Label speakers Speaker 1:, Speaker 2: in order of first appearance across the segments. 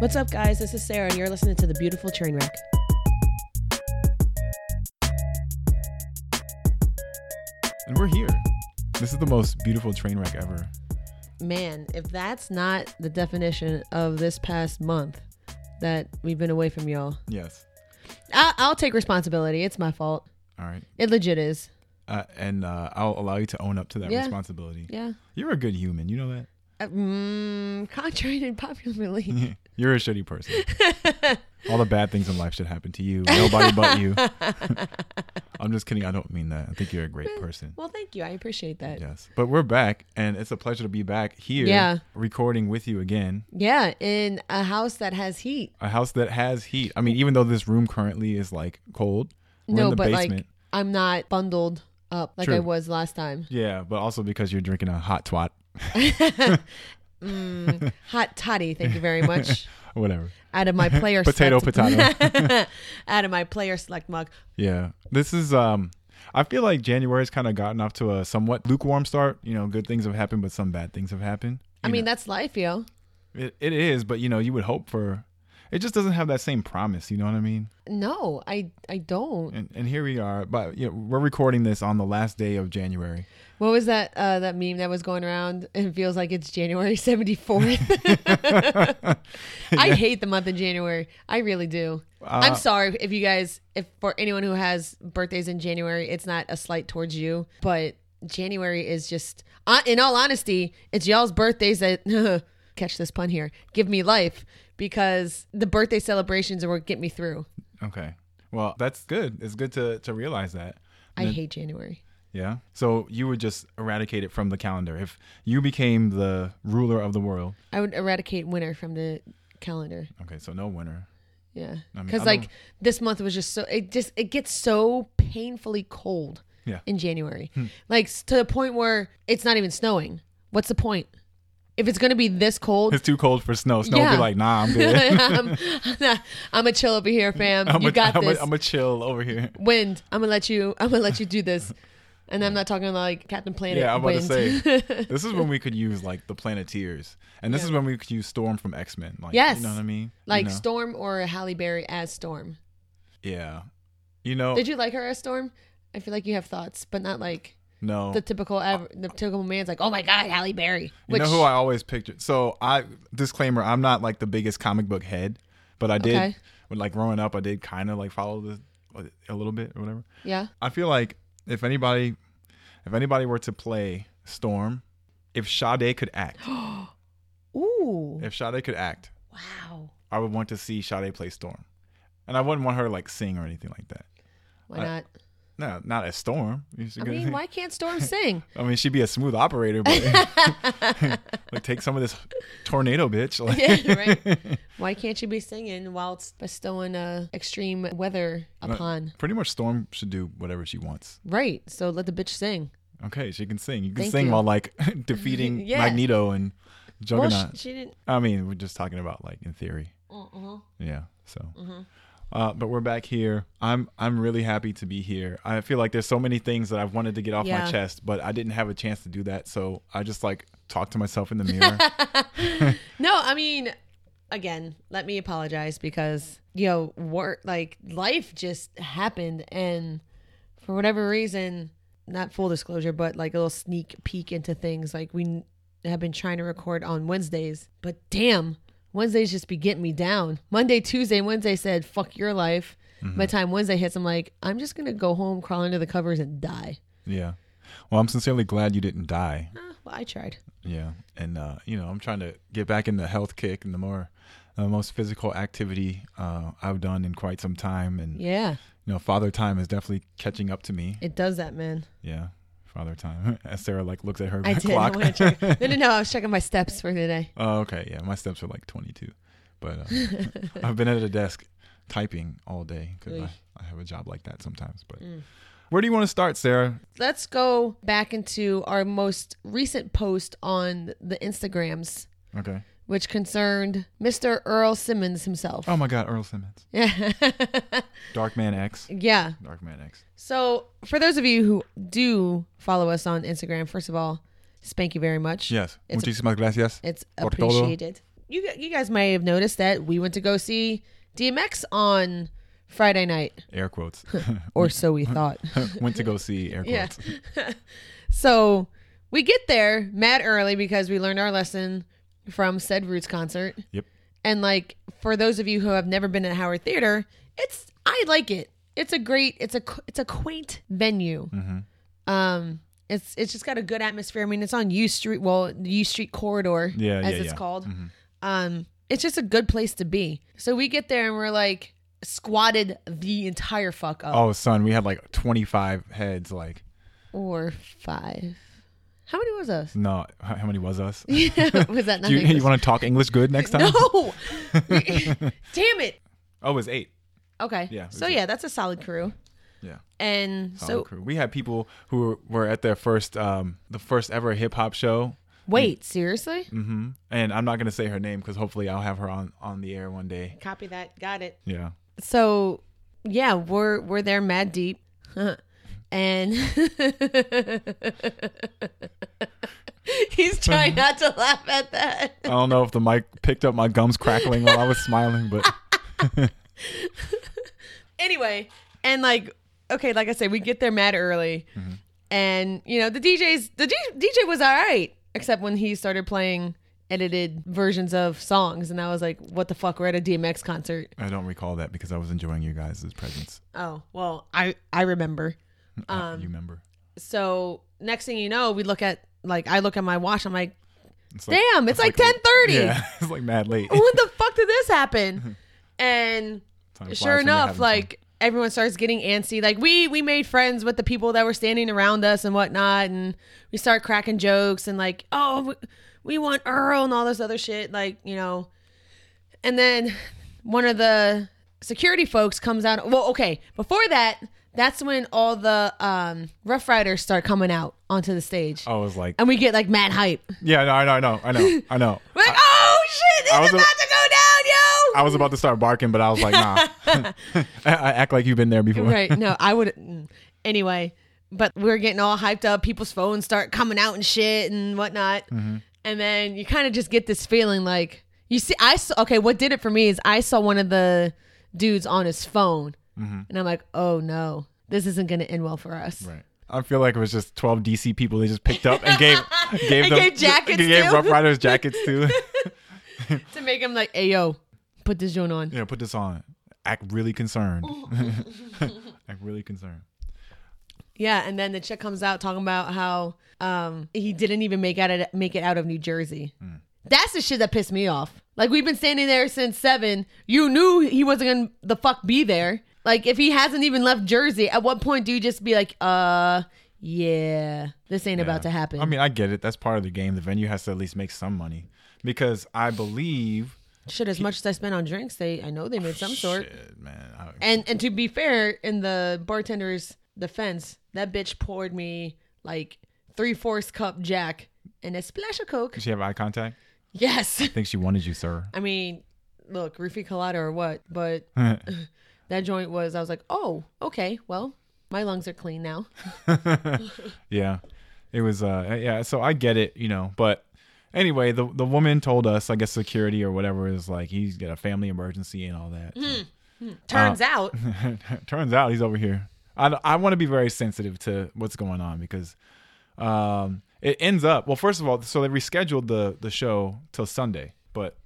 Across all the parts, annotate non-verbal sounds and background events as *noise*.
Speaker 1: What's up, guys? This is Sarah, and you're listening to The Beautiful Trainwreck.
Speaker 2: And we're here. This is the most beautiful train wreck ever.
Speaker 1: Man, if that's not the definition of this past month that we've been away from y'all,
Speaker 2: Yes.
Speaker 1: I- I'll take responsibility. It's my fault.
Speaker 2: All right.
Speaker 1: It legit is.
Speaker 2: Uh, and uh, I'll allow you to own up to that
Speaker 1: Yeah.
Speaker 2: responsibility.
Speaker 1: Yeah.
Speaker 2: You're a good human. You know
Speaker 1: Uh, Mm, *laughs* contrary to popular belief.
Speaker 2: that? *laughs* You're a shitty
Speaker 1: *laughs*
Speaker 2: person. All the bad things in life should happen to you. Nobody but you. *laughs* I'm just kidding. I don't mean that. I think you're a great person.
Speaker 1: Well, thank you. I appreciate that. Yeah.
Speaker 2: Yes. But we're back, and it's a pleasure to be back here
Speaker 1: Yeah.
Speaker 2: recording with you again.
Speaker 1: in a house that has heat.
Speaker 2: A house that has heat. I mean, even though this room currently is like cold, we're
Speaker 1: no,
Speaker 2: in the
Speaker 1: but
Speaker 2: basement.
Speaker 1: like I'm not bundled up like
Speaker 2: True.
Speaker 1: I was last time.
Speaker 2: yeah, but also because you're drinking a hot twat,
Speaker 1: Hot toddy, thank you
Speaker 2: *laughs*
Speaker 1: very much.
Speaker 2: whatever.
Speaker 1: out of my player
Speaker 2: Potato,
Speaker 1: select-
Speaker 2: potato.
Speaker 1: *laughs* out of my player select mug.
Speaker 2: Yeah. This is um I feel like January's kind of gotten off to a somewhat lukewarm start. You know, good things have happened, but some bad things have happened.
Speaker 1: I mean, that's life, yo.
Speaker 2: It, it is, but you know, you would hope for it just doesn't have that same promise, you know what I mean?
Speaker 1: No, I I don't.
Speaker 2: And and here we are, but you know, we're recording this on the last day of January.
Speaker 1: What was that uh, that meme that was going around? It feels like it's January *laughs* seventy fourth. I hate the month of January. I really do. I'm sorry if you guys, if for anyone who has birthdays in January, it's not a slight towards you, but January is just. Uh, in all honesty, it's y'all's birthdays that *laughs* catch this pun here. Give me life because the birthday celebrations are what get me through.
Speaker 2: Okay. Well, that's good. It's good to to realize that.
Speaker 1: I hate January.
Speaker 2: Yeah. So you would just eradicate it from the calendar. If you became the ruler of the world.
Speaker 1: I would eradicate winter from the calendar.
Speaker 2: Okay, so no winner.
Speaker 1: Yeah,
Speaker 2: mean,
Speaker 1: because
Speaker 2: I
Speaker 1: like
Speaker 2: don't-
Speaker 1: this month was just so it just it gets so painfully cold
Speaker 2: Yeah.
Speaker 1: in January,
Speaker 2: Hmm.
Speaker 1: like s- to the point where it's not even snowing. What's the point if it's gonna be this cold? *laughs*
Speaker 2: *laughs* It's too cold for snow. Snow would
Speaker 1: Yeah.
Speaker 2: be like, nah,
Speaker 1: *laughs*
Speaker 2: I'm good.
Speaker 1: I'm, I'm a chill over here, fam.
Speaker 2: I'm
Speaker 1: you
Speaker 2: a,
Speaker 1: got
Speaker 2: I'm
Speaker 1: this.
Speaker 2: A, I'm a chill over here.
Speaker 1: wind. I'm gonna let you. I'm gonna let you do this. And I'm not talking like Captain Planet.
Speaker 2: Yeah, I'm about
Speaker 1: wind.
Speaker 2: to say
Speaker 1: *laughs*
Speaker 2: this is when we could use like the Planeteers, and this is when we could use Storm from X Men. Like,
Speaker 1: Yes.
Speaker 2: you know what I mean?
Speaker 1: like
Speaker 2: you know?
Speaker 1: Storm or Halle Berry as Storm.
Speaker 2: yeah, you know,
Speaker 1: Did you like her as Storm? I feel like you have thoughts, but not like
Speaker 2: no.
Speaker 1: the typical av- the typical man's like, oh my god, Halle Berry.
Speaker 2: you know who I always pictured. So I disclaimer: I'm not like the biggest comic book head, but I did
Speaker 1: Okay.
Speaker 2: when like growing up, I did kind of like follow the a little bit or whatever.
Speaker 1: yeah.
Speaker 2: I feel like if anybody, if anybody were to play Storm, if Sade could
Speaker 1: *gasps*
Speaker 2: act,
Speaker 1: Ooh.
Speaker 2: if Sade could act,
Speaker 1: Wow.
Speaker 2: I would want to see Sade play Storm. And I wouldn't want her to like sing or anything like that.
Speaker 1: Why
Speaker 2: I-
Speaker 1: not?
Speaker 2: No, not as Storm. *laughs* It's a
Speaker 1: I
Speaker 2: good
Speaker 1: mean,
Speaker 2: thing.
Speaker 1: why can't Storm *laughs* sing?
Speaker 2: I mean, she'd be a smooth operator, but
Speaker 1: *laughs*
Speaker 2: *laughs* like take some of this tornado, bitch. Like,
Speaker 1: Yeah, right. Why can't you be singing whilst bestowing uh, extreme weather upon?
Speaker 2: Pretty much, Storm should do whatever she wants.
Speaker 1: Right. So let the bitch sing.
Speaker 2: Okay, she can sing. You can
Speaker 1: Thank
Speaker 2: sing
Speaker 1: you.
Speaker 2: while like *laughs* defeating
Speaker 1: *laughs* Yeah.
Speaker 2: Magneto and
Speaker 1: Well,
Speaker 2: Juggernaut.
Speaker 1: she, she didn't.
Speaker 2: I mean, we're just talking about like in theory.
Speaker 1: Mm-hmm.
Speaker 2: Yeah. So, uh, but we're back here. I'm I'm really happy to be here. I feel like there's so many things that I've wanted to get off
Speaker 1: Yeah.
Speaker 2: my chest, but I didn't have a chance to do that. So I just like talk to
Speaker 1: *laughs*
Speaker 2: myself in the mirror.
Speaker 1: No, I mean, again, let me apologize because you know, work like life just happened, and for whatever reason, not full disclosure, but like a little sneak peek into things. Like we n- have been trying to record on Wednesdays, but damn, Wednesdays just be getting me down. Monday, Tuesday, and Wednesday said fuck your life. By the time Wednesday hits, I'm like, I'm just gonna go home, crawl under the covers, and die.
Speaker 2: yeah. Well, I'm sincerely glad you didn't die.
Speaker 1: Ah, well, I tried.
Speaker 2: Yeah. And uh, you know, I'm trying to get back in the health kick and the more the most physical activity uh, I've done in quite some time. And
Speaker 1: Yeah,
Speaker 2: you know, father time is definitely catching up to me.
Speaker 1: it does that, man.
Speaker 2: Yeah. Father time. *laughs* As Sarah like looks at her *laughs*
Speaker 1: I did. I
Speaker 2: clock.
Speaker 1: wanna check. *laughs* No, no, no. I was checking my steps for today.
Speaker 2: Oh, okay. Yeah, my steps are like 22, but uh,
Speaker 1: *laughs*
Speaker 2: I've been at a desk typing all day because I,
Speaker 1: Oy.
Speaker 2: I have a job like that sometimes. But
Speaker 1: Mm.
Speaker 2: where do you want to start, Sarah?
Speaker 1: let's go back into our most recent post on the Instagrams,
Speaker 2: Okay.
Speaker 1: which concerned Mr. Earl Simmons himself.
Speaker 2: Oh my God, Earl Simmons,
Speaker 1: Yeah.
Speaker 2: Darkman X,
Speaker 1: *laughs* yeah.
Speaker 2: Darkman X.
Speaker 1: So, for those of you who do follow us on Instagram, first of all, thank you very much.
Speaker 2: Yes.
Speaker 1: It's a-
Speaker 2: Muchísimas gracias.
Speaker 1: It's
Speaker 2: Por todo.
Speaker 1: appreciated. you you guys may have noticed that we went to go see DMX on Friday night, *laughs*
Speaker 2: Air quotes. *laughs*
Speaker 1: or
Speaker 2: Mm.
Speaker 1: so we thought.
Speaker 2: Went to go see air
Speaker 1: Yeah.
Speaker 2: quotes.
Speaker 1: so we get there mad early because we learned our lesson from said Roots concert.
Speaker 2: Yep.
Speaker 1: And like for those of you who have never been at Howard Theater, it's I like it. It's a great. It's a qu- it's a quaint venue.
Speaker 2: Mm-hmm.
Speaker 1: Um, it's it's just got a good atmosphere. I mean, it's on U Street. Well, U Street corridor.
Speaker 2: Yeah,
Speaker 1: as
Speaker 2: yeah,
Speaker 1: it's
Speaker 2: yeah. Mm-hmm.
Speaker 1: called. Um, it's just a good place to be. So we get there and we're like squatted the entire fuck up,
Speaker 2: Oh, son, we had like 25 heads. Like,
Speaker 1: or five. How many was us?
Speaker 2: no, how how many
Speaker 1: *laughs*
Speaker 2: was us? Do
Speaker 1: was that not?
Speaker 2: you,
Speaker 1: English?
Speaker 2: you want to talk English good next time?
Speaker 1: *laughs*
Speaker 2: *laughs*
Speaker 1: no. *laughs* Damn it.
Speaker 2: Oh, it was eight.
Speaker 1: Okay.
Speaker 2: Yeah,
Speaker 1: So
Speaker 2: it's a-
Speaker 1: yeah, that's a solid crew.
Speaker 2: Yeah.
Speaker 1: And
Speaker 2: Solid
Speaker 1: so
Speaker 2: crew. we had people who were, were at their first, um, the first ever hip hop show.
Speaker 1: wait, seriously?
Speaker 2: hmm And I'm not going to say her name because hopefully I'll have her on, on the air one day.
Speaker 1: Copy that. Got it.
Speaker 2: Yeah.
Speaker 1: So yeah, we're we're there mad deep. *laughs* and *laughs* he's
Speaker 2: *laughs*
Speaker 1: trying not to laugh at that.
Speaker 2: I don't know if the mic *laughs* picked up my gums crackling while I was smiling, but
Speaker 1: anyway, and like, okay, like I said, we get there mad early,
Speaker 2: Mm-hmm.
Speaker 1: and you know the DJ's the D- DJ was all right, except when he started playing edited versions of songs, and I was like, what the fuck, we're at a DMX concert.
Speaker 2: I don't recall that because I was enjoying you guys' presence.
Speaker 1: Oh well, I I remember. Um,
Speaker 2: Uh, you remember?
Speaker 1: So next thing you know, we look at like I look at my watch, I'm like,
Speaker 2: It's like,
Speaker 1: damn, it's, like ten thirty.
Speaker 2: Yeah, *laughs* it's like mad late.
Speaker 1: *laughs* When the fuck did this
Speaker 2: *laughs*
Speaker 1: happen? And
Speaker 2: Time flies
Speaker 1: sure
Speaker 2: when you're having
Speaker 1: enough
Speaker 2: fun.
Speaker 1: like everyone starts getting antsy like we we made friends with the people that were standing around us and whatnot and we start cracking jokes and like oh we, we want earl and all this other shit like you know and then one of the security folks comes out well okay before that that's when all the um, rough riders start coming out onto the stage
Speaker 2: I was like,
Speaker 1: and we get like mad hype
Speaker 2: yeah, no, I know, I know, I know, I know.
Speaker 1: we're like oh shit
Speaker 2: I
Speaker 1: it's
Speaker 2: was a-
Speaker 1: about to go down yo
Speaker 2: I was about to start barking, but I was
Speaker 1: *laughs*
Speaker 2: like, nah. *laughs* I, I act like you've been there before.
Speaker 1: right no i would mm. anyway but we are getting all hyped up people's phones start coming out and shit and whatnot and then you kind of just get this feeling like you see i saw okay what did it for me is i saw one of the dudes on his phone and i'm like oh no this isn't going to end well for us
Speaker 2: Right. I feel like it was just 12 DC people they just picked up and gave
Speaker 1: *laughs*
Speaker 2: gave
Speaker 1: And
Speaker 2: them
Speaker 1: gave jackets
Speaker 2: gave
Speaker 1: too.
Speaker 2: Rough Riders jackets
Speaker 1: *laughs*
Speaker 2: too.
Speaker 1: to make him like hey yo put this joint on
Speaker 2: you know, put this on. Act really concerned. Act really concerned.
Speaker 1: yeah and then the chick comes out talking about how um he didn't even make out it make it out of new jersey That's the shit that pissed me off. Like we've been standing there since seven. You knew he wasn't gonna the fuck be there. Like if he hasn't even left Jersey, at what point do you just be like, uh, yeah, this ain't about to happen?
Speaker 2: I mean, I get it. That's part of the game. The venue has to at least make some money because I believe.
Speaker 1: shit, as much as I spent on drinks, they I know they made some sort.
Speaker 2: Shit, man. I-
Speaker 1: And and to be fair, in the bartender's defense, that bitch poured me like three fourths cup Jack and a splash of Coke. *laughs*
Speaker 2: Did she have eye contact?
Speaker 1: Yes.
Speaker 2: I think she wanted you, sir.
Speaker 1: I mean, look, roofie colada or what,
Speaker 2: *laughs*
Speaker 1: but that joint was, I was like, oh, okay, well, my lungs are clean
Speaker 2: *laughs*
Speaker 1: now.
Speaker 2: Oh. Yeah. It was uh yeah, so I get it, you know, but anyway, the the woman told us, I guess security or whatever is like he's got a family emergency and all that.
Speaker 1: Turns out,
Speaker 2: Turns out he's over here. I I want to be very sensitive to what's going on because um it ends up, well first of all, so they rescheduled the the show till Sunday, but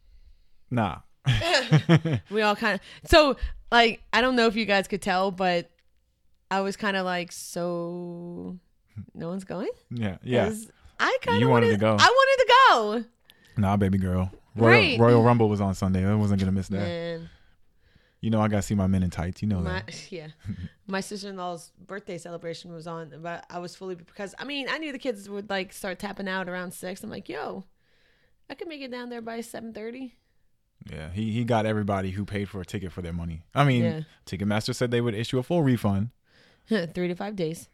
Speaker 2: nah.
Speaker 1: we all kind of, so, like, I don't know if you guys could tell, but I was kind of like, so no one's going?
Speaker 2: Yeah. Yeah.
Speaker 1: 'Cause I kind
Speaker 2: You
Speaker 1: of
Speaker 2: wanted
Speaker 1: wanted,
Speaker 2: to go.
Speaker 1: I wanted to
Speaker 2: Nah, baby girl. Royal
Speaker 1: Right.
Speaker 2: Royal Rumble was on Sunday. I wasn't going to miss
Speaker 1: go.
Speaker 2: that.
Speaker 1: Man,
Speaker 2: You know I got to see my men in tights. You know
Speaker 1: my,
Speaker 2: that.
Speaker 1: yeah. My sister in law's birthday celebration was on, but I was fully, because, I mean, I knew the kids would, like, start tapping out around six. I'm like, yo, I could make it down there by 7.30.
Speaker 2: Yeah, he, he got everybody who paid for a ticket for their money. I mean,
Speaker 1: Yeah.
Speaker 2: Ticketmaster said they would issue a full refund.
Speaker 1: *laughs* three to five days.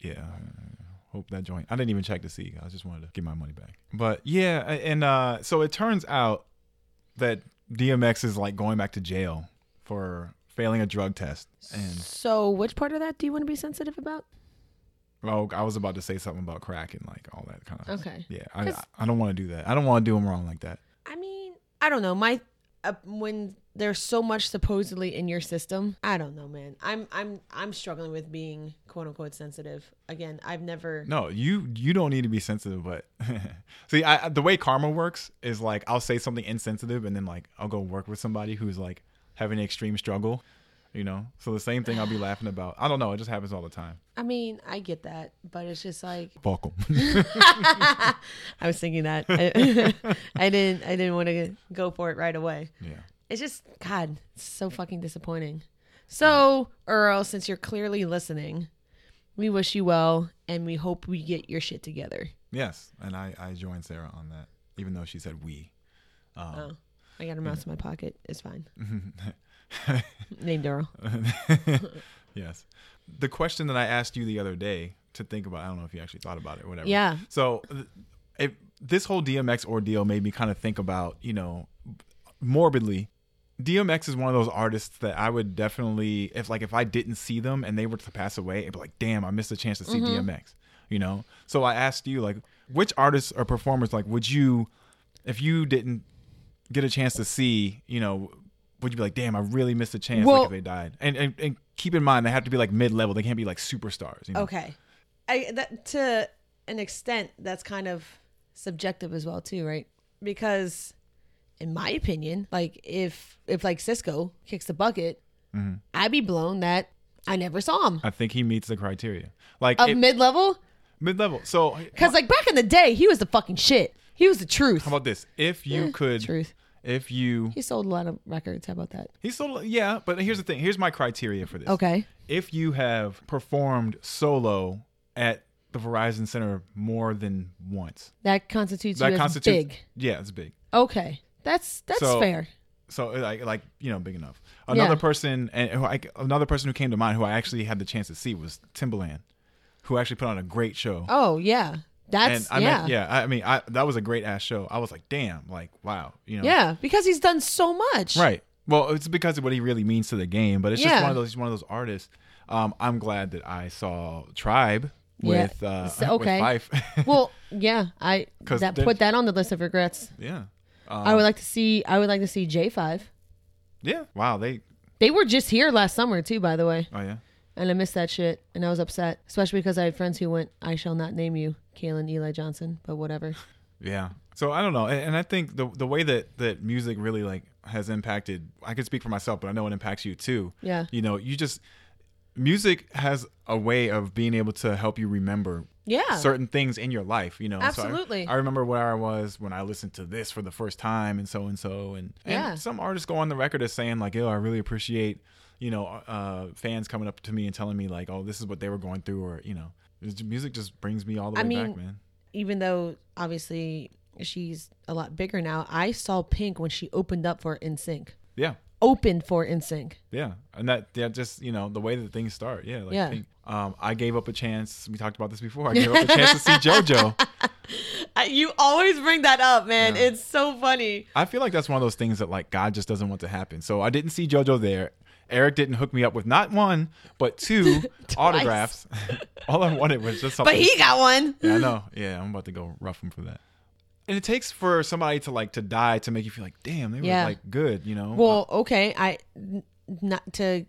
Speaker 2: Yeah, I hope that joint. I didn't even check to see. I just wanted to get my money back. But yeah, a- and uh, so it turns out that DMX is like going back to jail for failing a drug test. And
Speaker 1: So, which part of that do you want to be sensitive about?
Speaker 2: well, I was about to say something about crack and like all that kind of.
Speaker 1: Okay.
Speaker 2: Yeah, I,
Speaker 1: Cause-
Speaker 2: I don't want to do that. I don't want to do him wrong like that.
Speaker 1: I mean, I don't know. My uh, when there's so much supposedly in your system, I don't know, man. I'm I'm I'm struggling with being quote unquote sensitive. Again, I've never.
Speaker 2: No, you you don't need to be sensitive, but *laughs* see, I, I- the way karma works is like I'll say something insensitive, and then like I'll go work with somebody who's like having an extreme struggle, you know. So the same thing I'll be laughing about. I don't know. It just happens all the time.
Speaker 1: I mean, I get that, but it's just like
Speaker 2: Fuck 'em.
Speaker 1: I was thinking *laughs* that. I, I didn't. I didn't want to go for it right away.
Speaker 2: *laughs* yeah.
Speaker 1: It's just God. It's so fucking disappointing. So Earl, since you're clearly listening, we wish you well, and we hope we get your shit together.
Speaker 2: Yes, and I I joined Sarah on that, even though she said we.
Speaker 1: Oh, I got a mouse in my pocket. It's fine. Named Earl.
Speaker 2: yes. The question that I asked you the other day to think about, I don't know if you actually thought about it or whatever.
Speaker 1: Yeah.
Speaker 2: So th- if this whole DMX ordeal made me kind of think about, you know, morbidly, DMX is one of those artists that I would definitely if like if I didn't see them and they were to pass away, it'd be like, damn, I missed a chance to
Speaker 1: Mm-hmm.
Speaker 2: see DMX. You know? So I asked you like which artists or performers like would you if you didn't get a chance to see, you know, would you be like, damn, I really missed a chance
Speaker 1: Well-
Speaker 2: like if they died? And, and and keep in mind they have to be like mid level. They can't be like superstars. You know?
Speaker 1: Okay. I that to an extent that's kind of subjective as well too, right? Because in my opinion, like if if like Cisco kicks the bucket,
Speaker 2: Mm-hmm.
Speaker 1: I'd be blown that I never saw him
Speaker 2: I think he meets the criteria. Like
Speaker 1: of mid level.
Speaker 2: mid level. So
Speaker 1: Cause like back in the day, he was the fucking shit. He was the truth.
Speaker 2: How about this? If you could,
Speaker 1: Truth.
Speaker 2: if you,
Speaker 1: He sold a lot of records. How about that?
Speaker 2: he's still, yeah, but here's the thing. Here's my criteria for this.
Speaker 1: Okay.
Speaker 2: If you have performed solo at the Verizon Center more than once,
Speaker 1: That constitutes you as big.
Speaker 2: yeah, it's big.
Speaker 1: Okay. That's that's
Speaker 2: So-
Speaker 1: fair.
Speaker 2: So uh, like, like you know, big enough. Another
Speaker 1: Yeah.
Speaker 2: person, and who I, another person who came to mind who I actually had the chance to see was Timbaland, who actually put on a great show.
Speaker 1: Oh yeah.
Speaker 2: and
Speaker 1: That's
Speaker 2: I
Speaker 1: yeah.
Speaker 2: mean, yeah, I I mean, I, that was a great ass show. I was like, damn, like wow, you know,
Speaker 1: Yeah, because he's done so much.
Speaker 2: Right. Well, it's because of what he really means to the game, but it's
Speaker 1: Yeah.
Speaker 2: just one of those. He's one of those artists. Um, I'm glad that I saw Tribe
Speaker 1: Yeah.
Speaker 2: with uh,
Speaker 1: So- okay.
Speaker 2: *laughs* with Life.
Speaker 1: Well, yeah, I
Speaker 2: 'Cause
Speaker 1: that
Speaker 2: then-
Speaker 1: put that on the list of regrets.
Speaker 2: yeah.
Speaker 1: I would like to see. I would like to see J Five.
Speaker 2: Yeah. Wow. They.
Speaker 1: They were just here last summer too, by the way,
Speaker 2: Oh yeah.
Speaker 1: and I missed that shit, and I was upset, especially because I had friends who went. I shall not name you, Kalen Eli Johnson, but whatever.
Speaker 2: Yeah. So I don't know, and, and I think the the way that that music really like has impacted. I can speak for myself, but I know it impacts you too.
Speaker 1: Yeah.
Speaker 2: You know, you just music has a way of being able to help you remember
Speaker 1: Yeah,
Speaker 2: certain things in your life, you know.
Speaker 1: Absolutely.
Speaker 2: So I, I remember where I was when I listened to this for the first time, and so and so, and
Speaker 1: Yeah.
Speaker 2: and some artists go on the record as saying like, "Yo, I really appreciate, you know, uh, fans coming up to me and telling me like, oh, this is what they were going through, or you know, It's- music just brings me all the way
Speaker 1: I
Speaker 2: back,
Speaker 1: mean-
Speaker 2: man.
Speaker 1: even though obviously she's a lot bigger now. I saw Pink when she opened up for NSYNC.
Speaker 2: Yeah,
Speaker 1: Opened for NSYNC.
Speaker 2: yeah, and that that just you know the way that things start, yeah. Like,
Speaker 1: Yeah.
Speaker 2: Pink. Um, I gave up a chance. We talked about this
Speaker 1: *laughs*
Speaker 2: before. I gave up a chance to see JoJo.
Speaker 1: I, you always bring that up, man. It's so funny.
Speaker 2: I feel like that's one of those things that like God just doesn't want to happen. So I didn't see JoJo there. Eric didn't hook me up with not one but
Speaker 1: *laughs*
Speaker 2: two *laughs* autographs. All I wanted was just something.
Speaker 1: got one.
Speaker 2: Yeah, I know. Yeah, I'm about to go rough him for that. And it takes for somebody to like to die to make you feel like, damn, they
Speaker 1: Yeah.
Speaker 2: were like good, you know.
Speaker 1: Well, okay, I n- not to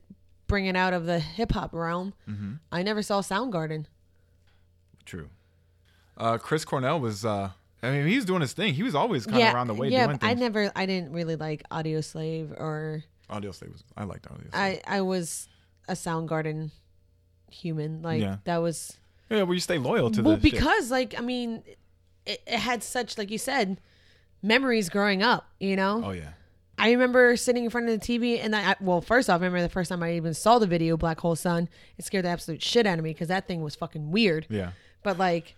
Speaker 1: bring it out of the hip hop realm.
Speaker 2: Mm-hmm.
Speaker 1: I never saw Soundgarden.
Speaker 2: true. Uh, Chris Cornell was. uh I mean, he was doing his thing. He was always kind of around the way
Speaker 1: yeah.
Speaker 2: doing
Speaker 1: but I
Speaker 2: things.
Speaker 1: never, I didn't really like Audio Slave, or
Speaker 2: Audio Slave was. I liked Audio Slave.
Speaker 1: I, I was a Soundgarden human. Like
Speaker 2: Yeah.
Speaker 1: that was
Speaker 2: yeah, well, you stay loyal to
Speaker 1: well
Speaker 2: the shit.
Speaker 1: because like I mean, it, it had such like you said memories growing up. You know,
Speaker 2: Oh yeah.
Speaker 1: I remember sitting in front of the TV, and I, I- well, first off, I remember the first time I even saw the video Black Hole Sun. It scared the absolute shit out of me because that thing was fucking weird.
Speaker 2: Yeah.
Speaker 1: But
Speaker 2: *laughs*
Speaker 1: like,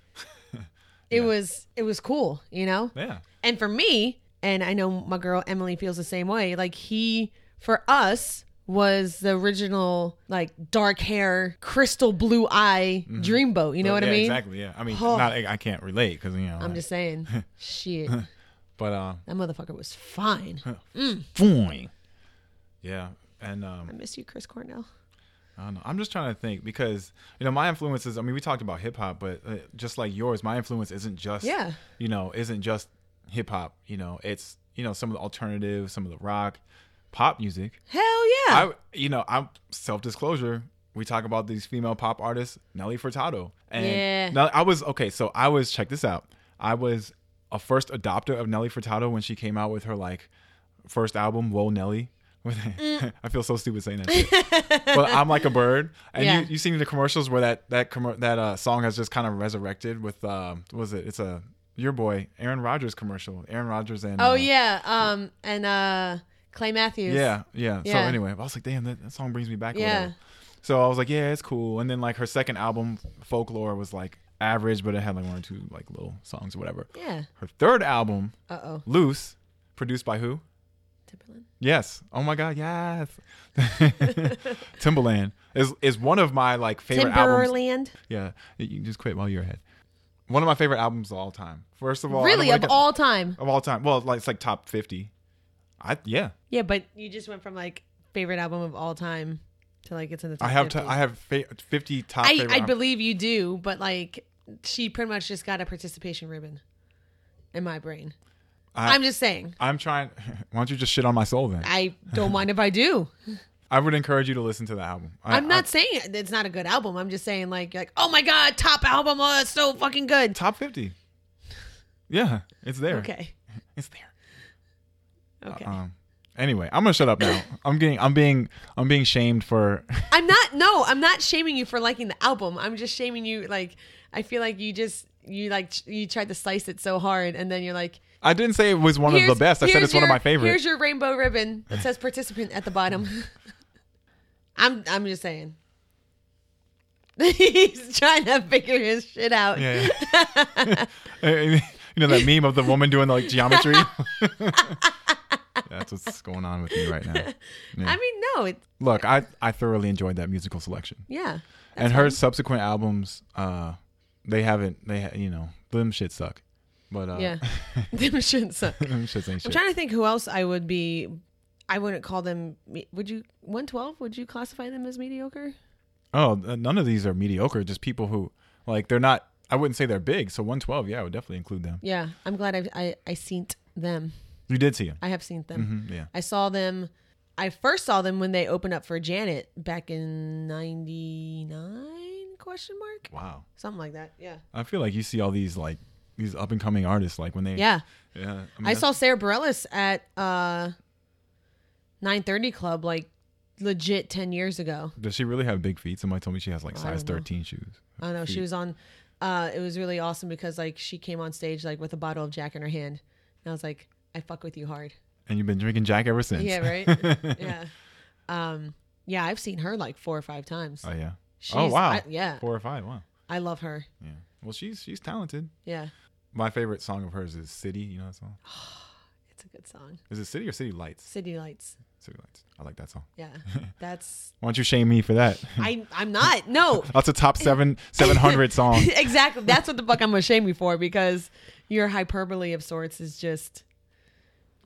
Speaker 1: it was it was cool, you know.
Speaker 2: Yeah.
Speaker 1: And for me, and I know my girl Emily feels the same way. Like he, for us, was the original like dark hair, crystal blue eye dreamboat. You know what
Speaker 2: Mm-hmm. Yeah,
Speaker 1: I mean?
Speaker 2: Exactly. Yeah. I mean,
Speaker 1: Oh.
Speaker 2: not I can't relate because you know.
Speaker 1: I'm just
Speaker 2: *laughs*
Speaker 1: saying, shit,
Speaker 2: but uh,
Speaker 1: that motherfucker was fine.
Speaker 2: boing. Yeah, and
Speaker 1: I
Speaker 2: um,
Speaker 1: miss you, Chris Cornell.
Speaker 2: I don't know. I'm just trying to think because you know my influences. I mean, we talked about hip hop, but uh, just like yours, my influence isn't just
Speaker 1: Yeah.
Speaker 2: You know, isn't just hip hop. You know, it's you know, some of the alternative, some of the rock, pop music.
Speaker 1: Hell yeah.
Speaker 2: *laughs* I, you know, I'm self disclosure. We talk about these female pop artists, Nelly Furtado, and
Speaker 1: Yeah.
Speaker 2: now I was okay. So I was check this out. I was a first adopter of Nelly Furtado when she came out with her like first album, Whoa Nelly. *laughs* I feel so stupid saying that, shit.
Speaker 1: *laughs*
Speaker 2: but I'm like a bird, and
Speaker 1: Yeah.
Speaker 2: you you seen the commercials where that that commer that uh, song has just kind of resurrected with um what was it? It's a your boy Aaron Rodgers commercial. Aaron Rodgers and
Speaker 1: oh
Speaker 2: uh,
Speaker 1: yeah. Um and uh Clay Matthews.
Speaker 2: yeah, yeah. So
Speaker 1: Yeah.
Speaker 2: anyway, I was like, damn, that, that song brings me back.
Speaker 1: Yeah.
Speaker 2: Yeah. Whatever. So I was like, yeah, it's cool. And then like her second album, Folklore, was like average, but it had like one or two like little songs or whatever.
Speaker 1: Yeah.
Speaker 2: Her third album,
Speaker 1: Uh oh.
Speaker 2: Loose, produced by who?
Speaker 1: Timberland.
Speaker 2: Yes. Oh my God. Yes. *laughs* Timbaland is is one of my like favorite albums.
Speaker 1: Timberland.
Speaker 2: Yeah. You can just quit while you're ahead. One of my favorite albums of all time. First of all, I don't
Speaker 1: really
Speaker 2: like
Speaker 1: of
Speaker 2: it-
Speaker 1: all time.
Speaker 2: of all time. Well, like it's like top fifty. I yeah.
Speaker 1: Yeah, but you just went from like favorite album of all time to like it's in the top.
Speaker 2: I have
Speaker 1: 50.
Speaker 2: to, I have fa- fifty top.
Speaker 1: I,
Speaker 2: favorite
Speaker 1: I
Speaker 2: al-
Speaker 1: believe you do, but like she pretty much just got a participation ribbon in my brain.
Speaker 2: I-
Speaker 1: I'm just saying.
Speaker 2: I'm trying. *laughs* Why don't you just shit on my soul then?
Speaker 1: I don't mind if I do. I,
Speaker 2: I would encourage you to listen to the album. *sighs* I,
Speaker 1: am not saying it- it's not a good album. I'm just saying like you're like oh my god, top album, oh it's so fucking
Speaker 2: I-
Speaker 1: good.
Speaker 2: top fifty. Yeah, it's there.
Speaker 1: Okay,
Speaker 2: it's there.
Speaker 1: okay.
Speaker 2: Um. Anyway, I'm gonna shut
Speaker 1: *coughs*
Speaker 2: up now. I'm getting. I'm being. I'm being shamed for. *laughs*
Speaker 1: I'm not. No, I'm not shaming you for liking the album. I'm just shaming you. Like I feel like you just you like ch- you tried to slice it so hard, and then you're like
Speaker 2: I didn't say it was one of the
Speaker 1: Here's-
Speaker 2: best. I said
Speaker 1: here's
Speaker 2: it's one of
Speaker 1: your-
Speaker 2: my favorites.
Speaker 1: Here's your rainbow ribbon. It says participant at the bottom.
Speaker 2: *laughs*
Speaker 1: I'm I'm just saying. *laughs* He's trying to figure his shit out.
Speaker 2: Yeah. *laughs* you
Speaker 1: *laughs*
Speaker 2: know that meme of the woman doing like geometry. *laughs* That's what's going on with me right now.
Speaker 1: I mean, no, it,
Speaker 2: Look, I I thoroughly enjoyed that musical selection.
Speaker 1: yeah.
Speaker 2: and her subsequent albums, uh, they haven't. They ha- you know them shit suck, but uh, *laughs*
Speaker 1: Yeah. Them shouldn't suck.
Speaker 2: them shits ain't
Speaker 1: I'm
Speaker 2: *laughs* shit.
Speaker 1: trying to think who else I would be. I wouldn't call them. me- Would you 112? Would you classify them as mediocre?
Speaker 2: oh, th- none of these are mediocre. Just people who like they're not. I wouldn't say they're big. So 112, yeah, I would definitely include them.
Speaker 1: Yeah, I'm glad I've, I I seen them.
Speaker 2: You did see them.
Speaker 1: I have seen them.
Speaker 2: Mhm, yeah.
Speaker 1: I saw them. I first saw them when they opened up for Janet back in '99? Question mark?
Speaker 2: Wow.
Speaker 1: Something like that. Yeah.
Speaker 2: I feel like you see all these like these up and coming artists like when they
Speaker 1: Yeah.
Speaker 2: yeah. I, mean,
Speaker 1: I
Speaker 2: that's-
Speaker 1: saw Sarah Bareilles at uh 9:30 Club like legit 10 years ago.
Speaker 2: Does she really have big feet? Somebody told me she has like
Speaker 1: I
Speaker 2: size
Speaker 1: don't know.
Speaker 2: 13 shoes.
Speaker 1: I don't know. She was on. Uh, it was really awesome because like she came on stage like with a bottle of Jack in her hand, and I was like, I fuck with you
Speaker 2: *laughs*
Speaker 1: hard.
Speaker 2: And you've been drinking Jack ever since.
Speaker 1: Yeah.
Speaker 2: *laughs*
Speaker 1: Right. yeah. Um. Yeah. I've seen her like four or five times.
Speaker 2: Oh yeah. oh
Speaker 1: She's-
Speaker 2: wow.
Speaker 1: I- yeah.
Speaker 2: Four or five. Wow.
Speaker 1: I love her.
Speaker 2: Yeah. Well, she's she's talented.
Speaker 1: Yeah.
Speaker 2: My favorite song of hers is City. You know that song?
Speaker 1: It's a good song.
Speaker 2: Is it City or City Lights?
Speaker 1: City Lights.
Speaker 2: City Lights. I like that song.
Speaker 1: Yeah. That's
Speaker 2: Why don't you shame me for that?
Speaker 1: I I'm not. No. *laughs*
Speaker 2: That's a top seven seven hundred song.
Speaker 1: exactly. That's what the fuck I'm gonna shame you for because your hyperbole of sorts is just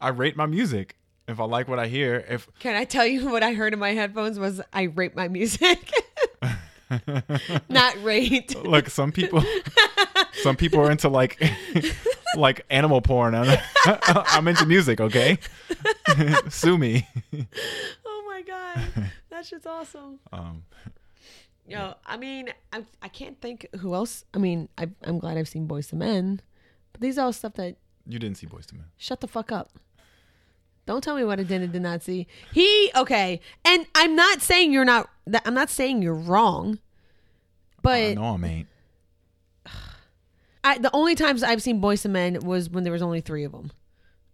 Speaker 2: I rate my music. If I like what I hear, if
Speaker 1: can I tell you *laughs* what I heard in my headphones was I rape my music. *laughs* not raped.
Speaker 2: look, some
Speaker 1: *laughs*
Speaker 2: people some people are into like *laughs* like animal porn. I'm, *laughs* I'm into music, okay? *laughs* Sue me.
Speaker 1: Oh my god. That shit's awesome.
Speaker 2: Um,
Speaker 1: Yo, I mean, I I can't think who else. I mean, I I'm glad I've seen Boys to Men. But these are all stuff that
Speaker 2: you didn't see Boys to Men.
Speaker 1: Shut the fuck up. Don't tell me what I did and did not see. He okay, and I'm not saying you're not. that- I'm not saying you're wrong,
Speaker 2: I
Speaker 1: but
Speaker 2: know I'm ain't.
Speaker 1: I, the only times I've seen Boys and Men was when there was only three of them.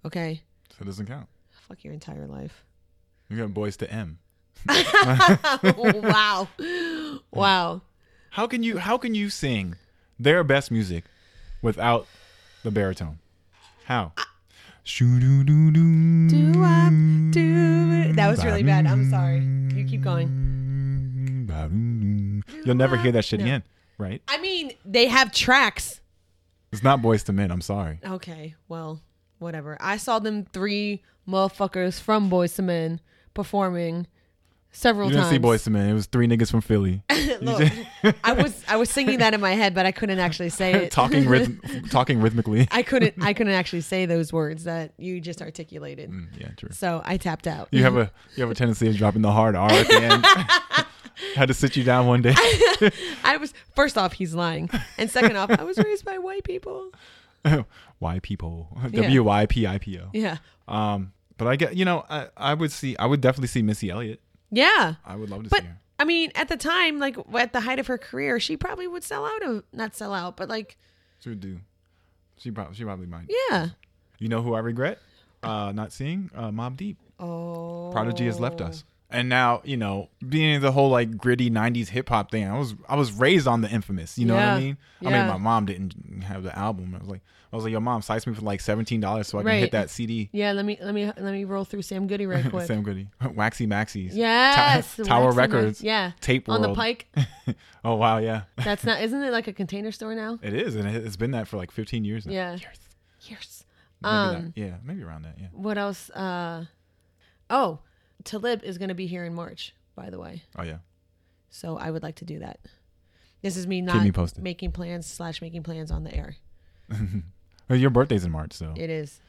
Speaker 1: Okay,
Speaker 2: So it doesn't count.
Speaker 1: fuck your entire
Speaker 2: *laughs*
Speaker 1: life. *laughs*
Speaker 2: You got Boys to M.
Speaker 1: wow, wow.
Speaker 2: How can you how can you sing their best music without the baritone? How? Shoo-doo-doo-doo.
Speaker 1: Do I do? That was really bad. I'm sorry. You keep going.
Speaker 2: You'll never hear that shit
Speaker 1: No.
Speaker 2: again, right?
Speaker 1: I mean, they have tracks.
Speaker 2: It's not Boys to Men. I'm sorry.
Speaker 1: Okay, well, whatever. I saw them three motherfuckers from Boys to Men performing several
Speaker 2: You didn't
Speaker 1: times.
Speaker 2: see Boys to Men. It was three niggas
Speaker 1: *laughs*
Speaker 2: from Philly. You
Speaker 1: Look,
Speaker 2: just-
Speaker 1: *laughs* I was I was singing that in my head, but I couldn't actually say it.
Speaker 2: talking rhythm, talking rhythmically.
Speaker 1: I couldn't I couldn't actually say those words that you just articulated.
Speaker 2: Mm, yeah, true.
Speaker 1: So I tapped out.
Speaker 2: You have a you have a tendency of dropping the hard R at
Speaker 1: *laughs*
Speaker 2: the end. Had to sit you down one day. *laughs*
Speaker 1: I was first off, he's lying, and second off, I was raised by white people.
Speaker 2: Why people?
Speaker 1: Yeah.
Speaker 2: W Y P I P O.
Speaker 1: Yeah,
Speaker 2: Um, but I get you know I, I would see I would definitely see Missy Elliott.
Speaker 1: yeah.
Speaker 2: I would love to
Speaker 1: But
Speaker 2: see her.
Speaker 1: I mean, at the time, like at the height of her career, she probably would sell out of not sell out, but like
Speaker 2: She would do. She probably she probably might.
Speaker 1: yeah.
Speaker 2: You know who I regret uh, not seeing? Uh, Mob Deep.
Speaker 1: Oh,
Speaker 2: Prodigy has left us. And now, you know, being in the whole like gritty '90s hip hop thing, I was I was raised on the Infamous. You know what
Speaker 1: Yeah.
Speaker 2: I mean? I
Speaker 1: Yeah.
Speaker 2: mean, my mom didn't have the album. I was like, I was like, your mom sized me for like seventeen dollars so I can
Speaker 1: Right.
Speaker 2: hit that *laughs* CD.
Speaker 1: Yeah, let me let me let me roll through Sam Goody
Speaker 2: *laughs*
Speaker 1: right quick.
Speaker 2: Sam Goody, Waxy Maxies,
Speaker 1: yes,
Speaker 2: Ta- Tower
Speaker 1: Wax and Wax-
Speaker 2: Records,
Speaker 1: Yeah,
Speaker 2: Tape
Speaker 1: on
Speaker 2: World.
Speaker 1: the
Speaker 2: *laughs*
Speaker 1: Pike.
Speaker 2: oh wow, yeah,
Speaker 1: That's not. Isn't it like a container store now?
Speaker 2: it is, and it- it's been that for like fifteen years now.
Speaker 1: Yeah.
Speaker 2: Years.
Speaker 1: Years.
Speaker 2: Maybe that-
Speaker 1: Um,
Speaker 2: yeah, maybe around that. Yeah,
Speaker 1: What else? Uh, oh, Talib is going to be here in March, by the way.
Speaker 2: oh yeah,
Speaker 1: So I would like to do that. This is me not
Speaker 2: me posted.
Speaker 1: making plans slash making plans on the air.
Speaker 2: well, your birthday's in March, so
Speaker 1: It is.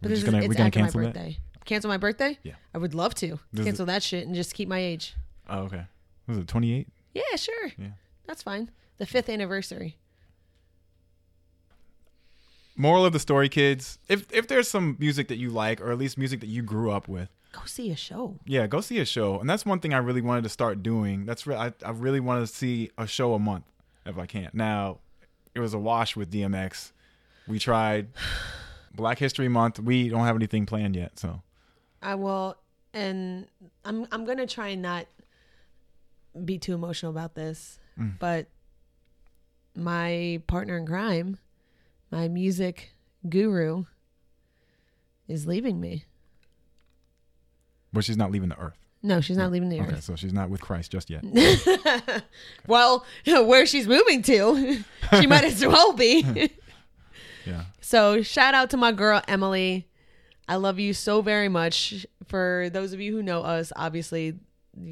Speaker 1: But
Speaker 2: We're
Speaker 1: this
Speaker 2: just
Speaker 1: is
Speaker 2: gonna-
Speaker 1: it's
Speaker 2: we're gonna
Speaker 1: after
Speaker 2: cancel
Speaker 1: my
Speaker 2: that?
Speaker 1: birthday. Cancel my birthday?
Speaker 2: Yeah.
Speaker 1: I would love to
Speaker 2: This is-
Speaker 1: cancel that shit and just keep my age.
Speaker 2: oh okay, What was it twenty eight?
Speaker 1: Yeah, sure.
Speaker 2: Yeah.
Speaker 1: That's fine. The fifth anniversary.
Speaker 2: Moral of the story, kids: if if there's some music that you like, or at least music that you grew up with.
Speaker 1: Go see a show.
Speaker 2: Yeah, go see a show, and that's one thing I really wanted to start doing. That's re- I, I really want to see a show a month if I can. Now, it was a wash with DMX. We tried *sighs* Black History Month. We don't have anything planned yet, so
Speaker 1: I will, and I'm I'm gonna try and not be too emotional about this, but my partner in crime, my music guru, is leaving me.
Speaker 2: but she's not leaving the earth.
Speaker 1: No, she's not leaving the
Speaker 2: Okay, so she's not with Christ
Speaker 1: *laughs*
Speaker 2: just yet.
Speaker 1: earth. well, *laughs* where she's moving to, *laughs* she might as well be. *laughs*
Speaker 2: Yeah,
Speaker 1: So shout out to my girl Emily. I love you so very much. For those of you who know us, obviously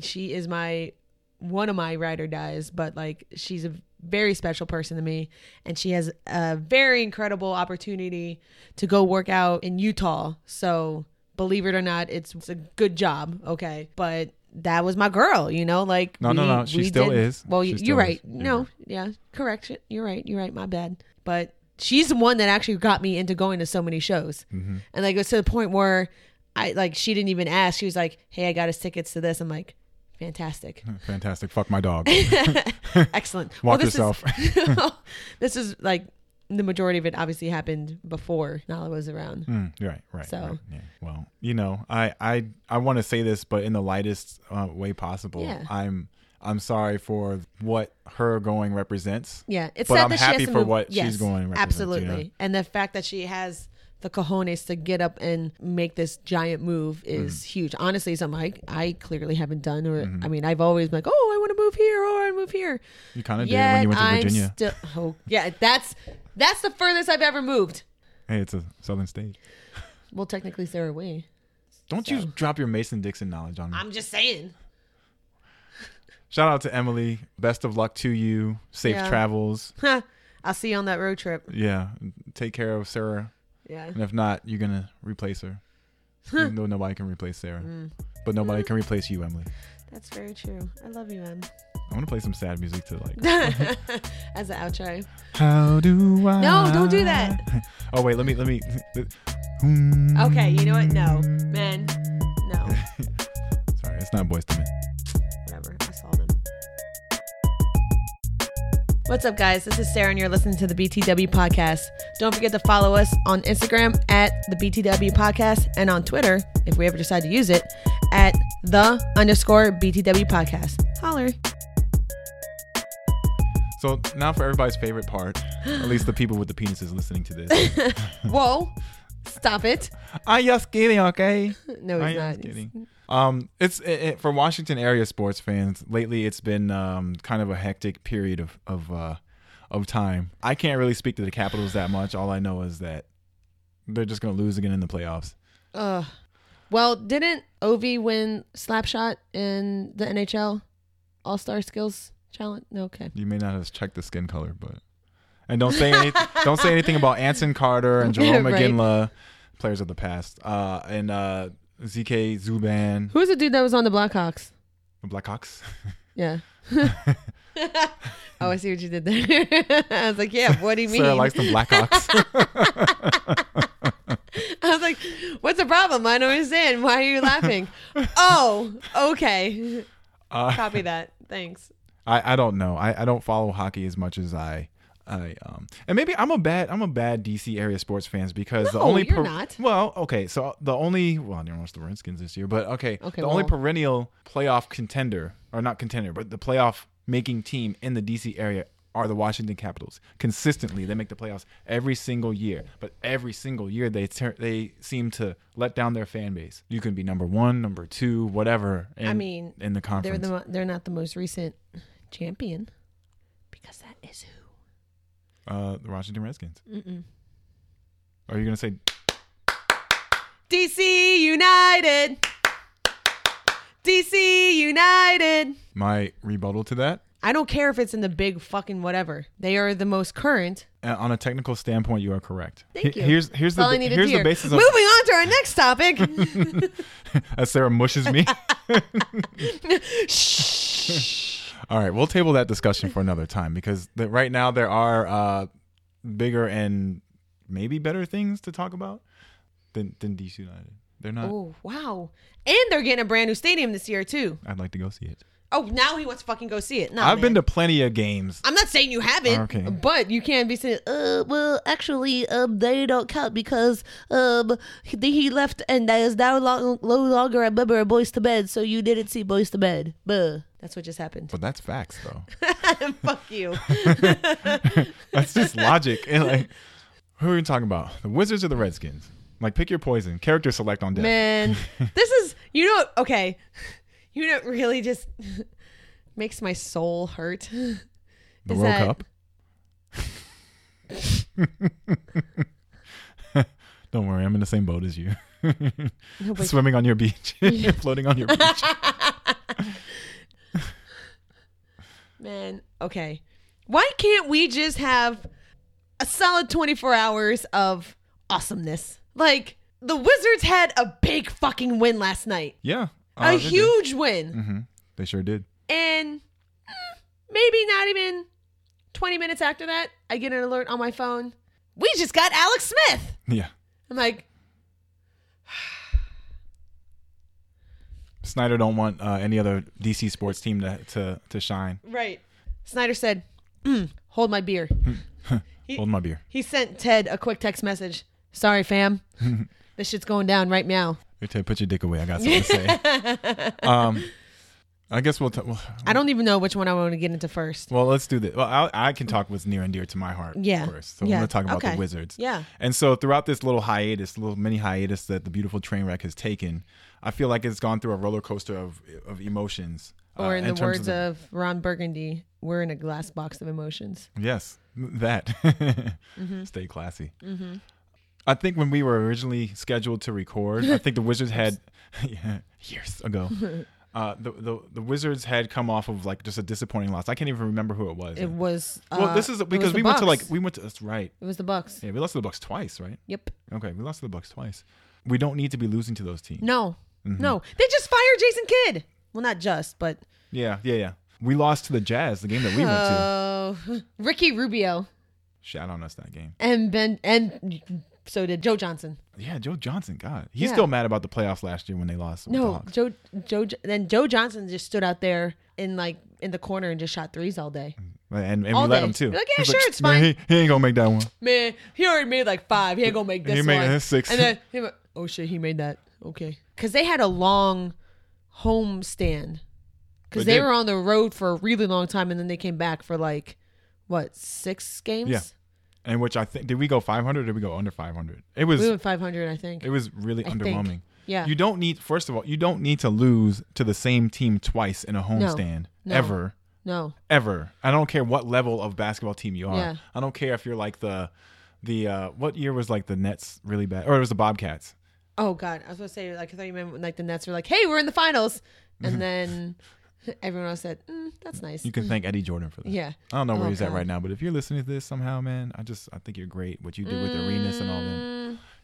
Speaker 1: she is my one of my ride or dies, but like she's a very special person to me and she has a very incredible opportunity to go work out in Utah. So believe it or not, it's, it's a good job, okay? But that was my girl, you know, like
Speaker 2: No, no, no, she still is.
Speaker 1: Well,
Speaker 2: She
Speaker 1: you-
Speaker 2: still
Speaker 1: you're
Speaker 2: is.
Speaker 1: right.
Speaker 2: You're
Speaker 1: no,
Speaker 2: right.
Speaker 1: yeah, correction. You're right. You're right. My bad. But she's the one that actually got me into going to so many shows.
Speaker 2: Mm-hmm.
Speaker 1: And like it was to the point where I like she didn't even ask. She was like, "Hey, I got us tickets to this." I'm like, "Fantastic.
Speaker 2: fantastic. Fuck
Speaker 1: *laughs*
Speaker 2: my dog.
Speaker 1: Excellent."
Speaker 2: Walk
Speaker 1: this
Speaker 2: yourself.
Speaker 1: Is, *laughs* this is like the majority of it obviously happened before Nala was around.
Speaker 2: Mm, you're right, right.
Speaker 1: So-
Speaker 2: right, yeah. well, you know, I I I want to say this, but in the lightest uh, way possible.
Speaker 1: Yeah.
Speaker 2: I'm I'm sorry for what her going represents.
Speaker 1: Yeah, it's
Speaker 2: But
Speaker 1: sad
Speaker 2: I'm
Speaker 1: that she
Speaker 2: happy
Speaker 1: has to
Speaker 2: for
Speaker 1: move-
Speaker 2: what she's
Speaker 1: yes,
Speaker 2: going to represent,
Speaker 1: Absolutely,
Speaker 2: yeah.
Speaker 1: and the fact that she has the cojones to get up and make this giant move is
Speaker 2: Mm-hmm.
Speaker 1: huge. Honestly, something I, I clearly haven't done, or I mean, I've always been like, oh, I want to move here, or I move here.
Speaker 2: You kind of did
Speaker 1: Yet
Speaker 2: when you went to
Speaker 1: I'm
Speaker 2: Virginia.
Speaker 1: still, oh, yeah, that's that's the furthest I've ever moved.
Speaker 2: hey, it's a southern state.
Speaker 1: Well, technically, so are we.
Speaker 2: Don't
Speaker 1: So-
Speaker 2: you drop your Mason Dixon knowledge on me.
Speaker 1: I'm just saying. *laughs*
Speaker 2: Shout out to Emily. Best of luck to you. Safe
Speaker 1: Yeah.
Speaker 2: travels.
Speaker 1: Huh. I'll see you on that road trip.
Speaker 2: Yeah. Take care of Sarah.
Speaker 1: Yeah.
Speaker 2: And if not, you're going to replace her. Even though nobody can replace Sarah. But nobody can replace you, Emily.
Speaker 1: That's very true. I love you, Em.
Speaker 2: I want to play some sad music to like.
Speaker 1: *laughs* As an outro.
Speaker 2: How do I?
Speaker 1: No, don't do that.
Speaker 2: *laughs* Oh wait, let me let me.
Speaker 1: Okay, you know what? No. Men. No.
Speaker 2: *laughs* Sorry, it's not boys to men.
Speaker 1: Whatever. I saw them. What's up, guys? This is Sarah, and you're listening to the BTW Podcast. Don't forget to follow us on Instagram at the BTW Podcast and on Twitter, if we ever decide to use it, at the underscore BTW Podcast. Holler.
Speaker 2: So now for everybody's favorite part, at least the people with the penises listening to this.
Speaker 1: Whoa. Stop it. *laughs*
Speaker 2: I'm just kidding, okay?
Speaker 1: No, he's
Speaker 2: I'm
Speaker 1: not.
Speaker 2: just kidding. Um, it's it, it- for Washington area sports fans. Lately, it's been um kind of a hectic period of of uh of time. I can't really speak to the Capitals that much. All I know is that they're just gonna lose again in the playoffs.
Speaker 1: Ugh. Well, didn't Ovi win Slapshot in the NHL All Star Skills Challenge? No, okay.
Speaker 2: You may not have checked the skin color, but and don't say any, don't say anything about Anson Carter and Jerome
Speaker 1: Right.
Speaker 2: McGinley, players of the past, uh, and uh, ZK Zuban,
Speaker 1: Who was the dude that was on the Blackhawks?
Speaker 2: Blackhawks.
Speaker 1: Yeah. oh, I see what you did there. *laughs* I was like, yeah, what do
Speaker 2: *laughs*
Speaker 1: you mean?
Speaker 2: Sarah likes the Blackhawks.
Speaker 1: *laughs* I was like, what's the problem? I don't understand. Why are you laughing? oh, okay.
Speaker 2: uh,
Speaker 1: Copy that. Thanks.
Speaker 2: I, I don't know. I, I don't follow hockey as much as I I um and maybe I'm a bad I'm a bad DC area sports fans because the
Speaker 1: No,
Speaker 2: only
Speaker 1: you're not.
Speaker 2: well okay so the only well I didn't watch the Redskins this year but okay,
Speaker 1: Okay,
Speaker 2: the only
Speaker 1: well-
Speaker 2: perennial playoff contender or not contender but the playoff making team in the DC area are the Washington Capitals consistently they make the playoffs every single year but every single year they ter- they seem to let down their fan base you can be number one number two whatever in,
Speaker 1: mean,
Speaker 2: in the conference
Speaker 1: They're the mo- they're not the most recent champion because that is who.
Speaker 2: Uh, the Washington Redskins. Are you gonna say
Speaker 1: DC United. DC United.
Speaker 2: my rebuttal to that?
Speaker 1: I don't care if it's in the big fucking whatever. They are the most current.
Speaker 2: Uh, on a technical standpoint, you are correct.
Speaker 1: Thank
Speaker 2: He-
Speaker 1: you.
Speaker 2: Here's here's
Speaker 1: That's all I
Speaker 2: the
Speaker 1: needed
Speaker 2: here's
Speaker 1: to
Speaker 2: the
Speaker 1: hear.
Speaker 2: basis of
Speaker 1: Moving on to our next topic.
Speaker 2: *laughs* as Sarah
Speaker 1: *laughs*
Speaker 2: mushes me. *laughs*
Speaker 1: Shh.
Speaker 2: All right, we'll table that discussion for another time because the, right now there are uh, bigger and maybe better things to talk about than than DC United. They're not.
Speaker 1: oh wow! And they're getting a brand new stadium this year too.
Speaker 2: I'd like to go see it.
Speaker 1: Oh, now he wants to fucking go see it. No,
Speaker 2: I've
Speaker 1: man.
Speaker 2: been to plenty of games.
Speaker 1: I'm not saying you haven't,
Speaker 2: Okay.
Speaker 1: but you can't be saying, uh, well, actually, um, they don't count because um, he, he left and there is now long, no longer a member of Boys to Bed, so you didn't see Boys to Bed. Buh. That's what just happened.
Speaker 2: But that's facts, though.
Speaker 1: *laughs* Fuck you.
Speaker 2: That's just logic. *laughs* And like, who are you talking about? The Wizards or the Redskins? Like, pick your poison. Character select on
Speaker 1: *laughs*
Speaker 2: death.
Speaker 1: Man, this is, you know, okay, you know, it really just *laughs* makes my soul hurt. *laughs*
Speaker 2: the
Speaker 1: is
Speaker 2: World
Speaker 1: that-
Speaker 2: Cup. *laughs* Don't worry, I'm in the same boat as you. *laughs*
Speaker 1: but-
Speaker 2: Swimming on your beach,
Speaker 1: *laughs*
Speaker 2: *laughs* floating on your beach.
Speaker 1: Man, okay. Why can't we just have a solid 24 hours of awesomeness? Like, the Wizards had a big fucking win last night,
Speaker 2: Yeah,
Speaker 1: a huge win.
Speaker 2: hmm They sure did.
Speaker 1: And mm, maybe not even 20 minutes after that, I get an alert on my phone. We just got Alex Smith.
Speaker 2: Yeah,
Speaker 1: I'm like,
Speaker 2: Snyder don't want uh, any other DC sports team to to, to shine.
Speaker 1: right. Snyder said, "Mm, hold my beer.
Speaker 2: Hold my beer.
Speaker 1: He sent Ted a quick text message. Sorry, fam. this shit's going down right now.
Speaker 2: Hey, Ted, put your dick away. I got something to
Speaker 1: *laughs*
Speaker 2: say. um, I guess we'll. T- well,
Speaker 1: I don't even know which one I want to get into first.
Speaker 2: well, let's do this. Well, I'll, I can talk what's near and dear to my heart.
Speaker 1: Yeah.
Speaker 2: First, so
Speaker 1: Yeah.
Speaker 2: I'm gonna talk about
Speaker 1: Okay.
Speaker 2: the Wizards.
Speaker 1: Yeah.
Speaker 2: And so throughout this little hiatus, little mini hiatus that the beautiful train wreck has taken, I feel like it's gone through a roller coaster of of emotions.
Speaker 1: Or
Speaker 2: uh,
Speaker 1: in, the
Speaker 2: terms
Speaker 1: words of, Ron Burgundy, we're in a glass box of emotions.
Speaker 2: yes, that
Speaker 1: Mm-hmm.
Speaker 2: *laughs* stay classy. I think when we were originally scheduled to record,
Speaker 1: *laughs*
Speaker 2: I think the Wizards had *laughs* yeah, years ago. Uh, the, the the Wizards had come off of like just a disappointing loss. I can't even remember who it was.
Speaker 1: It was. Uh,
Speaker 2: well, this is
Speaker 1: it was
Speaker 2: because
Speaker 1: the
Speaker 2: we went to like
Speaker 1: Bucks.
Speaker 2: we went to that's right.
Speaker 1: It was the Bucks.
Speaker 2: Yeah, we lost to the Bucks twice, right?
Speaker 1: Yep.
Speaker 2: Okay, we lost to the Bucks twice. We don't need to be losing to those teams.
Speaker 1: No.
Speaker 2: Mm-hmm.
Speaker 1: No. They just fired Jason Kidd. Well, not just, but
Speaker 2: Yeah, yeah, yeah. We lost to the Jazz, the game that we went to.
Speaker 1: oh, *laughs* Ricky Rubio
Speaker 2: Shout on us that game.
Speaker 1: and Ben and so did Joe Johnson.
Speaker 2: Yeah, Joe Johnson. God, he's
Speaker 1: Yeah.
Speaker 2: still mad about the playoffs last year when they lost. with the
Speaker 1: No,
Speaker 2: Hawks.
Speaker 1: Joe. Joe. Then Joe Johnson just stood out there in like in the corner and just shot threes all day.
Speaker 2: and and we
Speaker 1: all
Speaker 2: let
Speaker 1: day.
Speaker 2: him too.
Speaker 1: Like, yeah,
Speaker 2: He's
Speaker 1: sure, it's
Speaker 2: "Man,
Speaker 1: fine."
Speaker 2: He, he ain't gonna make that one.
Speaker 1: man, he already made like five. He ain't gonna make this
Speaker 2: He made
Speaker 1: one.
Speaker 2: his six.
Speaker 1: And then he went, oh shit, he made that. Okay, because they had a long home stand because
Speaker 2: They
Speaker 1: they
Speaker 2: did.
Speaker 1: were on the road for a really long time, and then they came back for like what six games?
Speaker 2: Yeah. And which I think did we go 500? Or did we go under 500? It was
Speaker 1: we went five hundred, I think.
Speaker 2: it was really
Speaker 1: I think.
Speaker 2: underwhelming.
Speaker 1: Yeah.
Speaker 2: You don't need first of all, you don't need to lose to the same team twice in a
Speaker 1: No.
Speaker 2: homestand
Speaker 1: No.
Speaker 2: ever.
Speaker 1: no,
Speaker 2: ever. I don't care what level of basketball team you are.
Speaker 1: Yeah.
Speaker 2: I don't care if you're like the the uh what year was like the Nets really bad or it was the Bobcats
Speaker 1: Oh God, I was gonna say like I thought you meant when, like the Nets were like, "Hey, we're in the finals," and then
Speaker 2: *laughs*
Speaker 1: everyone else said, mm, "That's nice."
Speaker 2: You can thank Eddie Jordan for that.
Speaker 1: yeah,
Speaker 2: I don't know where
Speaker 1: Oh,
Speaker 2: he's at
Speaker 1: God.
Speaker 2: right now, but if you're listening to this somehow, man, I just I think you're great. What you do with arenas and all that.
Speaker 1: Mm,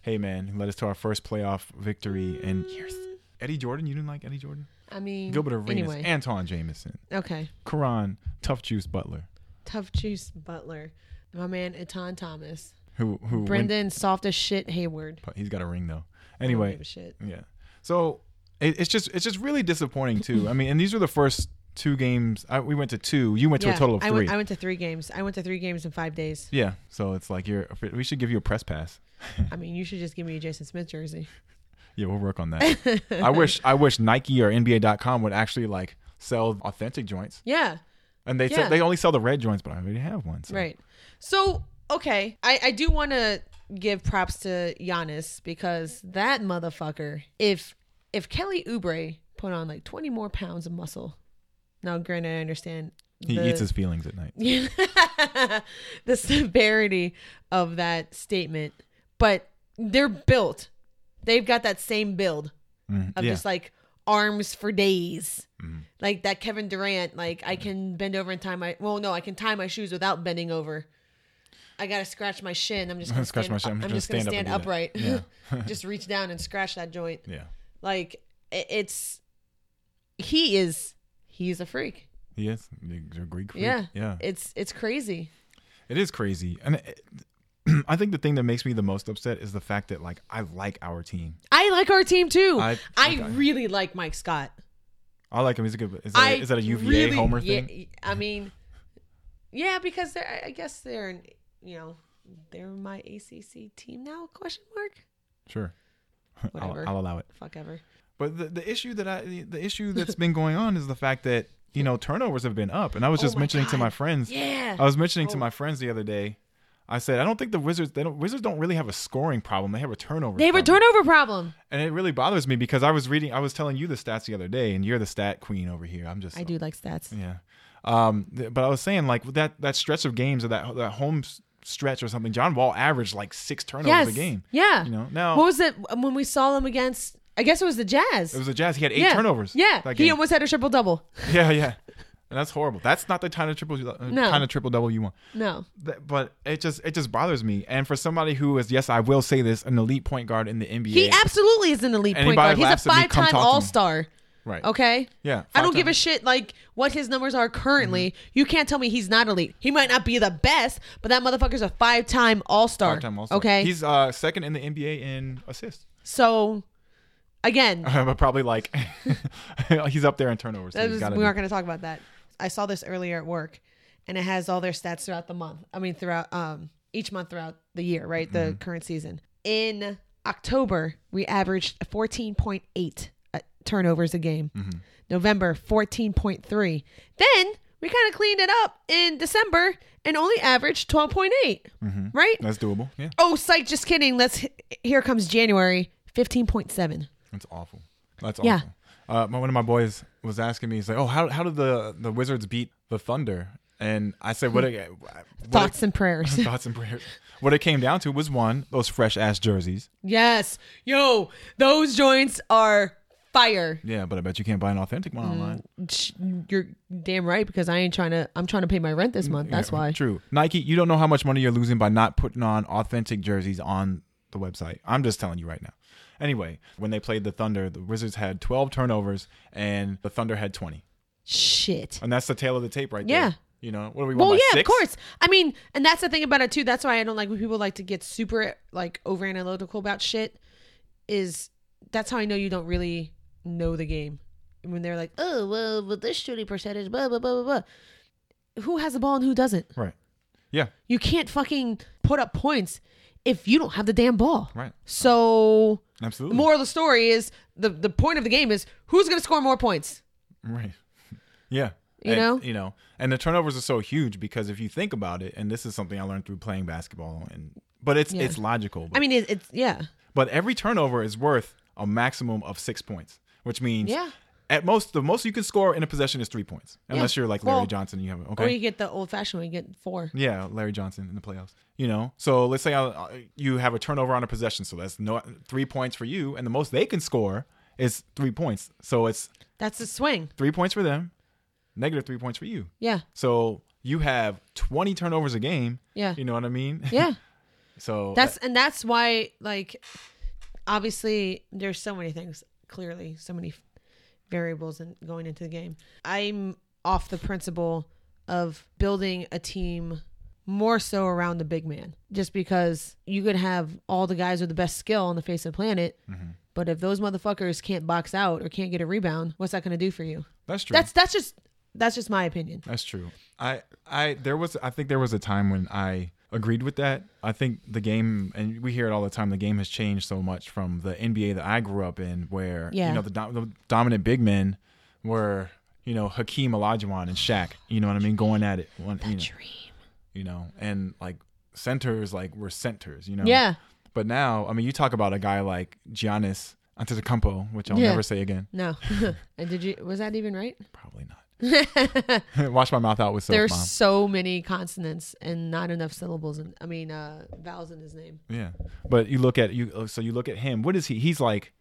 Speaker 2: Hey, man, led us to our first playoff victory in years. Eddie Jordan, you didn't like Eddie Jordan?
Speaker 1: I mean,
Speaker 2: Gilbert Arenas,
Speaker 1: Anyway,
Speaker 2: Anton Jameson,
Speaker 1: okay.
Speaker 2: Karan, Tough Juice Butler,
Speaker 1: Tough Juice Butler, my man Etan Thomas,
Speaker 2: who who went-
Speaker 1: Brendan, soft as shit Hayward.
Speaker 2: but he's got a ring though.
Speaker 1: I don't
Speaker 2: Anyway,
Speaker 1: give a shit.
Speaker 2: Yeah. So it, it's just it's just really disappointing too. I mean, and these are the first two games. I, we went to two. You went to a total of
Speaker 1: I
Speaker 2: three.
Speaker 1: went, I went to three games. I went to three games in five
Speaker 2: *clears throat*
Speaker 1: days.
Speaker 2: yeah. So it's like you're. We should give you a press pass.
Speaker 1: I mean, you should just give me a Jason Smith jersey.
Speaker 2: Yeah, we'll work on that.
Speaker 1: *laughs*
Speaker 2: I wish I wish Nike or NBA.com would actually like sell authentic joints,
Speaker 1: Yeah,
Speaker 2: and they
Speaker 1: Yeah.
Speaker 2: sell, they only sell the red joints, but I already have one. So.
Speaker 1: right. So okay, I I do want to give props to Giannis because that motherfucker. If if Kelly Oubre put on like twenty more pounds of muscle, now granted I understand
Speaker 2: He
Speaker 1: the-
Speaker 2: eats his feelings at night.
Speaker 1: *laughs* the severity of that statement, but they're built. They've got that same build
Speaker 2: Mm,
Speaker 1: of
Speaker 2: yeah.
Speaker 1: just like arms for days.
Speaker 2: Mhm.
Speaker 1: Like that Kevin Durant, like I can bend over and tie my well, no, I can tie my shoes without bending over. I gotta scratch my shin. I'm just gonna
Speaker 2: *laughs* Scratch
Speaker 1: stand
Speaker 2: my shin. I'm
Speaker 1: up-
Speaker 2: just gonna stand up
Speaker 1: upright. *laughs*
Speaker 2: and do that.
Speaker 1: just reach down and scratch that joint.
Speaker 2: yeah.
Speaker 1: Like i- it's he is he's a freak.
Speaker 2: He is. You're a Greek freak.
Speaker 1: Yeah.
Speaker 2: Yeah.
Speaker 1: It's it's crazy.
Speaker 2: It is crazy, and it, *clears throat* I think the thing that makes me the most upset is the fact that like I like our team.
Speaker 1: I like our team too. I,
Speaker 2: I-
Speaker 1: really like Mike Scott.
Speaker 2: I like him. He's a good. Is that,
Speaker 1: I
Speaker 2: is that a UVA
Speaker 1: really-
Speaker 2: homer
Speaker 1: yeah,
Speaker 2: thing?
Speaker 1: I mean, yeah, because they're. I guess they're. in- You know, they're my ACC team now? Question mark.
Speaker 2: Sure, *laughs* I'll,
Speaker 1: Whatever.
Speaker 2: I'll allow it.
Speaker 1: Fuck ever.
Speaker 2: But the, the issue that I the issue that's been going on is the fact that you know turnovers have been up, and I was
Speaker 1: Oh
Speaker 2: just
Speaker 1: my
Speaker 2: mentioning to
Speaker 1: God.
Speaker 2: my friends.
Speaker 1: Yeah.
Speaker 2: I was mentioning to
Speaker 1: Oh.
Speaker 2: my friends the other day. I said I don't think the Wizards they don't Wizards don't really have a scoring problem. They have a turnover.
Speaker 1: they have a
Speaker 2: problem.
Speaker 1: turnover problem.
Speaker 2: and it really bothers me because I was reading I was telling you the stats the other day, and you're the stat queen over here. I'm just
Speaker 1: I do like stats.
Speaker 2: Yeah. Um, th- but I was saying like with that that stretch of games or that that home s- stretch or something. John Wall averaged like six turnovers
Speaker 1: Yes.
Speaker 2: a game.
Speaker 1: Yeah.
Speaker 2: You know now
Speaker 1: What was it when we saw them against? I guess it was the Jazz.
Speaker 2: it was the Jazz. He had eight
Speaker 1: yeah.
Speaker 2: turnovers.
Speaker 1: Yeah.
Speaker 2: that
Speaker 1: He
Speaker 2: game.
Speaker 1: almost had a triple double.
Speaker 2: yeah, yeah. And that's horrible. That's not the kind of triple uh,
Speaker 1: No.
Speaker 2: kind of triple double you want.
Speaker 1: No.
Speaker 2: Th- But it just it just bothers me. And for somebody who is yes, I will say this, an elite point guard in the NBA.
Speaker 1: He absolutely is an elite
Speaker 2: Anybody
Speaker 1: point guard. He's a
Speaker 2: laughs at me, come talk
Speaker 1: five-time
Speaker 2: to me.
Speaker 1: All-Star.
Speaker 2: right.
Speaker 1: Okay.
Speaker 2: Yeah. Mm-hmm.
Speaker 1: I don't give a shit like what his numbers are currently. You can't tell me he's not elite. he might not be the best, but that motherfucker's a five-time All-Star.
Speaker 2: Five-time All-Star.
Speaker 1: Okay.
Speaker 2: He's uh second in the NBA in assists. *laughs*
Speaker 1: so again,
Speaker 2: but probably like *laughs* he's up there in turnovers. So
Speaker 1: that
Speaker 2: he's
Speaker 1: was-
Speaker 2: gotta
Speaker 1: we
Speaker 2: be-
Speaker 1: aren't going to talk about that. I saw this earlier at work, and it has all their stats throughout the month. I mean, throughout um each month throughout the year, right? The
Speaker 2: Mm-hmm.
Speaker 1: current season. In October, we averaged fourteen point eight uh, turnovers a game.
Speaker 2: Mm-hmm.
Speaker 1: November fourteen point three. Then we kind of cleaned it up in December and only averaged twelve point eight.
Speaker 2: Mm-hmm.
Speaker 1: Right?
Speaker 2: that's doable. Yeah.
Speaker 1: Oh, psych! Just kidding. Let's. Here comes January fifteen point seven.
Speaker 2: That's awful. That's awful.
Speaker 1: Yeah.
Speaker 2: Uh, my, one of my boys was asking me, he's like, "Oh, how, how did the, the Wizards beat the Thunder?" And I said, "What? It, what it-
Speaker 1: Hmm. Thoughts and prayers.
Speaker 2: *laughs* thoughts and prayers. What it came down to was one those fresh ass jerseys.
Speaker 1: Yes. Yo, those joints are fire.
Speaker 2: Yeah, but I bet you can't buy an authentic
Speaker 1: Hmm.
Speaker 2: one online.
Speaker 1: Sh- You're damn right because I ain't trying to I'm trying to pay my rent this month. That's
Speaker 2: Yeah,
Speaker 1: why.
Speaker 2: True. Nike, you don't know how much money you're losing by not putting on authentic jerseys on the website. I'm just telling you right now. Anyway, when they played the Thunder, the Wizards had 12 turnovers and the Thunder had 20,
Speaker 1: Shit.
Speaker 2: and that's the tail of the tape right
Speaker 1: Yeah.
Speaker 2: there. You know what do we want?
Speaker 1: Well,
Speaker 2: by
Speaker 1: yeah, of
Speaker 2: six?
Speaker 1: course. I mean, and that's the thing about it too. That's why I don't like when people like to get super like over analytical about shit. Is that's how I know you don't really know the game when they're like, oh well, but this shooting percentage, blah blah blah blah blah. Who has the ball and who doesn't?
Speaker 2: Right. Yeah.
Speaker 1: You can't fucking put up points if you don't have the damn ball.
Speaker 2: Right.
Speaker 1: So the
Speaker 2: Absolutely.
Speaker 1: moral of the story is the the point of the game is who's going to score more points.
Speaker 2: Right. *laughs* Yeah.
Speaker 1: You
Speaker 2: And-
Speaker 1: know?
Speaker 2: you know, and the turnovers are so huge because if you think about it, and this is something I learned through playing basketball, and but it's
Speaker 1: Yeah.
Speaker 2: it's logical. But,
Speaker 1: I mean, it, it's yeah,
Speaker 2: but every turnover is worth a maximum of six points, which means
Speaker 1: Yeah.
Speaker 2: At most, the most you can score in a possession is three points, unless you're like Larry
Speaker 1: Well,
Speaker 2: Johnson. You have it.
Speaker 1: Or
Speaker 2: Okay.
Speaker 1: you get the old fashioned one, you get four.
Speaker 2: Yeah, Larry Johnson in the playoffs. You know, so let's say I, I- you have a turnover on a possession, so that's no three points for you, and the most they can score is three points. So it's
Speaker 1: That's a swing.
Speaker 2: three points for them, negative three points for you.
Speaker 1: Yeah.
Speaker 2: So you have twenty turnovers a game.
Speaker 1: Yeah.
Speaker 2: You know what I mean?
Speaker 1: Yeah.
Speaker 2: *laughs* so
Speaker 1: That's and that's why like obviously there's so many things clearly so many variables in going into the game. I'm off the principle of building a team more so around the big man just because you could have all the guys with the best skill on the face of the planet but if those motherfuckers can't box out or can't get a rebound what's that going to do for you
Speaker 2: that's true.
Speaker 1: that's that's just that's just my opinion
Speaker 2: That's true. I I there was I think there was a time when I agreed with that. I think the game and we hear it all the time the game has changed so much from the NBA that I grew up in where
Speaker 1: Yeah.
Speaker 2: you know the, dom- the dominant big men were you know Hakeem Olajuwon and Shaq, you know what I mean, going at it one you know,
Speaker 1: dream
Speaker 2: you know and like centers like were centers, you know.
Speaker 1: yeah
Speaker 2: But now, I mean, you talk about a guy like Giannis Antetokounmpo, which I'll
Speaker 1: Yeah.
Speaker 2: never say again.
Speaker 1: no *laughs* and did you was that even right
Speaker 2: Probably
Speaker 1: *laughs*
Speaker 2: not. *laughs* Wash my mouth out with soap,
Speaker 1: There's
Speaker 2: mom.
Speaker 1: so many consonants and not enough syllables. And I mean, uh, vowels in his name.
Speaker 2: Yeah, but you look at you. oh, So you look at him. What is he? He's like,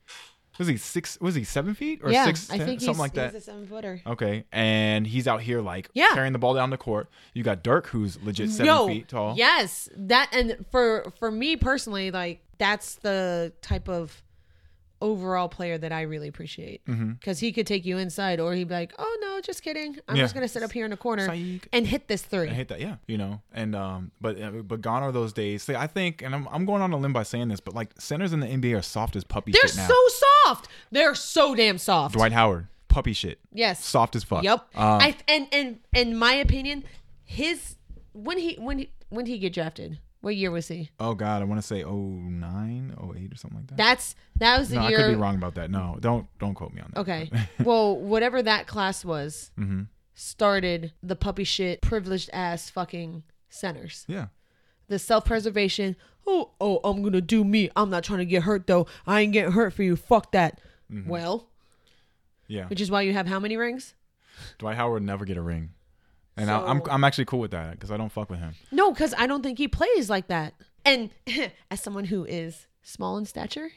Speaker 2: was he six? Was he seven feet or
Speaker 1: yeah,
Speaker 2: six?
Speaker 1: I
Speaker 2: ten?
Speaker 1: think he's,
Speaker 2: something like that.
Speaker 1: he's a seven footer.
Speaker 2: okay, and he's out here like
Speaker 1: Yeah.
Speaker 2: carrying the ball down the court. You got Dirk, who's legit seven feet tall.
Speaker 1: yes, that and for for me personally, like that's the type of overall player that I really appreciate
Speaker 2: Mm-hmm.
Speaker 1: because he could take you inside, or he'd be like, "Oh no, just kidding. I'm
Speaker 2: Yeah.
Speaker 1: just gonna sit up here in the corner
Speaker 2: Psych.
Speaker 1: and hit this three.
Speaker 2: I hate that. Yeah, you know, and um, but but gone are those days. See, I think, and I'm I'm going on a limb by saying this, but like centers in the NBA are soft as puppy
Speaker 1: They're
Speaker 2: shit now.
Speaker 1: so soft. They're so damn soft.
Speaker 2: Dwight Howard, puppy shit.
Speaker 1: Yes.
Speaker 2: soft as fuck.
Speaker 1: Yep.
Speaker 2: Um,
Speaker 1: I and and in my opinion, his when he when he when he get drafted, what year was he?
Speaker 2: oh god, I want to say 09, 08 or something like that.
Speaker 1: That's that was the
Speaker 2: no, I
Speaker 1: year.
Speaker 2: could be wrong about that. No, don't don't quote me on that. *laughs*
Speaker 1: Okay. well, whatever that class was,
Speaker 2: Mm-hmm.
Speaker 1: started the puppy shit, privileged ass fucking centers.
Speaker 2: Yeah.
Speaker 1: The self preservation. Oh, oh, I'm gonna do me. I'm not trying to get hurt though. I ain't getting hurt for you. Fuck that.
Speaker 2: Mm-hmm.
Speaker 1: Well,
Speaker 2: Yeah.
Speaker 1: which is why you have how many rings?
Speaker 2: Dwight Howard never get a ring, and
Speaker 1: So-
Speaker 2: I, I'm I'm actually cool with that because I don't fuck with him.
Speaker 1: No, because I don't think he plays like that. And *laughs* as someone who is small in stature,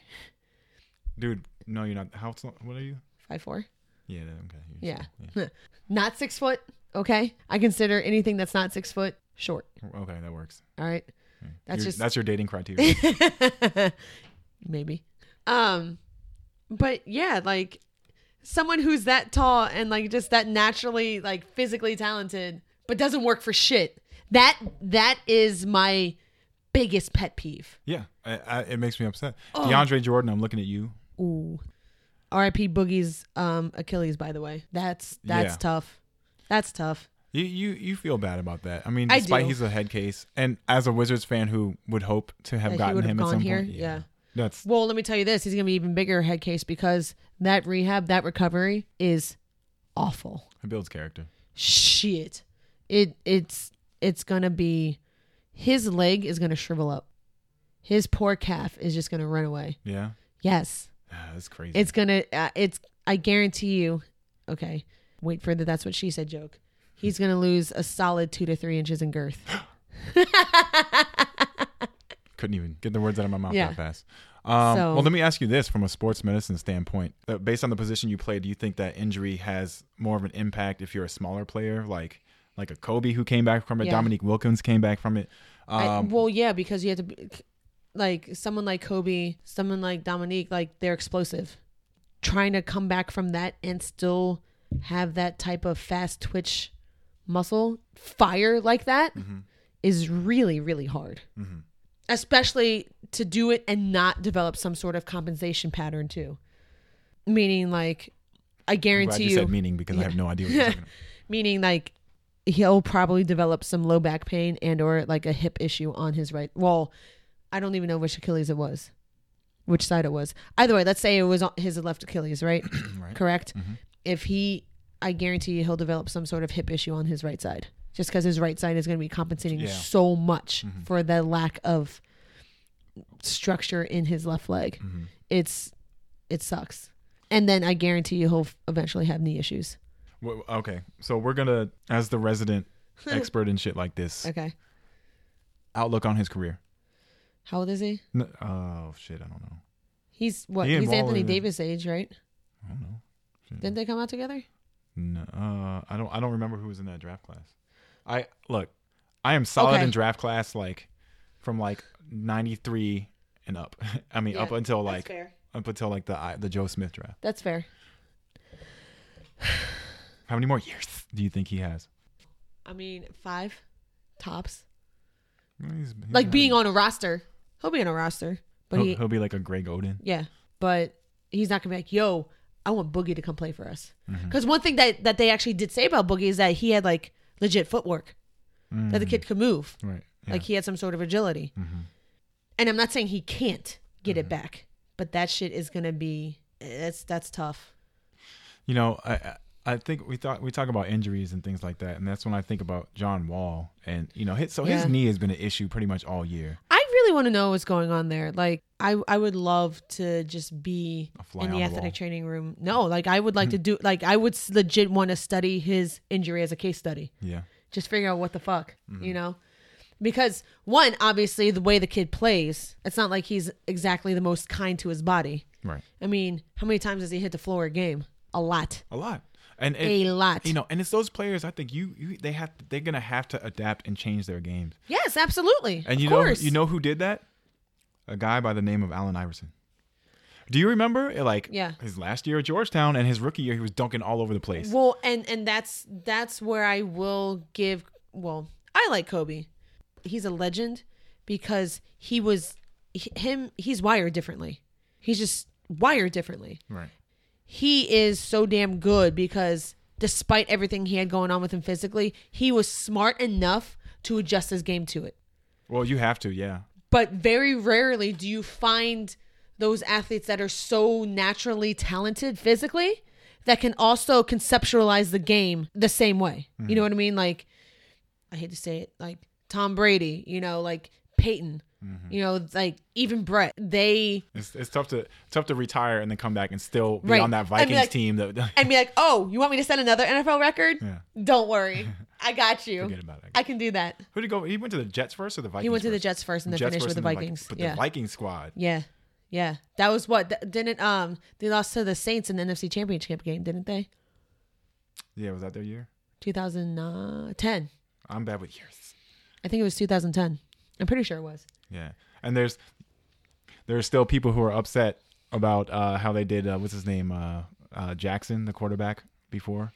Speaker 2: Dude, no, you're not. How tall? What are you?
Speaker 1: five four.
Speaker 2: Yeah, that- okay. you're
Speaker 1: Yeah.
Speaker 2: small.
Speaker 1: *laughs* Not six foot. Okay. I consider anything that's not six foot short.
Speaker 2: yeah. Okay, that works.
Speaker 1: All right. That's
Speaker 2: Your-
Speaker 1: just
Speaker 2: that's your
Speaker 1: *laughs*
Speaker 2: dating criteria.
Speaker 1: maybe. Um but yeah, like someone who's that tall and like just that naturally like physically talented but doesn't work for shit. That that is my biggest pet peeve.
Speaker 2: yeah, I, I, it makes me upset.
Speaker 1: Oh.
Speaker 2: DeAndre Jordan, I'm looking at you.
Speaker 1: Ooh. RIP Boogie's um Achilles by the way. That's that's
Speaker 2: Yeah.
Speaker 1: tough. That's tough.
Speaker 2: You you you feel bad about that. I mean,
Speaker 1: I
Speaker 2: despite
Speaker 1: do.
Speaker 2: he's a head case, and as a Wizards fan who would hope to
Speaker 1: That
Speaker 2: have
Speaker 1: he
Speaker 2: gotten
Speaker 1: would have
Speaker 2: him
Speaker 1: gone
Speaker 2: at some
Speaker 1: here,
Speaker 2: point.
Speaker 1: yeah.
Speaker 2: That's
Speaker 1: Well, let me tell you this: he's going to be even bigger head case because that rehab, that recovery is awful.
Speaker 2: it builds character.
Speaker 1: Shit, it it's it's going to be his leg is going to shrivel up. His poor calf is just going to run away.
Speaker 2: Yeah,
Speaker 1: Yes,
Speaker 2: Ah, that's crazy.
Speaker 1: it's going to. Uh, it's I guarantee you. Okay, wait for the that's what she said joke. He's going to lose a solid two to three inches in girth.
Speaker 2: couldn't even get the words out of my mouth
Speaker 1: Yeah.
Speaker 2: that fast. Um,
Speaker 1: So-
Speaker 2: Well, let me ask you this from a sports medicine standpoint. Uh, Based on the position you play, do you think that injury has more of an impact if you're a smaller player, like like a Kobe who came back from it,
Speaker 1: Yeah.
Speaker 2: Dominique Wilkins came back from it?
Speaker 1: I,
Speaker 2: Um,
Speaker 1: well, yeah, because you have to, be, like, someone like Kobe, someone like Dominique, like they're explosive. Trying to come back from that and still have that type of fast twitch muscle fire like that is
Speaker 2: Mm-hmm.
Speaker 1: really, really hard. Especially to do it and not develop some sort of compensation pattern too. Meaning, like, I
Speaker 2: I'm glad
Speaker 1: guarantee
Speaker 2: you
Speaker 1: you,
Speaker 2: said meaning because I have no idea
Speaker 1: *laughs*
Speaker 2: what you're talking about.
Speaker 1: meaning like he'll probably develop some low back pain and or like a hip issue on his right well i don't even know which achilles it was which side it was either way let's say it was on his left achilles right,
Speaker 2: *clears throat* Right. Mm-hmm.
Speaker 1: correct if he i guarantee you he'll develop some sort of hip issue on his right side just because his right side is going to be compensating
Speaker 2: Yeah. Mm-hmm.
Speaker 1: so much for the lack of
Speaker 2: Mm-hmm.
Speaker 1: structure in his left leg it's it sucks And then I guarantee you he'll f- eventually have knee issues.
Speaker 2: W- Okay, so we're gonna, as
Speaker 1: *laughs*
Speaker 2: the resident expert in shit like this,
Speaker 1: Okay.
Speaker 2: outlook on his career.
Speaker 1: How old is he?
Speaker 2: N- oh shit, I don't know.
Speaker 1: He's what?
Speaker 2: He
Speaker 1: he's
Speaker 2: involved
Speaker 1: Anthony
Speaker 2: in it.
Speaker 1: Davis age, right?
Speaker 2: I don't know. Shit.
Speaker 1: Didn't they come out together?
Speaker 2: No, uh, I don't. I don't remember who was in that draft class. I look. I am solid
Speaker 1: Okay.
Speaker 2: in draft class, like from like '93 and up. *laughs* I mean, up
Speaker 1: Yeah,
Speaker 2: until like
Speaker 1: fair.
Speaker 2: up until like the I- the Joe Smith draft.
Speaker 1: That's fair.
Speaker 2: How many more years do you think he has?
Speaker 1: I mean, five tops.
Speaker 2: He's- he's
Speaker 1: Like
Speaker 2: not-
Speaker 1: being on a roster. He'll be on a roster, but
Speaker 2: He'll,
Speaker 1: he
Speaker 2: he'll be like a Greg Oden.
Speaker 1: Yeah, but he's not gonna be like, yo, I want Boogie to come play for us.
Speaker 2: Mm-hmm.
Speaker 1: Because one thing that that they actually did say about Boogie is that he had like legit footwork, that the kid could move,
Speaker 2: Right. Mm. Yeah. Mm-hmm.
Speaker 1: like he had some sort of agility. And I'm not saying he can't get it back, but that shit is gonna be eh, that's that's tough.
Speaker 2: you know, I I- I think we thought we talk about injuries and things like that, and that's when I think about John Wall and you know, his, so his
Speaker 1: Yeah.
Speaker 2: knee has been an issue pretty much all year.
Speaker 1: I really want to know what's going on there. Like, I I would love to just be
Speaker 2: A fly
Speaker 1: in
Speaker 2: on
Speaker 1: the
Speaker 2: the
Speaker 1: athletic
Speaker 2: wall.
Speaker 1: training room. No, like I would like
Speaker 2: *laughs*
Speaker 1: to do. Like, I would s- legit want to study his injury as a case study.
Speaker 2: Yeah.
Speaker 1: just figure out what the fuck,
Speaker 2: Mm-hmm.
Speaker 1: you know? Because one, obviously, the way the kid plays, it's not like he's exactly the most kind to his body.
Speaker 2: Right.
Speaker 1: I mean, how many times has he hit the floor a game? A lot,
Speaker 2: A lot. And, and
Speaker 1: a lot.
Speaker 2: you know, and it's those players. I think you, you they have they're gonna have to adapt and change their games.
Speaker 1: yes, absolutely.
Speaker 2: And
Speaker 1: of
Speaker 2: you know,
Speaker 1: course.
Speaker 2: you know who did that? A guy by the name of Allen Iverson. Do you remember? eh, Like,
Speaker 1: Yeah.
Speaker 2: his last year at Georgetown and his rookie year, he was dunking all over the place.
Speaker 1: Well, and and that's that's where I will give. Well, I like Kobe. He's a legend because he was h- him. He's wired differently. He's just wired differently.
Speaker 2: Right.
Speaker 1: he is so damn good because despite everything he had going on with him physically, he was smart enough to adjust his game to it.
Speaker 2: Well, you have to, yeah.
Speaker 1: But very rarely do you find those athletes that are so naturally talented physically that can also conceptualize the game the same way.
Speaker 2: Mm-hmm.
Speaker 1: You know what I mean? Like, I hate to say it, like Tom Brady, you know, like Peyton,
Speaker 2: Mm-hmm.
Speaker 1: you know, like even Brett. They
Speaker 2: It's, it's tough to tough to retire and then come back and still be
Speaker 1: Right.
Speaker 2: on that
Speaker 1: And be
Speaker 2: Vikings
Speaker 1: like-
Speaker 2: team. That *laughs*
Speaker 1: and be like, oh, you want me to set another NFL record?
Speaker 2: Yeah.
Speaker 1: Don't
Speaker 2: *laughs*
Speaker 1: worry. I got you.
Speaker 2: Forget about it.
Speaker 1: I can do that.
Speaker 2: who did he go? He went to the Jets first or the Vikings?
Speaker 1: He went to the
Speaker 2: first?
Speaker 1: Jets first and then
Speaker 2: Jets
Speaker 1: finished
Speaker 2: first
Speaker 1: with the
Speaker 2: and then
Speaker 1: Vikings.
Speaker 2: But
Speaker 1: yeah.
Speaker 2: the Viking squad.
Speaker 1: yeah. Yeah. That was what th- didn't um they lost to the Saints in the NFC Championship game, didn't they?
Speaker 2: Yeah, was that their year?
Speaker 1: 2010.
Speaker 2: I'm bad with years.
Speaker 1: uh, I think it was 2010. I'm pretty sure it was.
Speaker 2: Yeah, and there's there's still people who are upset about uh, how they did uh, what's his name uh, uh, Jackson, the quarterback before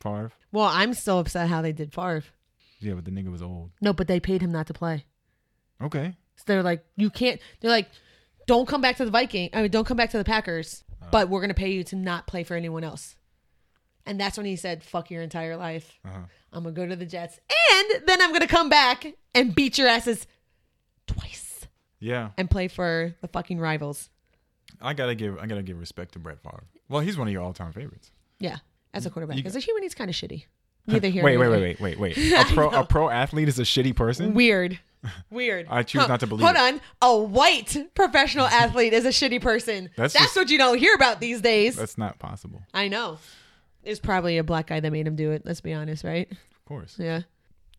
Speaker 2: Favre.
Speaker 1: Well, I'm still upset how they did Favre.
Speaker 2: Yeah, but the nigga was old.
Speaker 1: No, but they paid him not to play.
Speaker 2: Okay,
Speaker 1: So they're like, you can't. They're like, don't come back to the Viking. I mean, don't come back to the Packers. But we're gonna pay you to not play for anyone else. And that's when he said, "Fuck your entire life. I'm gonna go to the Jets, and then I'm gonna come back and beat your asses twice
Speaker 2: yeah,
Speaker 1: and play for the fucking rivals."
Speaker 2: I gotta give I gotta give respect to Brett Favre. Well, he's one of your all time favorites.
Speaker 1: Yeah, as a quarterback,
Speaker 2: You-
Speaker 1: because a human, he's kind of shitty. Neither here.
Speaker 2: Wait,
Speaker 1: nor
Speaker 2: wait,
Speaker 1: there.
Speaker 2: wait,
Speaker 1: *laughs*
Speaker 2: wait, wait, wait. A pro a pro athlete is a shitty person. *laughs*
Speaker 1: Weird. Weird.
Speaker 2: I choose not to believe
Speaker 1: Hold
Speaker 2: it.
Speaker 1: on. A white
Speaker 2: *laughs*
Speaker 1: professional athlete is a shitty person.
Speaker 2: That's
Speaker 1: That's,
Speaker 2: just-
Speaker 1: what you don't hear about these days.
Speaker 2: That's not possible.
Speaker 1: I know. It's probably a black guy that made him do it. Let's be honest, right?
Speaker 2: Of course,
Speaker 1: Yeah.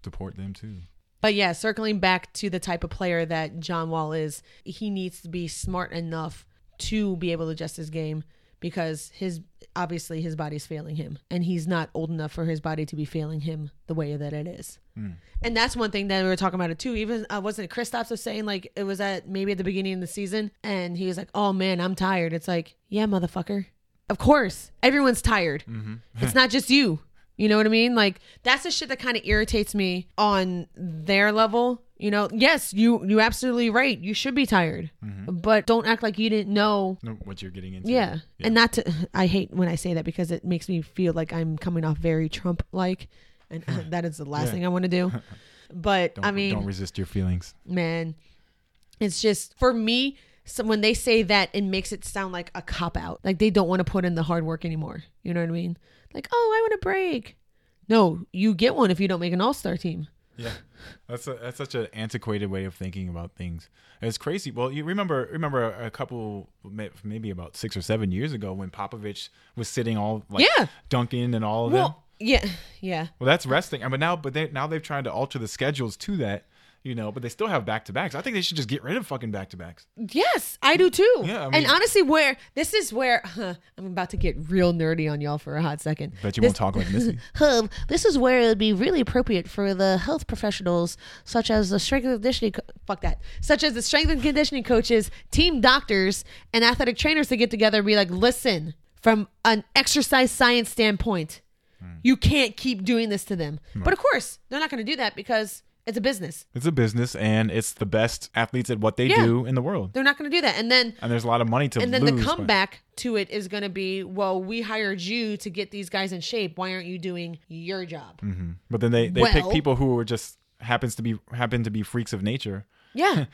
Speaker 2: deport them too.
Speaker 1: But yeah, circling back to the type of player that John Wall is, he needs to be smart enough to be able to adjust his game because his obviously his body's failing him and he's not old enough for his body to be failing him the way that it is. And that's one thing that we were talking about it too. Even uh, wasn't it Kristaps was saying like it was at maybe at the beginning of the season and he was like, "Oh man, I'm tired." It's like, "Yeah, motherfucker. Of course. Everyone's tired. it's not just you." You know what I mean? Like that's the shit that kind of irritates me on their level. You know, yes, you you absolutely right. You should be tired, but don't act like you didn't know.
Speaker 2: Know What you're getting into?
Speaker 1: Yeah. and not to. I hate when I say that because it makes me feel like I'm coming off very Trump like,
Speaker 2: *laughs*
Speaker 1: and that is the last
Speaker 2: Yeah.
Speaker 1: thing I want to
Speaker 2: *laughs*
Speaker 1: do. But
Speaker 2: Don't,
Speaker 1: I mean,
Speaker 2: don't resist your feelings.
Speaker 1: man it's just for me so when they say that it makes it sound like a cop out like they don't want to put in the hard work anymore you know what i mean like oh i want a break no you get one if you don't make an all-star team
Speaker 2: Yeah, that's a, that's such an antiquated way of thinking about things. And it's crazy. Well, you remember remember a couple may- maybe about six or seven years ago when Popovich was sitting all like
Speaker 1: Yeah.
Speaker 2: Duncan and all of them.
Speaker 1: Well, yeah, yeah.
Speaker 2: Well, that's wrestling. I mean, now but they now they've tried to alter the schedules to that. You know, but they still have back to backs. I think they should just get rid of fucking back to backs.
Speaker 1: Yes, I do too.
Speaker 2: Yeah, I mean-
Speaker 1: and honestly, where this is where *laughs* huh, I'm about to get real nerdy on y'all for a hot second.
Speaker 2: Bet you
Speaker 1: This-
Speaker 2: won't talk
Speaker 1: *laughs*
Speaker 2: like Missy.
Speaker 3: hub, this is where it would be really appropriate for the health professionals, such as the strength and conditioning. Co-
Speaker 1: fuck that. Such as the strength and conditioning coaches, team doctors, and athletic trainers to get together and be like, listen, from an exercise science standpoint, you can't keep doing this to them. But of course, they're not going to do that because it's a business.
Speaker 2: It's a business, and it's the best athletes at what they
Speaker 1: Yeah.
Speaker 2: do in the world.
Speaker 1: They're not going to do that. And then
Speaker 2: And there's a lot of money to
Speaker 1: and then
Speaker 2: lose.
Speaker 1: the
Speaker 2: by-
Speaker 1: comeback to it is going to be, well, we hired you to get these guys in shape. Why aren't you doing your job?
Speaker 2: But then they, they pick
Speaker 1: Well-
Speaker 2: people who are just happens to be happen to be freaks of nature.
Speaker 1: Yeah.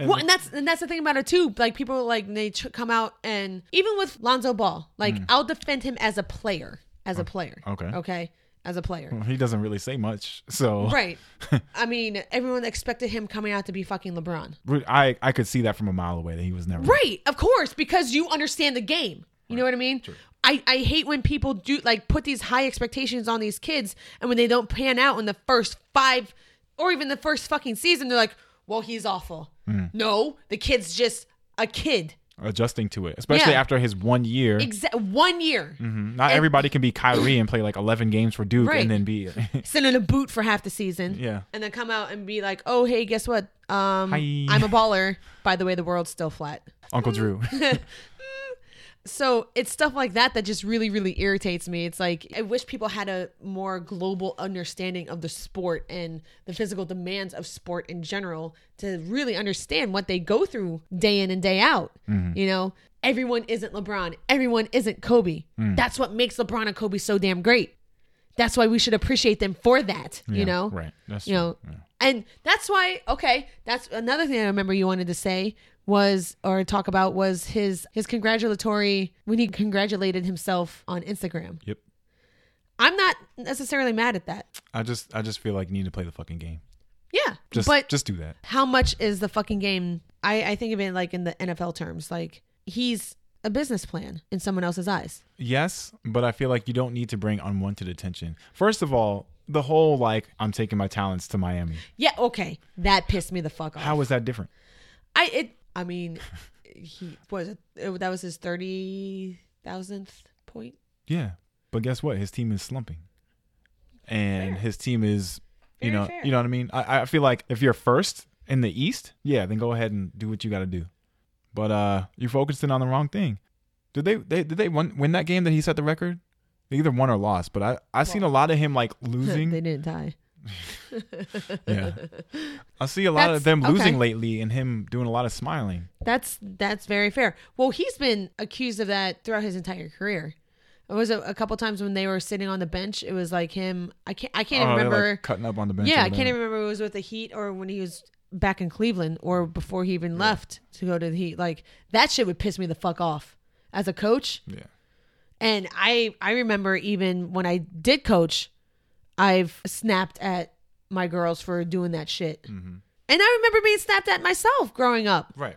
Speaker 1: well, and that's and that's the thing about it too. Like people like they ch- come out and even with Lonzo Ball, like I'll defend him as a player, as a player.
Speaker 2: okay. Hmm.
Speaker 1: Okay. As a player.
Speaker 2: He doesn't really say much,
Speaker 1: *laughs*
Speaker 2: so
Speaker 1: Right. I mean, everyone expected him coming out to be fucking LeBron.
Speaker 2: I I could see that from a mile away that he was never.
Speaker 1: Right. Of course, because you understand the game. You know what I mean? I, I hate when people do like put these high expectations on these kids and when they don't pan out in the first five or even the first fucking season, they're like, well, he's awful. No, the kid's just a kid.
Speaker 2: adjusting to it, especially
Speaker 1: Yeah.
Speaker 2: after his one year. Mm-hmm.
Speaker 1: Exa- one year.
Speaker 2: Not everybody can be Kyrie and play like 11 games for Duke
Speaker 1: Right.
Speaker 2: and then be *laughs*
Speaker 1: Sit in a boot for half the season.
Speaker 2: Yeah.
Speaker 1: And then come out and be like, oh, hey, guess what? Um,
Speaker 2: Hi.
Speaker 1: I'm a baller. By the way, the world's still flat.
Speaker 2: Uncle Drew.
Speaker 1: *laughs*
Speaker 2: *laughs*
Speaker 1: So it's stuff like that that just really, really irritates me. It's like, I wish people had a more global understanding of the sport and the physical demands of sport in general to really understand what they go through day in and day out.
Speaker 2: Mm-hmm.
Speaker 1: You know, everyone isn't LeBron, everyone isn't Kobe.
Speaker 2: Mm.
Speaker 1: That's what makes LeBron and Kobe so damn great. That's why we should appreciate them for that,
Speaker 2: Yeah,
Speaker 1: you know?
Speaker 2: right. That's
Speaker 1: you
Speaker 2: true.
Speaker 1: know
Speaker 2: Yeah.
Speaker 1: and that's why okay that's another thing i remember you wanted to say was or talk about was his his congratulatory when he congratulated himself on instagram
Speaker 2: Yep.
Speaker 1: i'm not necessarily mad at that
Speaker 2: I just I just feel like you need to play the fucking game.
Speaker 1: yeah
Speaker 2: Just
Speaker 1: but
Speaker 2: just do that.
Speaker 1: how much is the fucking game i i think of it like in the nfl terms like he's a business plan in someone else's eyes
Speaker 2: Yes, but I feel like you don't need to bring unwanted attention. First of all, the whole like I'm taking my talents to Miami.
Speaker 1: yeah okay that pissed me the fuck off
Speaker 2: How is that different?
Speaker 1: i it i mean he was it, that was his 30,000th point
Speaker 2: Yeah, but guess what? His team is slumping, and his team is, you
Speaker 1: Very
Speaker 2: know,
Speaker 1: fair.
Speaker 2: you know what I mean. I, I feel like if you're first in the East, yeah, then go ahead and do what you got to do. But uh, you're focusing on the wrong thing. Did they, they did they win, win that game that he set the record? They either won or lost. But I I seen a lot of him like
Speaker 1: *laughs* they
Speaker 2: *laughs* losing.
Speaker 1: didn't die *laughs*
Speaker 2: yeah, I see a lot of
Speaker 1: That's-
Speaker 2: them losing
Speaker 1: okay.
Speaker 2: lately, and him doing a lot of smiling.
Speaker 1: That's that's very fair. Well, he's been accused of that throughout his entire career. It was a, a couple times when they were sitting on the bench. It was like him. I can't. I can't
Speaker 2: Oh,
Speaker 1: even
Speaker 2: they're, like,
Speaker 1: remember.
Speaker 2: cutting up on the bench.
Speaker 1: yeah,
Speaker 2: or
Speaker 1: I can't
Speaker 2: whatever.
Speaker 1: even remember. If it was with the Heat or when he was back in Cleveland or before he even left to go to the Heat. Like that shit would piss me the fuck off as a coach.
Speaker 2: Yeah.
Speaker 1: And I I remember even when I did coach, I've snapped at my girls for doing that shit. And I remember being snapped at myself growing up.
Speaker 2: Right.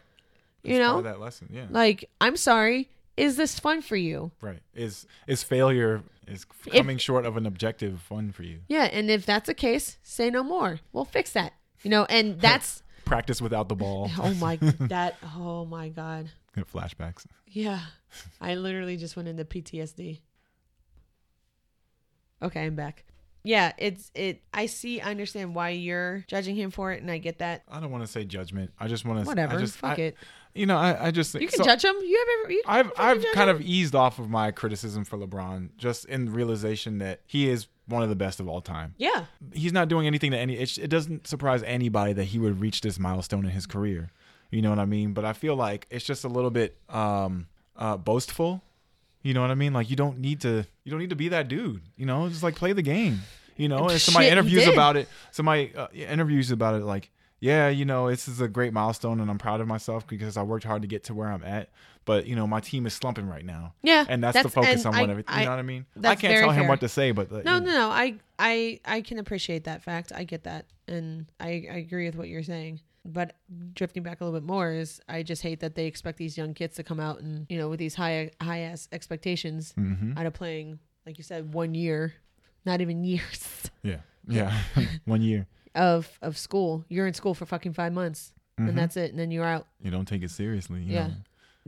Speaker 1: You know,
Speaker 2: that lesson. Yeah.
Speaker 1: like, I'm sorry, is this fun for you?
Speaker 2: Right. Is is failure is coming short of an objective fun for you?
Speaker 1: Yeah, and if that's the case, say no more. We'll fix that. You know, and that's
Speaker 2: Practice without
Speaker 1: *laughs*
Speaker 2: the ball.
Speaker 1: oh my that oh my god.
Speaker 2: Flashbacks.
Speaker 1: Yeah. I literally just went into PTSD. Okay, I'm back. Yeah, it's it I see I understand why you're judging him for it and I get that.
Speaker 2: I don't want to say judgment. I just want to.
Speaker 1: Whatever.
Speaker 2: I just,
Speaker 1: Fuck
Speaker 2: I-
Speaker 1: it.
Speaker 2: You know, I, I just
Speaker 1: You can judge him. You have every you can
Speaker 2: I've
Speaker 1: fucking
Speaker 2: I've
Speaker 1: judge
Speaker 2: kind
Speaker 1: him.
Speaker 2: of eased off of my criticism for LeBron just in the realization that he is one of the best of all time.
Speaker 1: Yeah.
Speaker 2: He's not doing anything to any. It, it doesn't surprise anybody that he would reach this milestone in his career. You know what I mean? But I feel like it's just a little bit um, uh, boastful. You know what I mean? Like you don't need to you don't need to be that dude. You know, just like play the game. You know, and somebody
Speaker 1: Shit, he
Speaker 2: interviews
Speaker 1: did.
Speaker 2: about it. Somebody uh, interviews about it like yeah, you know, this is a great milestone and I'm proud of myself because I worked hard to get to where I'm at. But, you know, my team is slumping right now.
Speaker 1: Yeah,
Speaker 2: And that's, the
Speaker 1: that's-
Speaker 2: focus
Speaker 1: and
Speaker 2: on what
Speaker 1: I-
Speaker 2: everything.
Speaker 1: I-
Speaker 2: You know what I mean? I
Speaker 1: that's
Speaker 2: can't
Speaker 1: very
Speaker 2: tell him
Speaker 1: fair.
Speaker 2: what to say, but like,
Speaker 1: No,
Speaker 2: you
Speaker 1: no, no. I, I, I can appreciate that fact. I get that, and I, I agree with what you're saying. But drifting back a little bit more is, I just hate that they expect these young kids to come out and you know with these high, high ass expectations out of playing, like you said, one year, not even *laughs* years
Speaker 2: Yeah. Yeah. *laughs* One year.
Speaker 1: of of school. You're in school for fucking five months, and that's it, and then you're out.
Speaker 2: You don't take it seriously. you
Speaker 1: Yeah.
Speaker 2: know.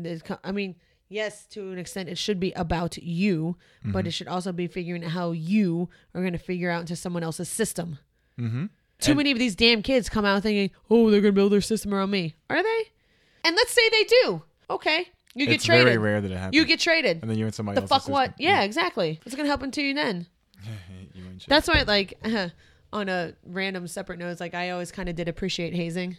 Speaker 1: There's co- I mean, yes, to an extent, it should be about you, but
Speaker 2: Mm-hmm.
Speaker 1: it should also be figuring out how you are going to figure out into someone else's system. Mm-hmm. Too many of these damn kids come out thinking, oh, they're going to build their system around me. Are they? And let's say they do. Okay. You get
Speaker 2: It's
Speaker 1: traded.
Speaker 2: very rare that it happens.
Speaker 1: You get traded.
Speaker 2: and then you're in somebody
Speaker 1: The
Speaker 2: else's
Speaker 1: fuck what?
Speaker 2: system.
Speaker 1: Yeah, exactly. What's going to happen to you then?
Speaker 2: You ain't shit.
Speaker 1: That's why, like, *laughs* on a random separate note, like I always kind of did appreciate hazing.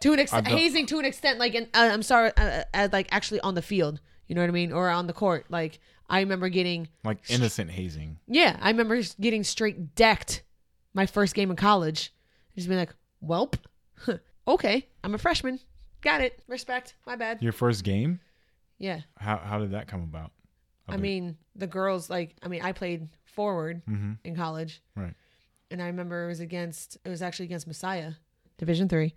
Speaker 1: To an
Speaker 2: I
Speaker 1: extent,
Speaker 2: don't-
Speaker 1: hazing to an extent, like, and uh, I'm sorry, uh, uh, like actually on the field, you know what I mean, or on the court. Like, I remember getting,
Speaker 2: like innocent hazing.
Speaker 1: yeah, I remember getting straight decked my first game in college. Just being like, welp, *laughs* huh, okay, I'm a freshman, got it, respect, my bad,
Speaker 2: Your first game?
Speaker 1: yeah.
Speaker 2: How how did that come about?
Speaker 1: I mean, the girls, like, I mean, I played forward in college,
Speaker 2: Mm-hmm. Right.
Speaker 1: and I remember it was against it was actually against Messiah, Division Three.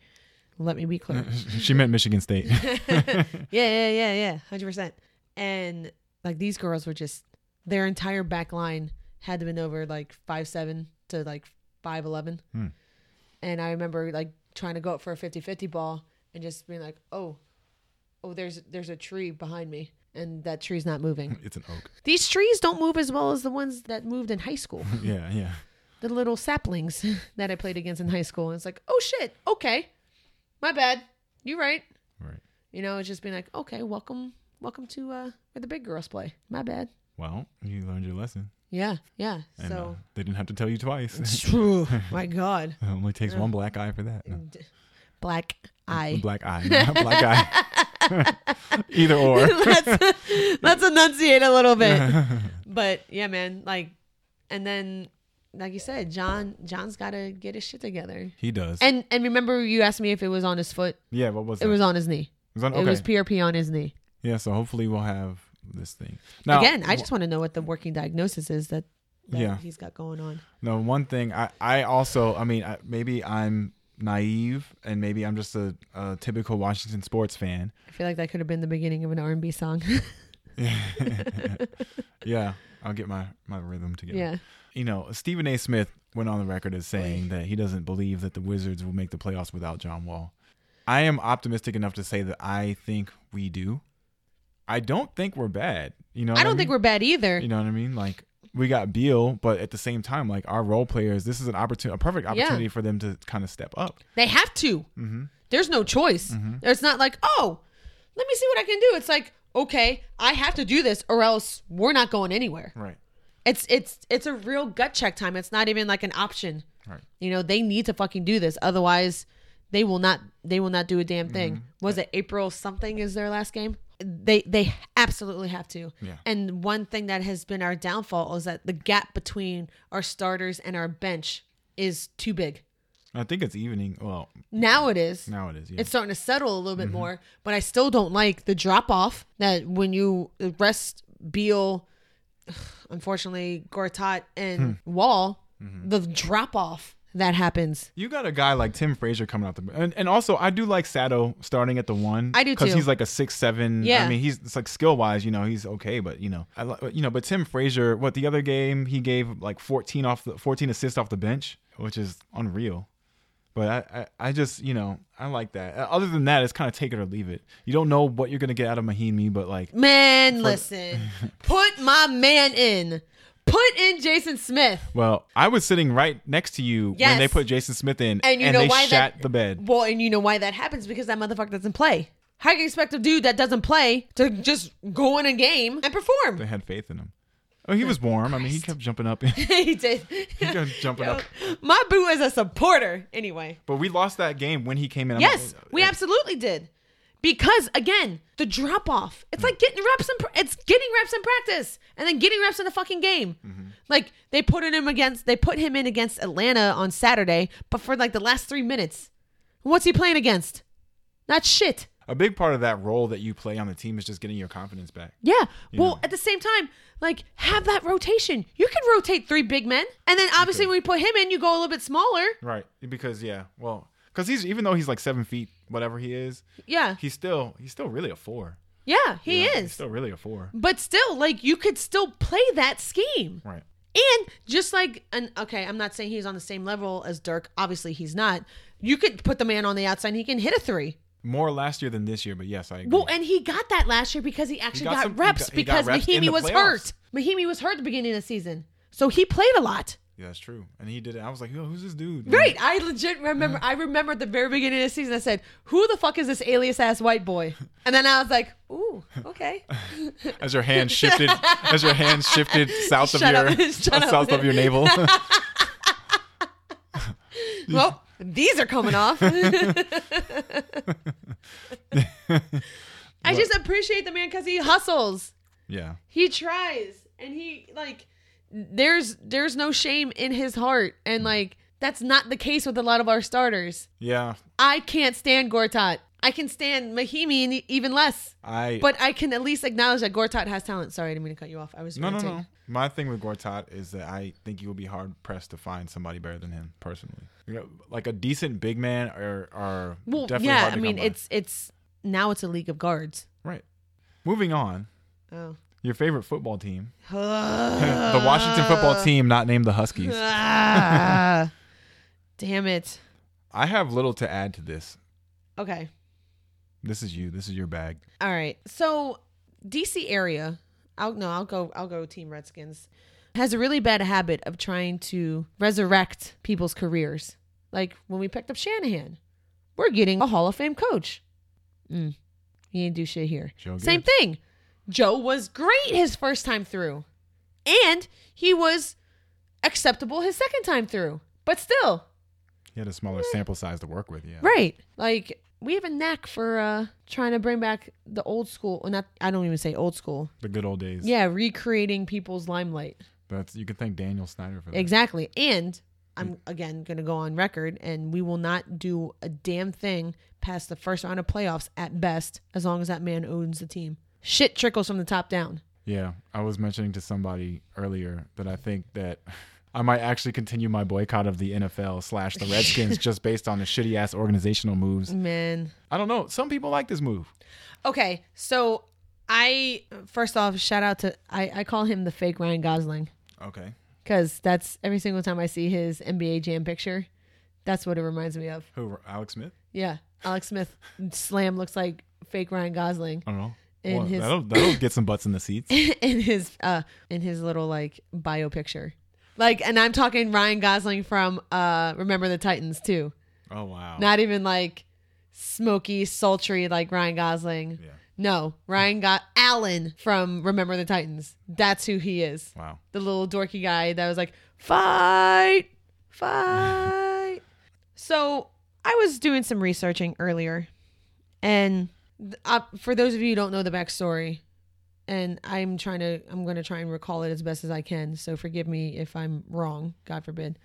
Speaker 1: Let me be clear.
Speaker 2: *laughs* She meant Michigan
Speaker 1: *laughs*
Speaker 2: State. *laughs*
Speaker 1: yeah, yeah, yeah, yeah, hundred percent. And like these girls were just their entire back line had to been over like five seven to like five eleven.
Speaker 2: Hmm.
Speaker 1: And I remember like trying to go up for a 50-50 ball and just being like, oh, oh, there's there's a tree behind me, and that tree's not moving.
Speaker 2: it's an oak. *laughs*
Speaker 1: These trees don't move as well as the ones that moved in high school.
Speaker 2: Yeah, yeah.
Speaker 1: the little saplings *laughs* that I played against in high school. And it's like, oh shit, okay, my bad. You're right.
Speaker 2: Right.
Speaker 1: You know, it's just being like, okay, welcome, welcome to uh, where the big girls play. My bad.
Speaker 2: Well, you learned your lesson.
Speaker 1: Yeah, yeah.
Speaker 2: And uh,
Speaker 1: so,
Speaker 2: they didn't have to tell you twice.
Speaker 1: *laughs* Phew, my God,
Speaker 2: *laughs* it only takes one black eye for that. No.
Speaker 1: D- black
Speaker 2: *laughs*
Speaker 1: eye. *laughs*
Speaker 2: Black eye. not black eye. *laughs* Either or.
Speaker 1: Let's enunciate a little bit. but yeah, man, like, and then, like you said, John, John's got to get his shit together.
Speaker 2: He does.
Speaker 1: And and remember, you asked me if it was on his foot.
Speaker 2: yeah, what was
Speaker 1: It
Speaker 2: that?
Speaker 1: was on his knee.
Speaker 2: It was on-
Speaker 1: It
Speaker 2: okay.
Speaker 1: was PRP on his knee.
Speaker 2: yeah, so hopefully we'll have this thing. Now,
Speaker 1: Again, I just want to know what the working diagnosis is that, that
Speaker 2: Yeah.
Speaker 1: he's got going on.
Speaker 2: No, one thing I, I also, I mean, I, maybe I'm naive and maybe I'm just a, a typical Washington sports fan.
Speaker 1: I feel like that could have been the beginning of an R and B song. *laughs*
Speaker 2: Yeah, I'll get my, my rhythm together.
Speaker 1: yeah.
Speaker 2: You know, Stephen A. Smith went on the record as saying that he doesn't believe that the Wizards will make the playoffs without John Wall. I am optimistic enough to say that I think we do. I don't think we're bad. You know,
Speaker 1: I don't think we're bad either.
Speaker 2: You know what I mean? Like we got Beal, but at the same time, like our role players, this is an opportunity, a perfect opportunity for them to kind of step up.
Speaker 1: They have to.
Speaker 2: Mm-hmm.
Speaker 1: There's no choice. It's not like, oh, let me see what I can do. It's like, okay, I have to do this or else we're not going anywhere.
Speaker 2: Right.
Speaker 1: It's it's it's a real gut check time. It's not even like an option.
Speaker 2: Right.
Speaker 1: You know, they need to fucking do this. Otherwise, they will not they will not do a damn thing.
Speaker 2: Mm-hmm.
Speaker 1: Was it April something is their last game? They they absolutely have to.
Speaker 2: Yeah.
Speaker 1: And one thing that has been our downfall is that the gap between our starters and our bench is too big.
Speaker 2: I think it's evening. Well,
Speaker 1: Now it is.
Speaker 2: now it is. Yeah.
Speaker 1: It's starting to settle a little bit
Speaker 2: Mm-hmm.
Speaker 1: more, but I still don't like the drop off that when you rest Beal, *sighs* unfortunately, Gortat and
Speaker 2: Hmm.
Speaker 1: Wall,
Speaker 2: Mm-hmm.
Speaker 1: the drop off that happens.
Speaker 2: you got a guy like Tim Frazier coming out the and, and also I do like Sato starting at the one.
Speaker 1: I do
Speaker 2: because
Speaker 1: too.
Speaker 2: he's like a six seven. I
Speaker 1: Yeah.
Speaker 2: mean he's it's like skill wise, you know, he's okay, but you know, I li- you know, but Tim Frazier, what the other game he gave like fourteen off the fourteen assists off the bench, which is unreal. But I, I, I just you know I like that. Uh, Other than that, it's kind of take it or leave it. You don't know what you're gonna get out of Mahimi, but like
Speaker 1: Man, listen, put my man in. Put in Jason Smith.
Speaker 2: Well, I was sitting right next to you when
Speaker 1: Yes.
Speaker 2: they put Jason Smith in,
Speaker 1: And you know
Speaker 2: they
Speaker 1: why
Speaker 2: shat
Speaker 1: that-
Speaker 2: the bed.
Speaker 1: Well, and you know why that happens because that motherfucker doesn't play. How can you expect a dude that doesn't play to just go in a game and
Speaker 2: They
Speaker 1: perform?
Speaker 2: had faith in him. Oh,
Speaker 1: *laughs*
Speaker 2: he was warm. I mean, he kept jumping up. *laughs* he
Speaker 1: he did.
Speaker 2: kept jumping up.
Speaker 1: My boo is a supporter anyway.
Speaker 2: But we lost that game when he came in. I'm
Speaker 1: Yes,
Speaker 2: like,
Speaker 1: we absolutely did. Because again, the drop off. It's like getting reps in. pr- It's getting reps in practice, and then getting reps in the fucking game. Like they put in him against they put him in against Atlanta on Saturday, but for like the last three minutes. What's he playing against? Not shit.
Speaker 2: A big part of that role that you play on the team is just getting your confidence back.
Speaker 1: Yeah. Well, at the same time, like have that rotation. You can rotate three big men, and then obviously when you put him in, you go a little bit smaller.
Speaker 2: Right. Because yeah, well, because he's even though he's like seven feet, whatever he is,
Speaker 1: Yeah.
Speaker 2: he's still he's still really a four.
Speaker 1: Yeah, he
Speaker 2: You know, He's
Speaker 1: is.
Speaker 2: still really a four.
Speaker 1: But still, like you could still play that scheme.
Speaker 2: Right.
Speaker 1: And just like and okay, I'm not saying he's on the same level as Dirk. Obviously he's not. You could put the man on the outside and he can hit a three.
Speaker 2: More last year than this year, but yes, I agree.
Speaker 1: Well, and he got that last year because he actually
Speaker 2: got
Speaker 1: got,
Speaker 2: some- he
Speaker 1: reps
Speaker 2: got- he got
Speaker 1: because
Speaker 2: reps in
Speaker 1: Mahimi
Speaker 2: the
Speaker 1: was
Speaker 2: playoffs.
Speaker 1: hurt. Mahimi was hurt at the beginning of the season. So he played a lot.
Speaker 2: yeah, that's true. And he did it. I was like, yo, who's this dude?
Speaker 1: Right. I legit remember I remember at the very beginning of the season I said, Who the fuck is this alias ass white boy? And then I was like, Ooh,
Speaker 2: *laughs*
Speaker 1: okay.
Speaker 2: As your
Speaker 1: *laughs*
Speaker 2: hand shifted, as your hand shifted south
Speaker 1: Shut up.
Speaker 2: of your
Speaker 1: *laughs* Shut up.
Speaker 2: south of your
Speaker 1: *laughs*
Speaker 2: navel. *laughs*
Speaker 1: well, these are coming off. *laughs* I just appreciate the man because he hustles.
Speaker 2: yeah.
Speaker 1: He tries and he like there's there's no shame in his heart and like that's not the case with a lot of our starters.
Speaker 2: Yeah.
Speaker 1: I can't stand Gortat. I can stand Mahimi and even less.
Speaker 2: I
Speaker 1: But I can at least acknowledge that Gortat has talent. Sorry, I didn't mean to cut you off. I was
Speaker 2: No, no,
Speaker 1: ranting.
Speaker 2: no. My thing with Gortat is that I think you will be hard pressed to find somebody better than him personally. You know, like a decent big man are are
Speaker 1: Well,
Speaker 2: definitely
Speaker 1: yeah,
Speaker 2: hard
Speaker 1: I
Speaker 2: to
Speaker 1: mean
Speaker 2: come by.
Speaker 1: it's it's now it's a league of guards.
Speaker 2: right. Moving on,
Speaker 1: Oh.
Speaker 2: your favorite football team, *laughs*
Speaker 1: Uh,
Speaker 2: the Washington football team, not named the Huskies. *laughs*
Speaker 1: Ah, damn it.
Speaker 2: I have little to add to this.
Speaker 1: Okay.
Speaker 2: This is you. This is your bag.
Speaker 1: All right. So DC area, I'll no, I'll go I'll go Team Redskins. Has a really bad habit of trying to resurrect people's careers. Like when we picked up Shanahan, we're getting a Hall of Fame coach. Mm, he didn't do shit here.
Speaker 2: Joe
Speaker 1: Same
Speaker 2: Gibbs.
Speaker 1: thing. Joe was great his first time through, and he was acceptable his second time through. But still,
Speaker 2: He had a smaller sample size to work with. Yeah.
Speaker 1: Right. Like we have a knack for uh trying to bring back the old school well, not I don't even say old school.
Speaker 2: The good old days.
Speaker 1: Yeah, recreating people's limelight.
Speaker 2: That's you can thank Daniel Snyder for that.
Speaker 1: Exactly. And I'm again going to go on record and we will not do a damn thing past the first round of playoffs at best as long as that man owns the team. Shit trickles from the top down.
Speaker 2: Yeah, I was mentioning to somebody earlier that I think that *laughs* I might actually continue my boycott of the NFL slash the *laughs* Redskins just based on the shitty ass organizational moves.
Speaker 1: Man.
Speaker 2: I don't know. Some people like this move.
Speaker 1: Okay, so I first off shout out to I I call him the fake Ryan Gosling.
Speaker 2: Okay.
Speaker 1: because that's every single time I see his NBA Jam picture. That's what it reminds me of.
Speaker 2: Who? Alex Smith?
Speaker 1: Yeah, Alex Smith slam looks like fake Ryan Gosling *laughs*
Speaker 2: I don't know.
Speaker 1: And
Speaker 2: Well,
Speaker 1: his- *laughs*
Speaker 2: that'll, that'll get some butts in the seats.
Speaker 1: in his uh in his little like bio picture. Like, and I'm talking Ryan Gosling from uh Remember the Titans too.
Speaker 2: Oh wow.
Speaker 1: Not even like smoky, sultry like Ryan Gosling.
Speaker 2: Yeah.
Speaker 1: No, Ryan got Allen from Remember the Titans. That's who he is.
Speaker 2: Wow.
Speaker 1: the little dorky guy that was like, fight, fight. *laughs* so I was doing some researching earlier. And th- uh, for those of you who don't know the backstory, and I'm trying to, I'm going to try and recall it as best as I can. So forgive me if I'm wrong, God forbid.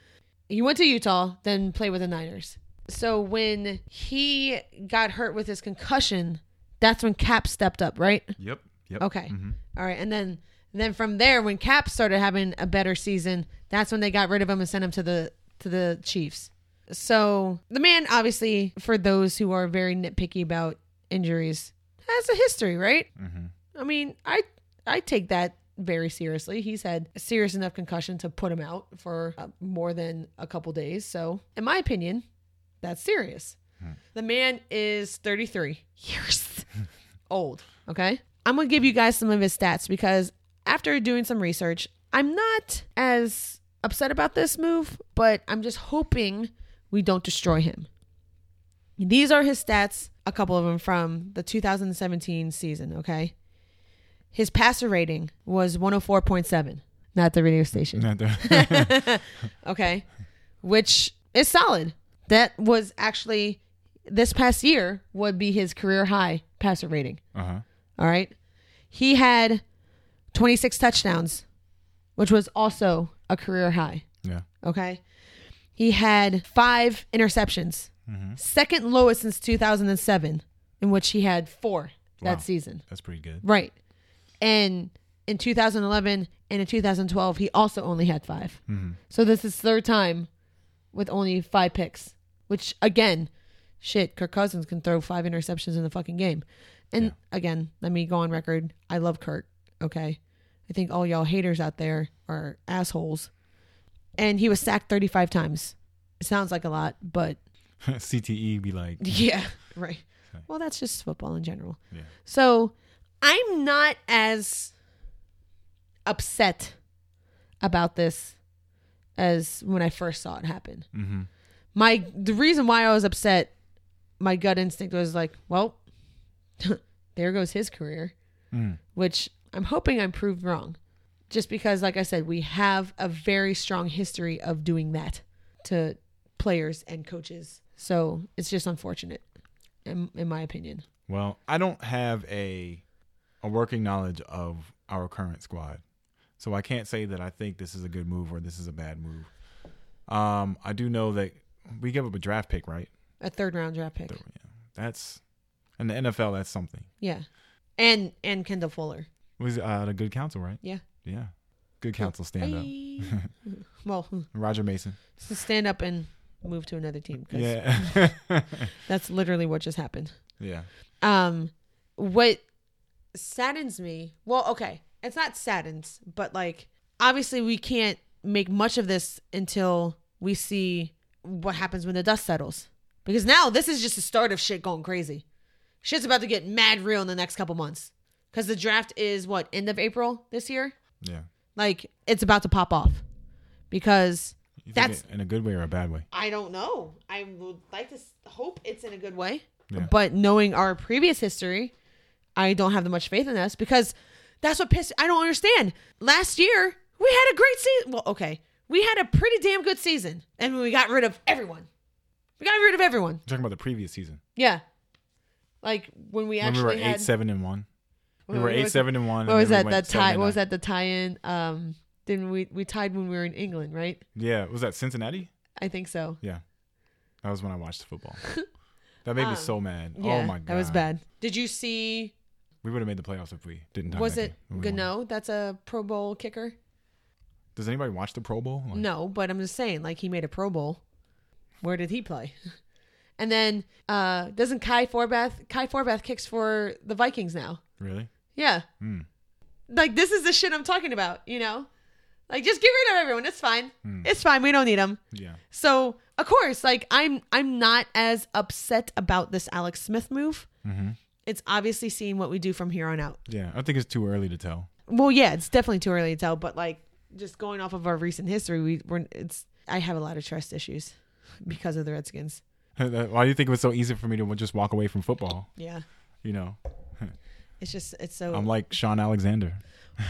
Speaker 1: He went to Utah, then played with the Niners. So when he got hurt with his concussion, that's when Cap stepped up, right?
Speaker 2: Yep. Yep.
Speaker 1: Okay.
Speaker 2: *laughs*
Speaker 1: All right. And then then from there, when Cap started having a better season, that's when they got rid of him and sent him to the to the Chiefs. So the man, obviously, for those who are very nitpicky about injuries, has a history, right? I mean, I I take that very seriously. He's had a serious enough concussion to put him out for uh, more than a couple days. So, in my opinion, that's serious. The man is 33 years *laughs* old. Okay. I'm going to give you guys some of his stats because after doing some research, I'm not as upset about this move, but I'm just hoping we don't destroy him. These are his stats, a couple of them from the 2017 season. Okay. His passer rating was 104.7, not the radio station.
Speaker 2: Not the-
Speaker 1: Okay. Which is solid. That was actually this past year would be his career high passer rating.
Speaker 2: uh-huh.
Speaker 1: All right. He had 26 touchdowns which was also a career high.
Speaker 2: Yeah.
Speaker 1: Okay. He had five interceptions, second lowest since 2007, in which he had four
Speaker 2: Wow.
Speaker 1: that season.
Speaker 2: That's pretty good. *laughs*
Speaker 1: Right. And in 2011 and in 2012, he also only had 5 So this is third time with only five picks, which again, shit, Kirk Cousins can throw five interceptions in the fucking game. And
Speaker 2: Yeah.
Speaker 1: again, let me go on record. I love Kirk. Okay. I think all y'all haters out there are assholes. And he was sacked 35 times. It sounds like a lot, but
Speaker 2: CTE E be like, *laughs*
Speaker 1: yeah, right. Well, that's just football in general.
Speaker 2: yeah,
Speaker 1: So I'm not as upset about this as when I first saw it happen.
Speaker 2: mm-hmm.
Speaker 1: My the reason why I was upset, my gut instinct was like, well, *laughs* there goes his career,
Speaker 2: Mm.
Speaker 1: which I'm hoping I'm proved wrong. Just because like I said, we have a very strong history of doing that to players and coaches. So, it's just unfortunate in, in my opinion.
Speaker 2: Well, I don't have a a working knowledge of our current squad, so I can't say that I think this is a good move or this is a bad move. Um, I do know that we give up a draft pick, right?
Speaker 1: A third round draft pick.
Speaker 2: That's in the NFL. That's something.
Speaker 1: Yeah. And and Kendall Fuller.
Speaker 2: It was uh, the good counsel, right?
Speaker 1: Yeah.
Speaker 2: Yeah, good counsel stand up.
Speaker 1: Bye. *laughs* well, hmm,
Speaker 2: Roger Mason.
Speaker 1: so stand up and move to another team because
Speaker 2: Yeah,
Speaker 1: that's literally what just happened.
Speaker 2: *laughs* yeah.
Speaker 1: Um, what saddens me? Well, okay, it's not saddens, but like obviously we can't make much of this until we see what happens when the dust settles. Because now this is just the start of shit going crazy. Shit's about to get mad real in the next couple months. Because the draft is what end of April this year.
Speaker 2: Yeah.
Speaker 1: Like it's about to pop off because
Speaker 2: You think
Speaker 1: That's-
Speaker 2: it in a good way or a bad way.
Speaker 1: I don't know. I would like to s- hope it's in a good way.
Speaker 2: Yeah.
Speaker 1: But knowing our previous history, I don't have that much faith in us because that's what pissed. I don't understand. Last year, we had a great season. Well, okay. We had a pretty damn good season. And we got rid of everyone. We got rid of everyone.
Speaker 2: I'm talking about the previous season.
Speaker 1: Yeah. Like when we
Speaker 2: when we
Speaker 1: actually
Speaker 2: were
Speaker 1: had.
Speaker 2: eight, seven, and one. We
Speaker 1: What
Speaker 2: were
Speaker 1: was
Speaker 2: eight,
Speaker 1: it?
Speaker 2: seven, and one.
Speaker 1: What
Speaker 2: and
Speaker 1: was
Speaker 2: then
Speaker 1: that?
Speaker 2: we
Speaker 1: The
Speaker 2: went
Speaker 1: tie.
Speaker 2: seven
Speaker 1: What
Speaker 2: and
Speaker 1: was
Speaker 2: nine.
Speaker 1: that? The tie-in. Um. Didn't we we tied when we were in England, right?
Speaker 2: Yeah, was that Cincinnati?
Speaker 1: I think so.
Speaker 2: Yeah, that was when I watched
Speaker 1: *laughs*
Speaker 2: the football. That made me so mad.
Speaker 1: Ah. Yeah,
Speaker 2: oh my god,
Speaker 1: that was bad. Did you see?
Speaker 2: We would have made the playoffs if we didn't. tie
Speaker 1: Was
Speaker 2: that
Speaker 1: it
Speaker 2: game. We would've won.
Speaker 1: Gano? That's a Pro Bowl kicker.
Speaker 2: Does anybody watch the Pro Bowl? Like,
Speaker 1: No, but I'm just saying, like he made a Pro Bowl. Where did he play? *laughs* And then uh doesn't Kai Forbath? Kai Forbath kicks for the Vikings now.
Speaker 2: Really?
Speaker 1: Yeah.
Speaker 2: Hmm.
Speaker 1: Like this is the shit I'm talking about. You know, like just get rid of everyone. It's fine. It's fine. We don't need them.
Speaker 2: Yeah.
Speaker 1: So of course, like I'm I'm not as upset about this Alex Smith move.
Speaker 2: Mhm.
Speaker 1: It's obviously seeing what we do from here on out.
Speaker 2: Yeah. I think it's too early to tell. *laughs*
Speaker 1: Well, yeah, it's definitely too early to tell, but like just going off of our recent history, we we're it's I have a lot of trust issues because of the Redskins.
Speaker 2: Why do you think it was so easy for me to just walk away from football?
Speaker 1: Yeah.
Speaker 2: You know,
Speaker 1: It's just it's so
Speaker 2: I'm like Sean Alexander.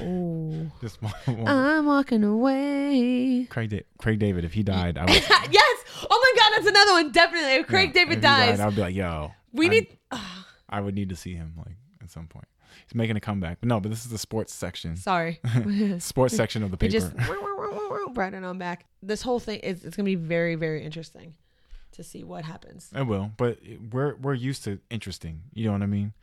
Speaker 1: Ooh.
Speaker 2: Just *laughs* one, one.
Speaker 1: I'm walking away.
Speaker 2: Craig, da- Craig David. If he died, I would.
Speaker 1: *laughs* yes. Oh my god, that's another one definitely. If Craig
Speaker 2: Yeah, if
Speaker 1: David
Speaker 2: he
Speaker 1: dies.
Speaker 2: I'd be like, yo.
Speaker 1: we
Speaker 2: I-
Speaker 1: need
Speaker 2: I would need to see him like at some point. He's making a comeback, but no. But this is the
Speaker 1: *laughs*
Speaker 2: sports section. *laughs*
Speaker 1: Sorry.
Speaker 2: sports section of the
Speaker 1: We
Speaker 2: paper.
Speaker 1: just *laughs* brought it on back. This whole thing is it's going to be very very interesting to see what happens.
Speaker 2: I will, but we're we're used to interesting. You know what I mean?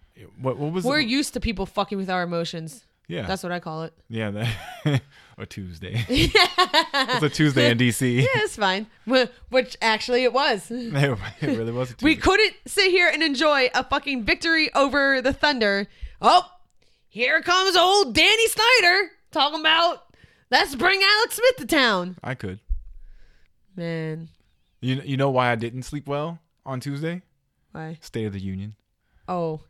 Speaker 2: What what was
Speaker 1: We're
Speaker 2: the,
Speaker 1: used to people fucking with our emotions.
Speaker 2: yeah
Speaker 1: That's what I call it.
Speaker 2: yeah that, *laughs*
Speaker 1: *laughs*
Speaker 2: a Tuesday. it's a Tuesday in DC.
Speaker 1: Yeah, *laughs* it's fine. Wh- Which actually it was.
Speaker 2: *laughs* it really was. A Tuesday.
Speaker 1: We couldn't sit here and enjoy a fucking victory over the Thunder. Oh, here comes old Danny Snyder talking about let's bring Alex Smith to town.
Speaker 2: I could.
Speaker 1: Man,
Speaker 2: You you know why I didn't sleep well on Tuesday?
Speaker 1: why?
Speaker 2: State of the Union.
Speaker 1: Oh,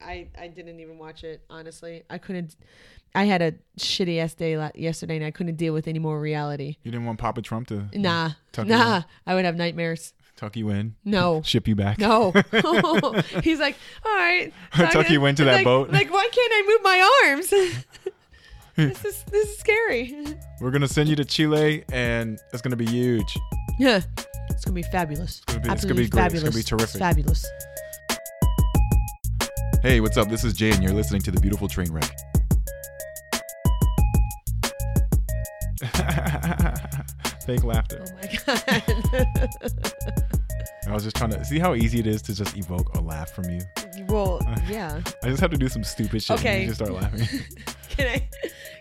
Speaker 1: I I didn't even watch it. Honestly, I couldn't. I had a shitty ass day la- yesterday, and I couldn't deal with any more reality.
Speaker 2: You didn't want Papa Trump to
Speaker 1: Nah,
Speaker 2: Tuck you
Speaker 1: nah. I would have nightmares.
Speaker 2: tuck you in,
Speaker 1: No.
Speaker 2: ship you
Speaker 1: *laughs*
Speaker 2: back.
Speaker 1: No. He's like, all right. so I'm
Speaker 2: Tuck
Speaker 1: gonna-
Speaker 2: you into that
Speaker 1: like-
Speaker 2: boat.
Speaker 1: Like, why can't I move my arms? *laughs* this is this is scary.
Speaker 2: We're gonna send you to Chile, and it's gonna be huge.
Speaker 1: Yeah. It's gonna be fabulous.
Speaker 2: gonna be- it's gonna
Speaker 1: Absolutely
Speaker 2: be great. It's
Speaker 1: fabulous.
Speaker 2: gonna be terrific.
Speaker 1: fabulous.
Speaker 2: Hey, what's up? This is Jay, and you're listening to the Beautiful Train Wreck. *laughs* Fake laughter.
Speaker 1: Oh my god. Oh
Speaker 2: I was just trying to see how easy it is to just evoke a laugh from you.
Speaker 1: *laughs* well, yeah.
Speaker 2: I just have to do some stupid shit and
Speaker 1: Okay.
Speaker 2: you just start laughing.
Speaker 1: *laughs* Can I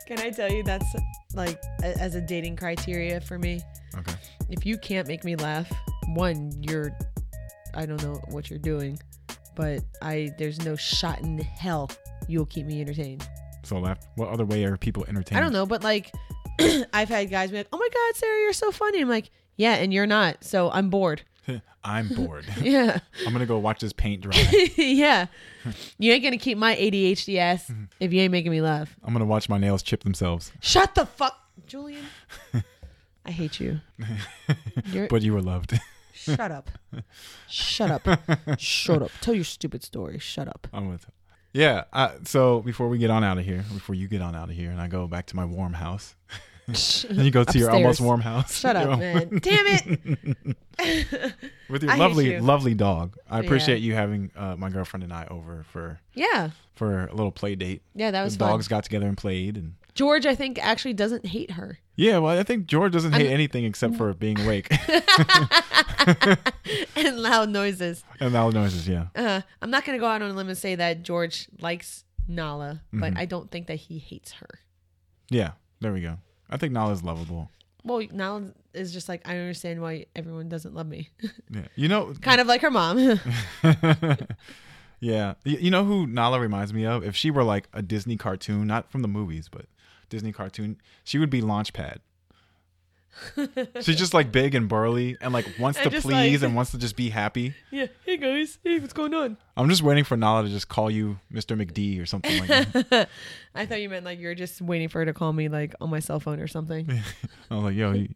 Speaker 1: can I tell you that's like a- as a dating criteria for me?
Speaker 2: okay.
Speaker 1: If you can't make me laugh, one, you're I don't know what you're doing, but I there's no shot in hell you'll keep me entertained.
Speaker 2: So laugh. What other way are people entertained?
Speaker 1: I don't know, but like *clears throat* I've had guys be like, "Oh my god, Sarah, you're so funny." I'm like, "Yeah, and you're not." So I'm bored. *laughs*
Speaker 2: *laughs* I'm bored.
Speaker 1: Yeah. *laughs*
Speaker 2: I'm gonna go watch this paint dry. *laughs*
Speaker 1: yeah. You ain't going to keep my ADHD ass if you ain't making me laugh.
Speaker 2: I'm gonna watch my nails chip themselves.
Speaker 1: Shut the fuck, Julian. I hate you. You're,
Speaker 2: But you were loved. *laughs*
Speaker 1: shut up. Shut up. Shut up. Tell your stupid story. Shut up.
Speaker 2: I'm with. Yeah. Uh, so before we get on out of here, before you get on out of here, and I go back to my warm house, *laughs*
Speaker 1: *laughs*
Speaker 2: and you go to your almost
Speaker 1: Upstairs.
Speaker 2: warm house. *laughs*
Speaker 1: Shut
Speaker 2: Your
Speaker 1: up,
Speaker 2: own-
Speaker 1: man. Damn it.
Speaker 2: With your
Speaker 1: I hate
Speaker 2: lovely,
Speaker 1: you.
Speaker 2: lovely dog. I
Speaker 1: Yeah.
Speaker 2: appreciate you having uh, my girlfriend and I over for
Speaker 1: *laughs* Yeah.
Speaker 2: for a little play date.
Speaker 1: Yeah, that was
Speaker 2: the
Speaker 1: fun.
Speaker 2: dogs got together and played, and
Speaker 1: George, I think, actually doesn't hate
Speaker 2: *laughs*
Speaker 1: her. *laughs*
Speaker 2: yeah. Well, I think George doesn't hate anything except for being awake *laughs*
Speaker 1: and loud noises.
Speaker 2: and loud noises. Yeah.
Speaker 1: Uh, I'm not going to go out on a limb and say that George likes Nala,
Speaker 2: Mm-hmm.
Speaker 1: but I don't think that he hates her.
Speaker 2: Yeah. There we go. I think Nala's lovable.
Speaker 1: Well, Nala is just like, I don't understand why everyone doesn't love me.
Speaker 2: Yeah. You know,
Speaker 1: kind of like her mom. *laughs*
Speaker 2: *laughs* yeah. Y- You know who Nala reminds me of? If she were like a Disney cartoon, not from the movies, but Disney cartoon, she would be Launchpad.
Speaker 1: *laughs*
Speaker 2: She's just like big and burly and like wants
Speaker 1: And
Speaker 2: to
Speaker 1: just,
Speaker 2: please
Speaker 1: like-
Speaker 2: and wants to just be happy.
Speaker 1: yeah. Hey, guys. Hey, what's going on?
Speaker 2: I'm just waiting for Nala to just call you Mr. McD or something like
Speaker 1: *laughs*
Speaker 2: that.
Speaker 1: *laughs* I thought you meant like you're just waiting for her to call me like on my cell phone or something.
Speaker 2: I was like, yo, you,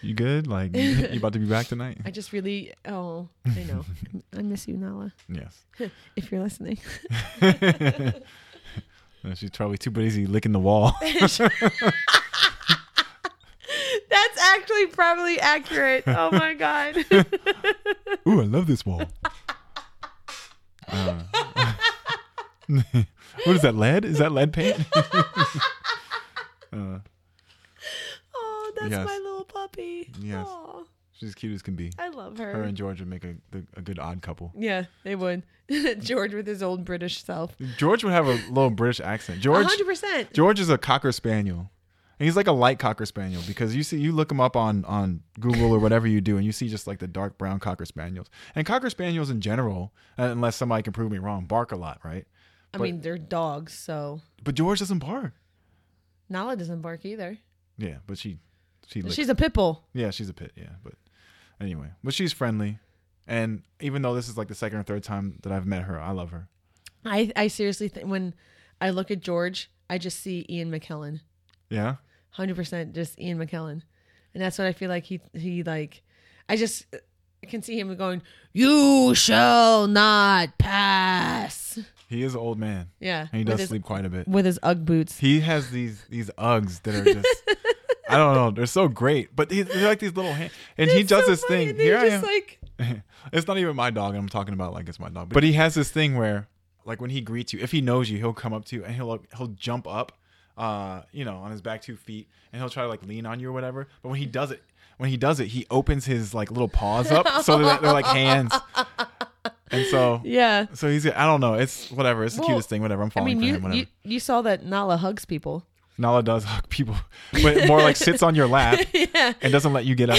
Speaker 2: you good?
Speaker 1: *laughs*
Speaker 2: Like, you, you about to be back tonight?
Speaker 1: I just really, oh, I know. *laughs* I miss you, Nala,
Speaker 2: Yes.
Speaker 1: if you're listening.
Speaker 2: And she's probably too busy licking the wall.
Speaker 1: *laughs*
Speaker 2: *laughs*
Speaker 1: That's actually probably accurate. Oh *laughs* my God.
Speaker 2: Ooh, I love this wall. Uh, *laughs* what is that lead? Is that lead paint? *laughs* uh,
Speaker 1: oh, that's
Speaker 2: Yes.
Speaker 1: my little puppy.
Speaker 2: Yes.
Speaker 1: Aw,
Speaker 2: she's as cute as can be.
Speaker 1: I love her.
Speaker 2: Her and George would make a, the- a good odd couple.
Speaker 1: yeah, they would. *laughs* George with his old British self.
Speaker 2: George would have a little British accent. George
Speaker 1: 100%.
Speaker 2: George is a cocker spaniel. And he's like a light cocker spaniel because you see you look him up on on Google or whatever you do and you see just like the dark brown cocker spaniels. And cocker spaniels in general, uh, unless somebody can prove me wrong, bark a lot, right?
Speaker 1: I mean, they're dogs, so
Speaker 2: But George doesn't bark.
Speaker 1: Nala doesn't bark either.
Speaker 2: Yeah, but she she licks
Speaker 1: She's a pit bull.
Speaker 2: Yeah, she's a pit. Yeah, but anyway, but she's friendly, and even though this is like the second or third time that I've met her, I love her.
Speaker 1: I, I seriously think when I look at George, I just see Ian McKellen.
Speaker 2: Yeah,
Speaker 1: hundred percent just Ian McKellen, and that's what I feel like he he like. I just I can see him going, "You shall not pass."
Speaker 2: he is an old man,
Speaker 1: Yeah,
Speaker 2: and he
Speaker 1: with
Speaker 2: does
Speaker 1: his,
Speaker 2: sleep quite a bit.
Speaker 1: with his UGG boots.
Speaker 2: He has these these Uggs that are just I don't know, they're so great, but he, they're like these little hands, and he
Speaker 1: It's
Speaker 2: does
Speaker 1: so
Speaker 2: this
Speaker 1: funny,
Speaker 2: thing.
Speaker 1: and then
Speaker 2: Here
Speaker 1: he
Speaker 2: I
Speaker 1: just,
Speaker 2: am.
Speaker 1: Like,
Speaker 2: *laughs* it's not even my dog, and I'm talking about like it's my dog, but he has this thing where like when he greets you, if he knows you, he'll come up to you and he'll like, he'll jump up, uh, you know, on his back two feet, and he'll try to like lean on you or whatever. But when he does it. When he does it, he opens his like little paws up so they're, they're
Speaker 1: *laughs*
Speaker 2: like hands, and so
Speaker 1: yeah.
Speaker 2: so he's I don't know it's whatever it's the
Speaker 1: Well,
Speaker 2: cutest thing whatever I'm
Speaker 1: I
Speaker 2: falling
Speaker 1: mean,
Speaker 2: for
Speaker 1: you,
Speaker 2: him whatever
Speaker 1: you you saw that Nala hugs people.
Speaker 2: Nala does hug people *laughs* but more like sits on your lap
Speaker 1: *laughs* Yeah.
Speaker 2: and doesn't let you
Speaker 1: *laughs*
Speaker 2: get up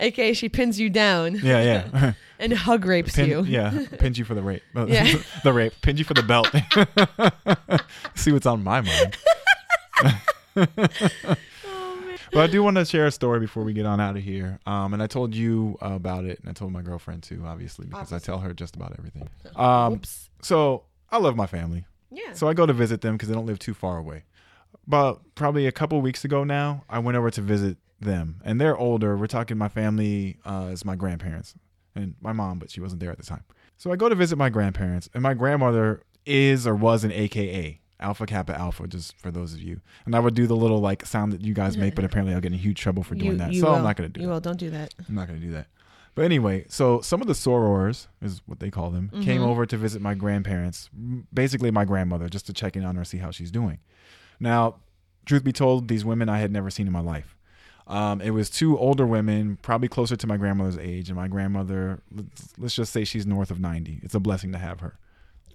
Speaker 1: AKA she pins you down
Speaker 2: yeah
Speaker 1: *laughs*
Speaker 2: yeah
Speaker 1: and hug rapes
Speaker 2: Pin,
Speaker 1: you.
Speaker 2: Yeah, pins you for
Speaker 1: *laughs*
Speaker 2: the rape. Uh,
Speaker 1: Yeah.
Speaker 2: *laughs* the rape. Pins you for the belt. *laughs* See what's on
Speaker 1: *laughs*
Speaker 2: my mind. *laughs* But I do want to share a story before we get on out of here. Um, and I told you about it, and I told my girlfriend too, obviously, because I tell her just about everything. Um,
Speaker 1: Oops.
Speaker 2: so I love my family.
Speaker 1: Yeah.
Speaker 2: So I go to visit them because they don't live too far away. But probably a couple weeks ago now, I went over to visit them, and they're older. We're talking my family uh, is my grandparents and my mom, but she wasn't there at the time. So I go to visit my grandparents, and my grandmother is or was an AKA Alpha Kappa Alpha, just for those of you. And I would do the little like sound that you guys
Speaker 1: *laughs*
Speaker 2: make, but apparently I'll get in huge trouble for doing
Speaker 1: you,
Speaker 2: that,
Speaker 1: you
Speaker 2: so
Speaker 1: will.
Speaker 2: I'm not gonna do
Speaker 1: You
Speaker 2: that.
Speaker 1: will. Don't do that.
Speaker 2: I'm not gonna do that. But anyway, so some of the sorors is what they call them came over to visit my grandparents, m- basically my grandmother, just to check in on her, see how she's doing. Now, truth be told, these women I had never seen in my life. Um, it was two older women, probably closer to my grandmother's age, and my grandmother. Let's, let's just say she's north of ninety. It's a blessing to have her.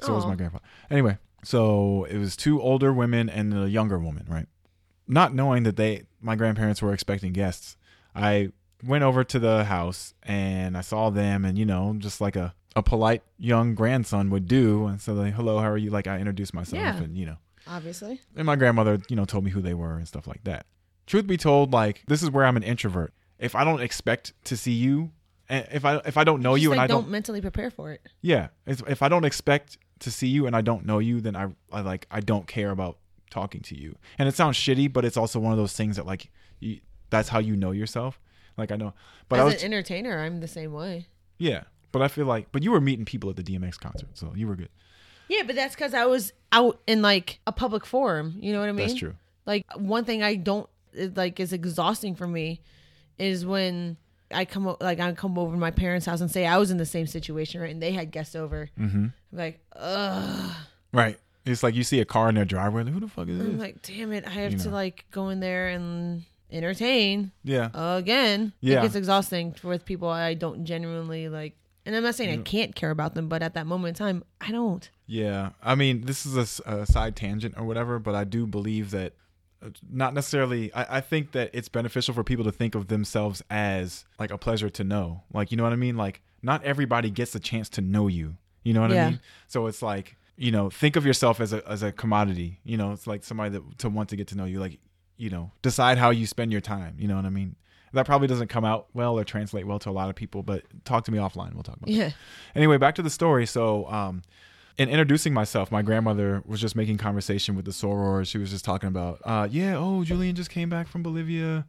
Speaker 2: So was
Speaker 1: Aw.
Speaker 2: my grandfather. Anyway, so it was two older women and a younger woman, right? Not knowing that they, my grandparents were expecting guests, I went over to the house and I saw them, and you know, just like a a polite young grandson would do, and so like, "Hello, how are you?" Like I introduced myself,
Speaker 1: Yeah.
Speaker 2: and you know,
Speaker 1: Obviously.
Speaker 2: and my grandmother, you know, told me who they were and stuff like that. Truth be told, like this is where I'm an introvert. If I don't expect to see you, and if I if I don't know
Speaker 1: Just,
Speaker 2: Oh, you and
Speaker 1: like,
Speaker 2: I don't,
Speaker 1: mentally prepare for it.
Speaker 2: yeah, if, if I don't expect to see you and I don't know you, then I I like I don't care about talking to you. And it sounds shitty, but it's also one of those things that like you, that's how you know yourself. Like I know, but I
Speaker 1: As
Speaker 2: was
Speaker 1: an entertainer, I'm the same way.
Speaker 2: yeah, but I feel like but you were meeting people at the DMX concert, so you were good.
Speaker 1: Yeah, but that's because I was out in like a public forum. You know what I mean?
Speaker 2: That's true.
Speaker 1: Like one thing I don't it, like is exhausting for me is when I come o- like I come over to my parents' house and say I was in the same situation, right? And they had guests over. Mm-hmm. I'm like, ugh.
Speaker 2: Right. It's like you see a car in their driveway, like who the fuck is
Speaker 1: I'm
Speaker 2: this?
Speaker 1: like, damn it! I have
Speaker 2: You
Speaker 1: to
Speaker 2: know.
Speaker 1: like go in there and entertain
Speaker 2: Yeah.
Speaker 1: again.
Speaker 2: Yeah.
Speaker 1: it gets exhausting with people I don't genuinely like. And I'm not saying I can't care about them, but at that moment in time, I don't.
Speaker 2: Yeah, I mean, this is a s- a, side tangent or whatever, but I do believe that uh, not necessarily. I, I think that it's beneficial for people to think of themselves as like a pleasure to know. Like, you know what I mean? Like, not everybody gets a chance to know you. You know what
Speaker 1: Yeah.
Speaker 2: I mean? So it's like you know, think of yourself as a as a commodity. You know, it's like somebody that to want to get to know you. Like, you know, decide how you spend your time. You know what I mean? That probably doesn't come out well or translate well to a lot of people, but talk to me offline. We'll talk about it
Speaker 1: Yeah. *laughs*
Speaker 2: anyway back to the story so um in introducing myself my grandmother was just making conversation with the soror she was just talking about uh yeah oh julian just came back from bolivia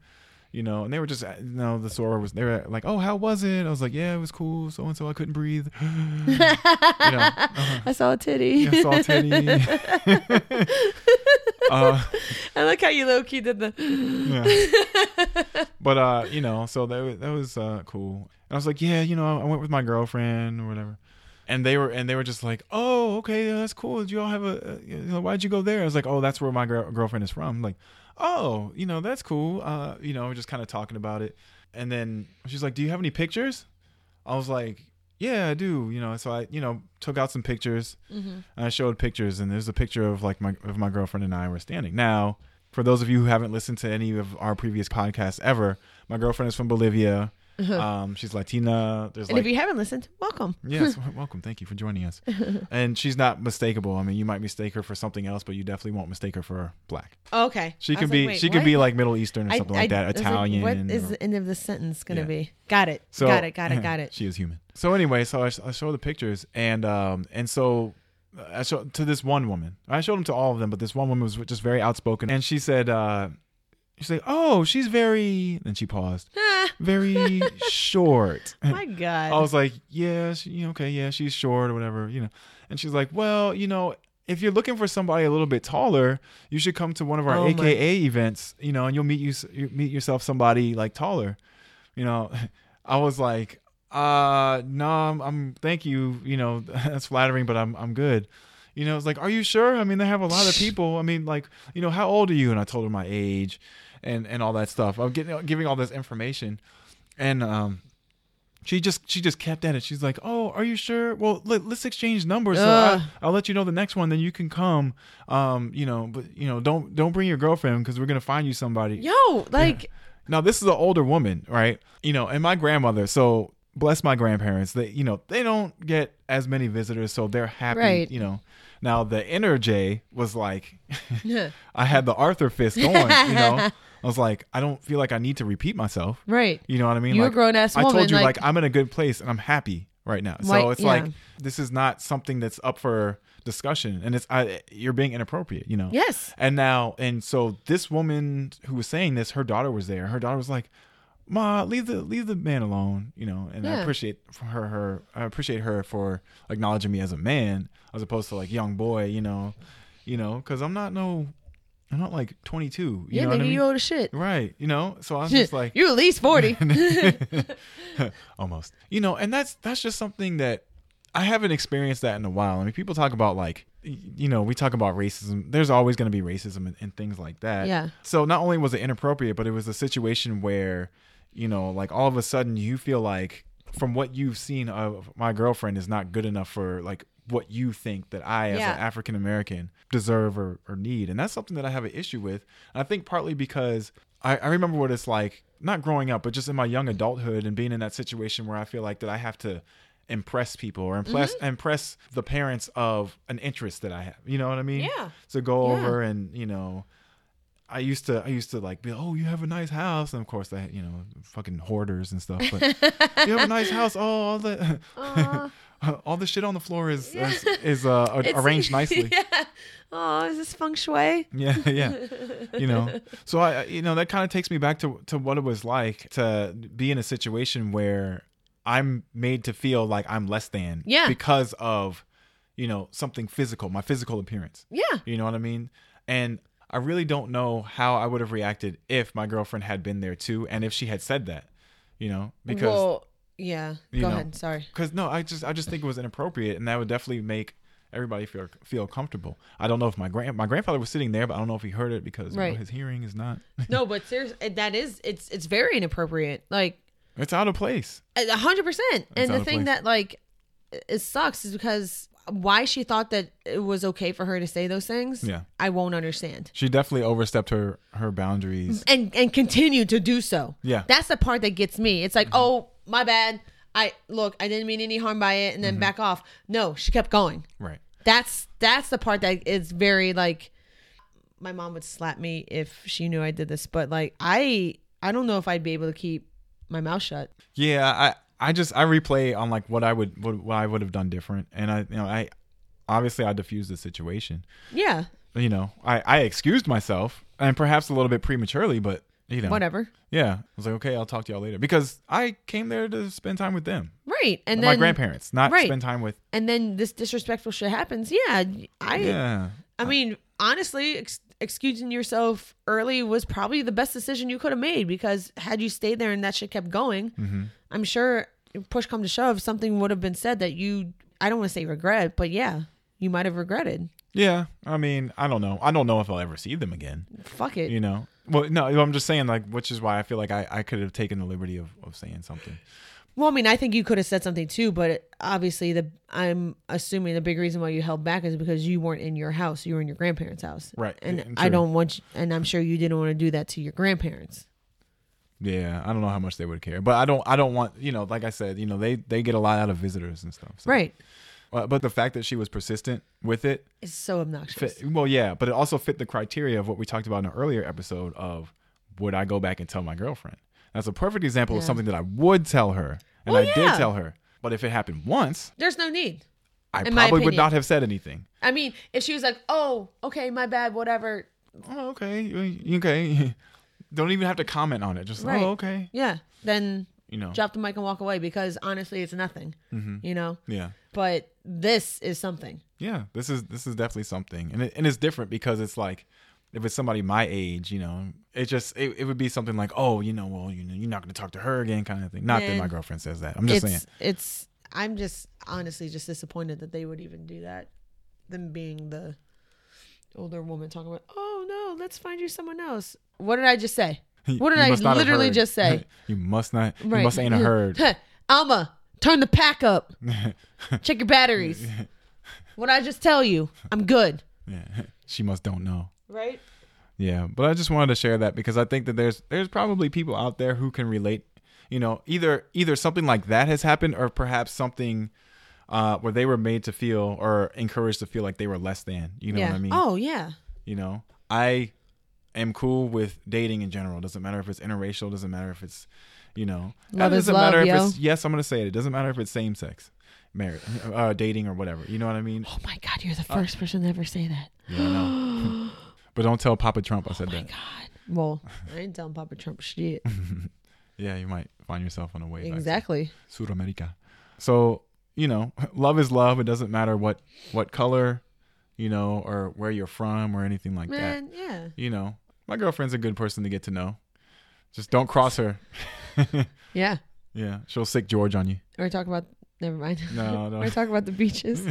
Speaker 2: you know and they were just uh, you know the soror was they were like oh how was it i was like yeah it was cool so and so i couldn't breathe *laughs* you know *laughs*
Speaker 1: I saw a titty.
Speaker 2: it's
Speaker 1: *laughs*
Speaker 2: all titty. uh,
Speaker 1: I like how you low key did the. *laughs*
Speaker 2: yeah. but uh, you know, so that was, that was uh, cool. And I was like, yeah, you know, I went with my girlfriend or whatever. And they were and they were just like, oh, okay, yeah, that's cool. Did you all have a? Uh, you know, why'd you go there? I was like, oh, that's where my gir- girlfriend is from. like, oh, you know, that's cool. Uh, you know, we're just kind of talking about it. And then she's like, do you have any pictures? I was like, yeah, I do. You know, so I, you know, took out some pictures.
Speaker 1: Mm-hmm.
Speaker 2: And I showed pictures, and there's a picture of like my of my girlfriend and I were standing. Now, for those of you who haven't listened to any of our previous podcasts ever, my girlfriend is
Speaker 1: *laughs*
Speaker 2: from Bolivia. Um, she's Latina. There's
Speaker 1: Uh-huh. And if
Speaker 2: like
Speaker 1: you haven't listened, welcome. *laughs*
Speaker 2: Yes, w- welcome. Thank you for joining us. And she's not mistakable. I mean, you might mistake her for something else, but you definitely won't mistake her for black.
Speaker 1: Oh, okay.
Speaker 2: She
Speaker 1: I was
Speaker 2: can
Speaker 1: like,
Speaker 2: be
Speaker 1: wait,
Speaker 2: she could
Speaker 1: what?
Speaker 2: be like Middle Eastern or
Speaker 1: I-
Speaker 2: something
Speaker 1: I-
Speaker 2: like
Speaker 1: I
Speaker 2: that.
Speaker 1: was
Speaker 2: Italian.
Speaker 1: What is
Speaker 2: or-
Speaker 1: the end of the sentence going to
Speaker 2: Yeah.
Speaker 1: be? Got it.
Speaker 2: so
Speaker 1: got it.
Speaker 2: *laughs*
Speaker 1: Got it. Got it.
Speaker 2: She is human. So anyway, so I, sh- I showed the pictures, and um, and so I showed to this one woman. I showed them to all of them, but this one woman was just very outspoken, and she said, uh, she's like, oh, she's very, and she paused,
Speaker 1: Ah, *laughs*
Speaker 2: very short.
Speaker 1: my God.
Speaker 2: I was like, yeah, she, you know, okay, yeah, she's short or whatever, you know. And she's like, well, you know, if you're looking for somebody a little bit taller, you should come to one of our
Speaker 1: Oh, my-
Speaker 2: AKA events, you know, and you'll meet you, you meet yourself somebody like taller, you know. *laughs* I was like, uh, no, I'm, I'm thank you, you know, *laughs* that's flattering, but I'm, I'm good. You know, it's like, are you sure? I mean, they have
Speaker 1: *laughs*
Speaker 2: a lot of people. I mean, like, you know, how old are you? And I told her my age, and and all that stuff. I'm getting giving all this information, and um, she just she just kept at it. She's like, "Oh, are you sure? Well, let, let's exchange numbers. So
Speaker 1: Ugh.
Speaker 2: I, I'll let you know the next one. Then you can come. Um, you know, but you know, don't don't bring your girlfriend because we're gonna find you somebody.
Speaker 1: Yo, like,
Speaker 2: *laughs* Now this is an older woman, right? You know, and my grandmother. So bless my grandparents. They you know they don't get as many visitors, so they're happy.
Speaker 1: Right.
Speaker 2: You know. Now the inner J was like, *laughs*
Speaker 1: Yeah.
Speaker 2: I had the Arthur fist going. You know, I was like, I don't feel like I need to repeat myself.
Speaker 1: *laughs* right.
Speaker 2: You know what I mean?
Speaker 1: You're a
Speaker 2: like,
Speaker 1: grown-ass
Speaker 2: I
Speaker 1: woman,
Speaker 2: told you,
Speaker 1: like-
Speaker 2: like, I'm in a good place and I'm happy right now. So
Speaker 1: Why-
Speaker 2: it's
Speaker 1: yeah.
Speaker 2: like this is not something that's up for discussion, and it's I, you're being inappropriate. You know?
Speaker 1: Yes.
Speaker 2: And now, and so this woman who was saying this, her daughter was there. Her daughter was like, "Ma, leave the leave the man alone," you know. And I
Speaker 1: Yeah.
Speaker 2: appreciate for her her I appreciate her for acknowledging me as a man as opposed to like young boy, you know, you know, because I'm not no, I'm not like 22. You
Speaker 1: yeah,
Speaker 2: know what I
Speaker 1: nigga,
Speaker 2: mean?
Speaker 1: you owe the shit.
Speaker 2: Right, you know,
Speaker 1: *laughs*
Speaker 2: so I was just like,
Speaker 1: you at
Speaker 2: *laughs*
Speaker 1: least 40. *laughs*
Speaker 2: almost you know and that's that's just something that I haven't experienced that in a while. I mean, people talk about like, y- you know, we talk about racism. There's always going to be racism and, and things like that.
Speaker 1: Yeah.
Speaker 2: So not only was it inappropriate, but it was a situation where, you know, like all of a sudden you feel like from what you've seen of my girlfriend is not good enough for like what you think that I as
Speaker 1: Yeah.
Speaker 2: an African American deserve or, or need. And that's something that I have an issue with. And I think partly because I, I remember what it's like, not growing up, but just in my young adulthood and being in that situation where I feel like that I have to impress people or impress
Speaker 1: Mm-hmm.
Speaker 2: impress the parents of an interest that I have. You know what I mean?
Speaker 1: Yeah.
Speaker 2: So go
Speaker 1: Yeah.
Speaker 2: over and, you know, I used to I used to like be oh you have a nice house and of course that you know fucking hoarders and stuff but you have
Speaker 1: *laughs*
Speaker 2: a nice house oh all the *laughs* all the shit on the floor is is,
Speaker 1: *laughs*
Speaker 2: is uh, ar- arranged nicely *laughs*
Speaker 1: yeah. Oh, is this feng shui?
Speaker 2: yeah yeah you know so I I- you know that kind of takes me back to to what it was like to be in a situation where I'm made to feel like I'm less than
Speaker 1: Yeah.
Speaker 2: because of you know something physical my physical appearance
Speaker 1: Yeah.
Speaker 2: you know what I mean? And I really don't know how I would have reacted if my girlfriend had been there too and if she had said that, you know, because
Speaker 1: well, yeah. Go
Speaker 2: you know,
Speaker 1: ahead. Sorry.
Speaker 2: cuz no, I just I just think it was inappropriate and that would definitely make everybody feel feel comfortable. I don't know if my grand my grandfather was sitting there, but I don't know if he heard it because you know,
Speaker 1: Right.
Speaker 2: his hearing is not *laughs*
Speaker 1: No, but seriously, eh, that is it's it's very inappropriate. Like eh,
Speaker 2: it's out of place.
Speaker 1: a hundred percent. And
Speaker 2: out
Speaker 1: the
Speaker 2: of
Speaker 1: thing
Speaker 2: place.
Speaker 1: that like eh, it sucks is because why she thought that it was okay for her to say those things.
Speaker 2: Yeah.
Speaker 1: I won't understand.
Speaker 2: She definitely overstepped her her
Speaker 1: *laughs*
Speaker 2: boundaries.
Speaker 1: And and continue to do so.
Speaker 2: Yeah. Mm-hmm.
Speaker 1: That's the part that gets me. It's like, oh, my bad. I look, I didn't mean any harm by it, and then
Speaker 2: Mm-hmm.
Speaker 1: back off. No, she kept going.
Speaker 2: Right.
Speaker 1: That's that's the part that is very like my mom would slap me if she knew I did this, but like I I don't know if I'd be able to keep my mouth shut.
Speaker 2: Yeah, I I just I replay on like what I would what, what I would have done different and I you know, I obviously I diffused the situation.
Speaker 1: Yeah.
Speaker 2: you know, I, I excused myself and perhaps a little bit prematurely, but you know,
Speaker 1: Whatever.
Speaker 2: Yeah, I was like, okay, I'll talk to y'all later because I came there to spend time with them,
Speaker 1: Right. And
Speaker 2: my
Speaker 1: then
Speaker 2: grandparents, not
Speaker 1: right.
Speaker 2: spend time with.
Speaker 1: and then this disrespectful shit happens. Yeah. I
Speaker 2: Yeah,
Speaker 1: I mean, honestly, ex- excusing yourself early was probably the best decision you could have made because had you stayed there and that shit kept going,
Speaker 2: Mm-hmm.
Speaker 1: I'm sure push come to shove, something would have been said that you I don't want to say regret, but yeah, you might have regretted.
Speaker 2: yeah. I mean, I don't know. I don't know if I'll ever see them again.
Speaker 1: Fuck it.
Speaker 2: You know. Well, no, I'm just saying, like, which is why I feel like I, I could have taken the liberty of, of saying something.
Speaker 1: Well, I mean, I think you could have said something too, but it- obviously, the I'm assuming the big reason why you held back is because you weren't in your house; you were in your grandparents' house,
Speaker 2: Right,
Speaker 1: And
Speaker 2: yeah,
Speaker 1: I
Speaker 2: true.
Speaker 1: don't want, you, and I'm sure you didn't want to do that to your grandparents.
Speaker 2: Yeah, I don't know how much they would care, but I don't. I don't want you know, like I said, you know, they they get a lot out of visitors and stuff. So.
Speaker 1: Right?
Speaker 2: Uh, but the fact that she was persistent with it
Speaker 1: It's so obnoxious.
Speaker 2: fit, well yeah but it also fit the criteria of what we talked about in an earlier episode of would i go back and tell my girlfriend that's a perfect example of
Speaker 1: Yeah.
Speaker 2: something that i would tell her and
Speaker 1: Well,
Speaker 2: i
Speaker 1: yeah.
Speaker 2: did tell her but if it happened once
Speaker 1: There's no need.
Speaker 2: i
Speaker 1: In my
Speaker 2: probably would
Speaker 1: opinion.
Speaker 2: not have said anything
Speaker 1: I mean, if she was like, "Oh, okay, my bad, whatever,"
Speaker 2: oh okay you- okay *laughs* don't even have to comment on it just
Speaker 1: Right.
Speaker 2: oh okay Oh.
Speaker 1: yeah, then
Speaker 2: you know
Speaker 1: drop the mic and walk away because honestly, it's nothing.
Speaker 2: Mm-hmm.
Speaker 1: You know.
Speaker 2: yeah
Speaker 1: But this is something.
Speaker 2: yeah this is this is definitely something and, it, and it's different because it's like if it's somebody my age you know it just it, it would be something like oh you know well you know you're not going to talk to her again kind of thing not that
Speaker 1: Man.
Speaker 2: my girlfriend says that i'm just
Speaker 1: it's
Speaker 2: saying
Speaker 1: it's I'm just honestly just disappointed that they would even do that. Them being the older woman talking about, oh no, let's find you someone else. What did I just say? What did
Speaker 2: You
Speaker 1: I
Speaker 2: must not have
Speaker 1: literally
Speaker 2: heard.
Speaker 1: just say?
Speaker 2: you must not. You must ain't have
Speaker 1: *laughs*
Speaker 2: *laughs* heard. *laughs*
Speaker 1: Heh, Alma, turn the pack up. Check your
Speaker 2: *laughs*
Speaker 1: batteries. what I just tell you? I'm good.
Speaker 2: Yeah. She must don't know.
Speaker 1: Right?
Speaker 2: Yeah, but I just wanted to share that because I think that there's there's probably people out there who can relate. You know, either either something like that has happened, or perhaps something uh, where they were made to feel or encouraged to feel like they were less than. You know
Speaker 1: yeah.
Speaker 2: what I mean?
Speaker 1: Oh yeah.
Speaker 2: You know, I am cool with dating in general. Doesn't matter if it's interracial. Doesn't matter if it's, you know,
Speaker 1: Love
Speaker 2: it
Speaker 1: is
Speaker 2: doesn't
Speaker 1: love,
Speaker 2: matter
Speaker 1: yo.
Speaker 2: if it's yes. I'm gonna say it. It doesn't matter if it's same sex, marriage, uh, dating or whatever. You know what I
Speaker 1: *gasps*
Speaker 2: mean?
Speaker 1: Oh my god, you're the first person to ever say that.
Speaker 2: Uh, *gasps* Yeah, I know. but don't tell Papa Trump I said
Speaker 1: Oh
Speaker 2: that.
Speaker 1: Well, I ain't telling Papa Trump shit.
Speaker 2: Yeah, you might find yourself on a *laughs* way back
Speaker 1: exactly.
Speaker 2: to South America. So, you know, *laughs* love is love. It doesn't matter what what color, you know, or where you're from or anything like that.
Speaker 1: Man, yeah.
Speaker 2: You know, my girlfriend's a good person to get to know. Just don't cross her. *laughs*
Speaker 1: Yeah.
Speaker 2: Yeah, she'll sick George on you.
Speaker 1: Or talk about Never
Speaker 2: *laughs*
Speaker 1: mind.
Speaker 2: No, no.
Speaker 1: *laughs* We're talking about the
Speaker 2: *laughs*
Speaker 1: beaches.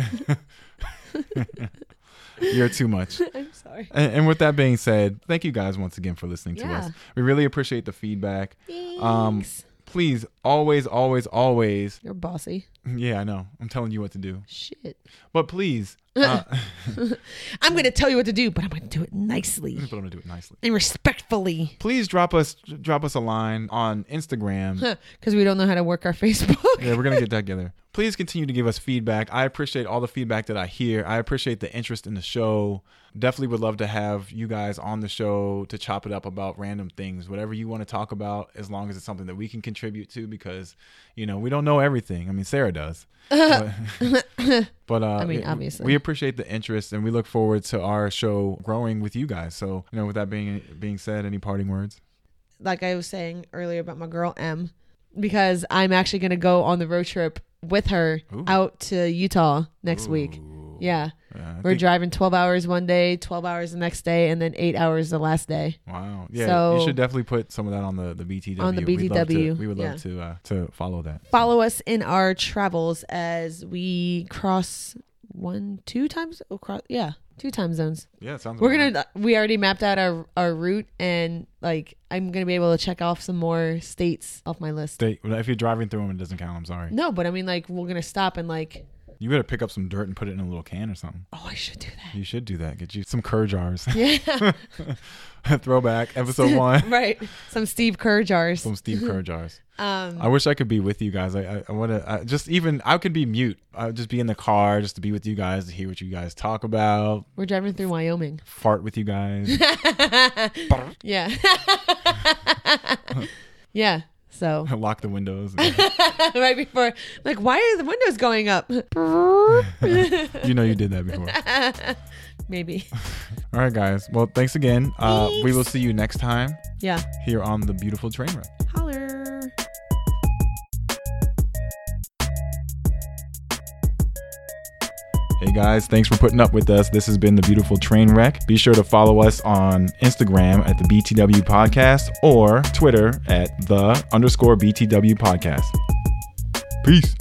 Speaker 2: You're too much.
Speaker 1: I'm sorry.
Speaker 2: And, and with that being said, thank you guys once again for listening to
Speaker 1: Yeah.
Speaker 2: us. We really appreciate the feedback. Um,
Speaker 1: Thanks.
Speaker 2: please, always, always, always.
Speaker 1: You're bossy.
Speaker 2: Yeah, I know. I'm telling you what to do.
Speaker 1: Shit.
Speaker 2: But please, uh, *laughs*
Speaker 1: I'm going to tell you what to do, but I'm going to do it nicely
Speaker 2: but I'm gonna do it nicely.
Speaker 1: and respectfully
Speaker 2: Please drop us drop us a line on Instagram.
Speaker 1: because we don't know how to work our *laughs* Facebook.
Speaker 2: yeah, we're gonna get that together. Please continue to give us feedback. I appreciate all the feedback that I hear. I appreciate the interest in the show. Definitely would love to have you guys on the show to chop it up about random things, whatever you want to talk about, as long as it's something that we can contribute to. Because you know we don't know everything. I mean, Sarah
Speaker 1: *laughs*
Speaker 2: does. But, *laughs* but, uh, I
Speaker 1: mean, obviously.
Speaker 2: we appreciate the interest, and we look forward to our show growing with you guys. So you know, with that being being said, any parting words?
Speaker 1: Like I was saying earlier about my girl M, because I'm actually going to go on the road trip with her
Speaker 2: Ooh.
Speaker 1: out to Utah next week.
Speaker 2: Ooh.
Speaker 1: Yeah.
Speaker 2: Uh, I
Speaker 1: We're
Speaker 2: think-
Speaker 1: driving 12 hours one day, 12 hours the next day, and then eight hours the last day.
Speaker 2: Wow. Yeah. you
Speaker 1: So-
Speaker 2: should definitely put some of that on the, the BTW.
Speaker 1: On the
Speaker 2: We'd love to,
Speaker 1: BTW,
Speaker 2: we would
Speaker 1: yeah.
Speaker 2: love to uh, to follow that.
Speaker 1: Follow us in our travels as we cross one, two times. Oh, cross, yeah, two time zones.
Speaker 2: Yeah, it sounds
Speaker 1: We're
Speaker 2: about right.
Speaker 1: gonna. We already mapped out our our route, and like I'm gonna be able to check off some more states off my list.
Speaker 2: They- well, if you're driving through them, it doesn't count. I'm sorry.
Speaker 1: No, but I mean, like we're gonna stop and like.
Speaker 2: You better pick up some dirt and put it in a little can or something.
Speaker 1: Oh, I should do that.
Speaker 2: You should do that. Get you some Kerr jars.
Speaker 1: *laughs* Yeah,
Speaker 2: *laughs*
Speaker 1: *laughs*
Speaker 2: Throwback episode one.
Speaker 1: right. Some Steve Kerr jars.
Speaker 2: Some Steve Kerr jars.
Speaker 1: Um,
Speaker 2: I wish I could be with you guys. I I, I want to just even I could be mute. I would just be in the car just to be with you guys to hear what you guys talk about,
Speaker 1: we're driving through Wyoming.
Speaker 2: fart with you guys.
Speaker 1: *laughs*
Speaker 2: *laughs*
Speaker 1: Yeah. *laughs* yeah. So *laughs*
Speaker 2: Lock the windows.
Speaker 1: right before, like, why are the windows going up? *laughs*
Speaker 2: you know you did that before.
Speaker 1: *laughs* Maybe.
Speaker 2: All right, guys. Well, thanks again. Uh, we will see you next time
Speaker 1: Yeah.
Speaker 2: here on the beautiful train ride.
Speaker 1: Holler.
Speaker 2: Hey guys, thanks for putting up with us. This has been the beautiful train wreck. Be sure to follow us on Instagram at the BTW podcast or Twitter at the underscore BTW podcast. Peace.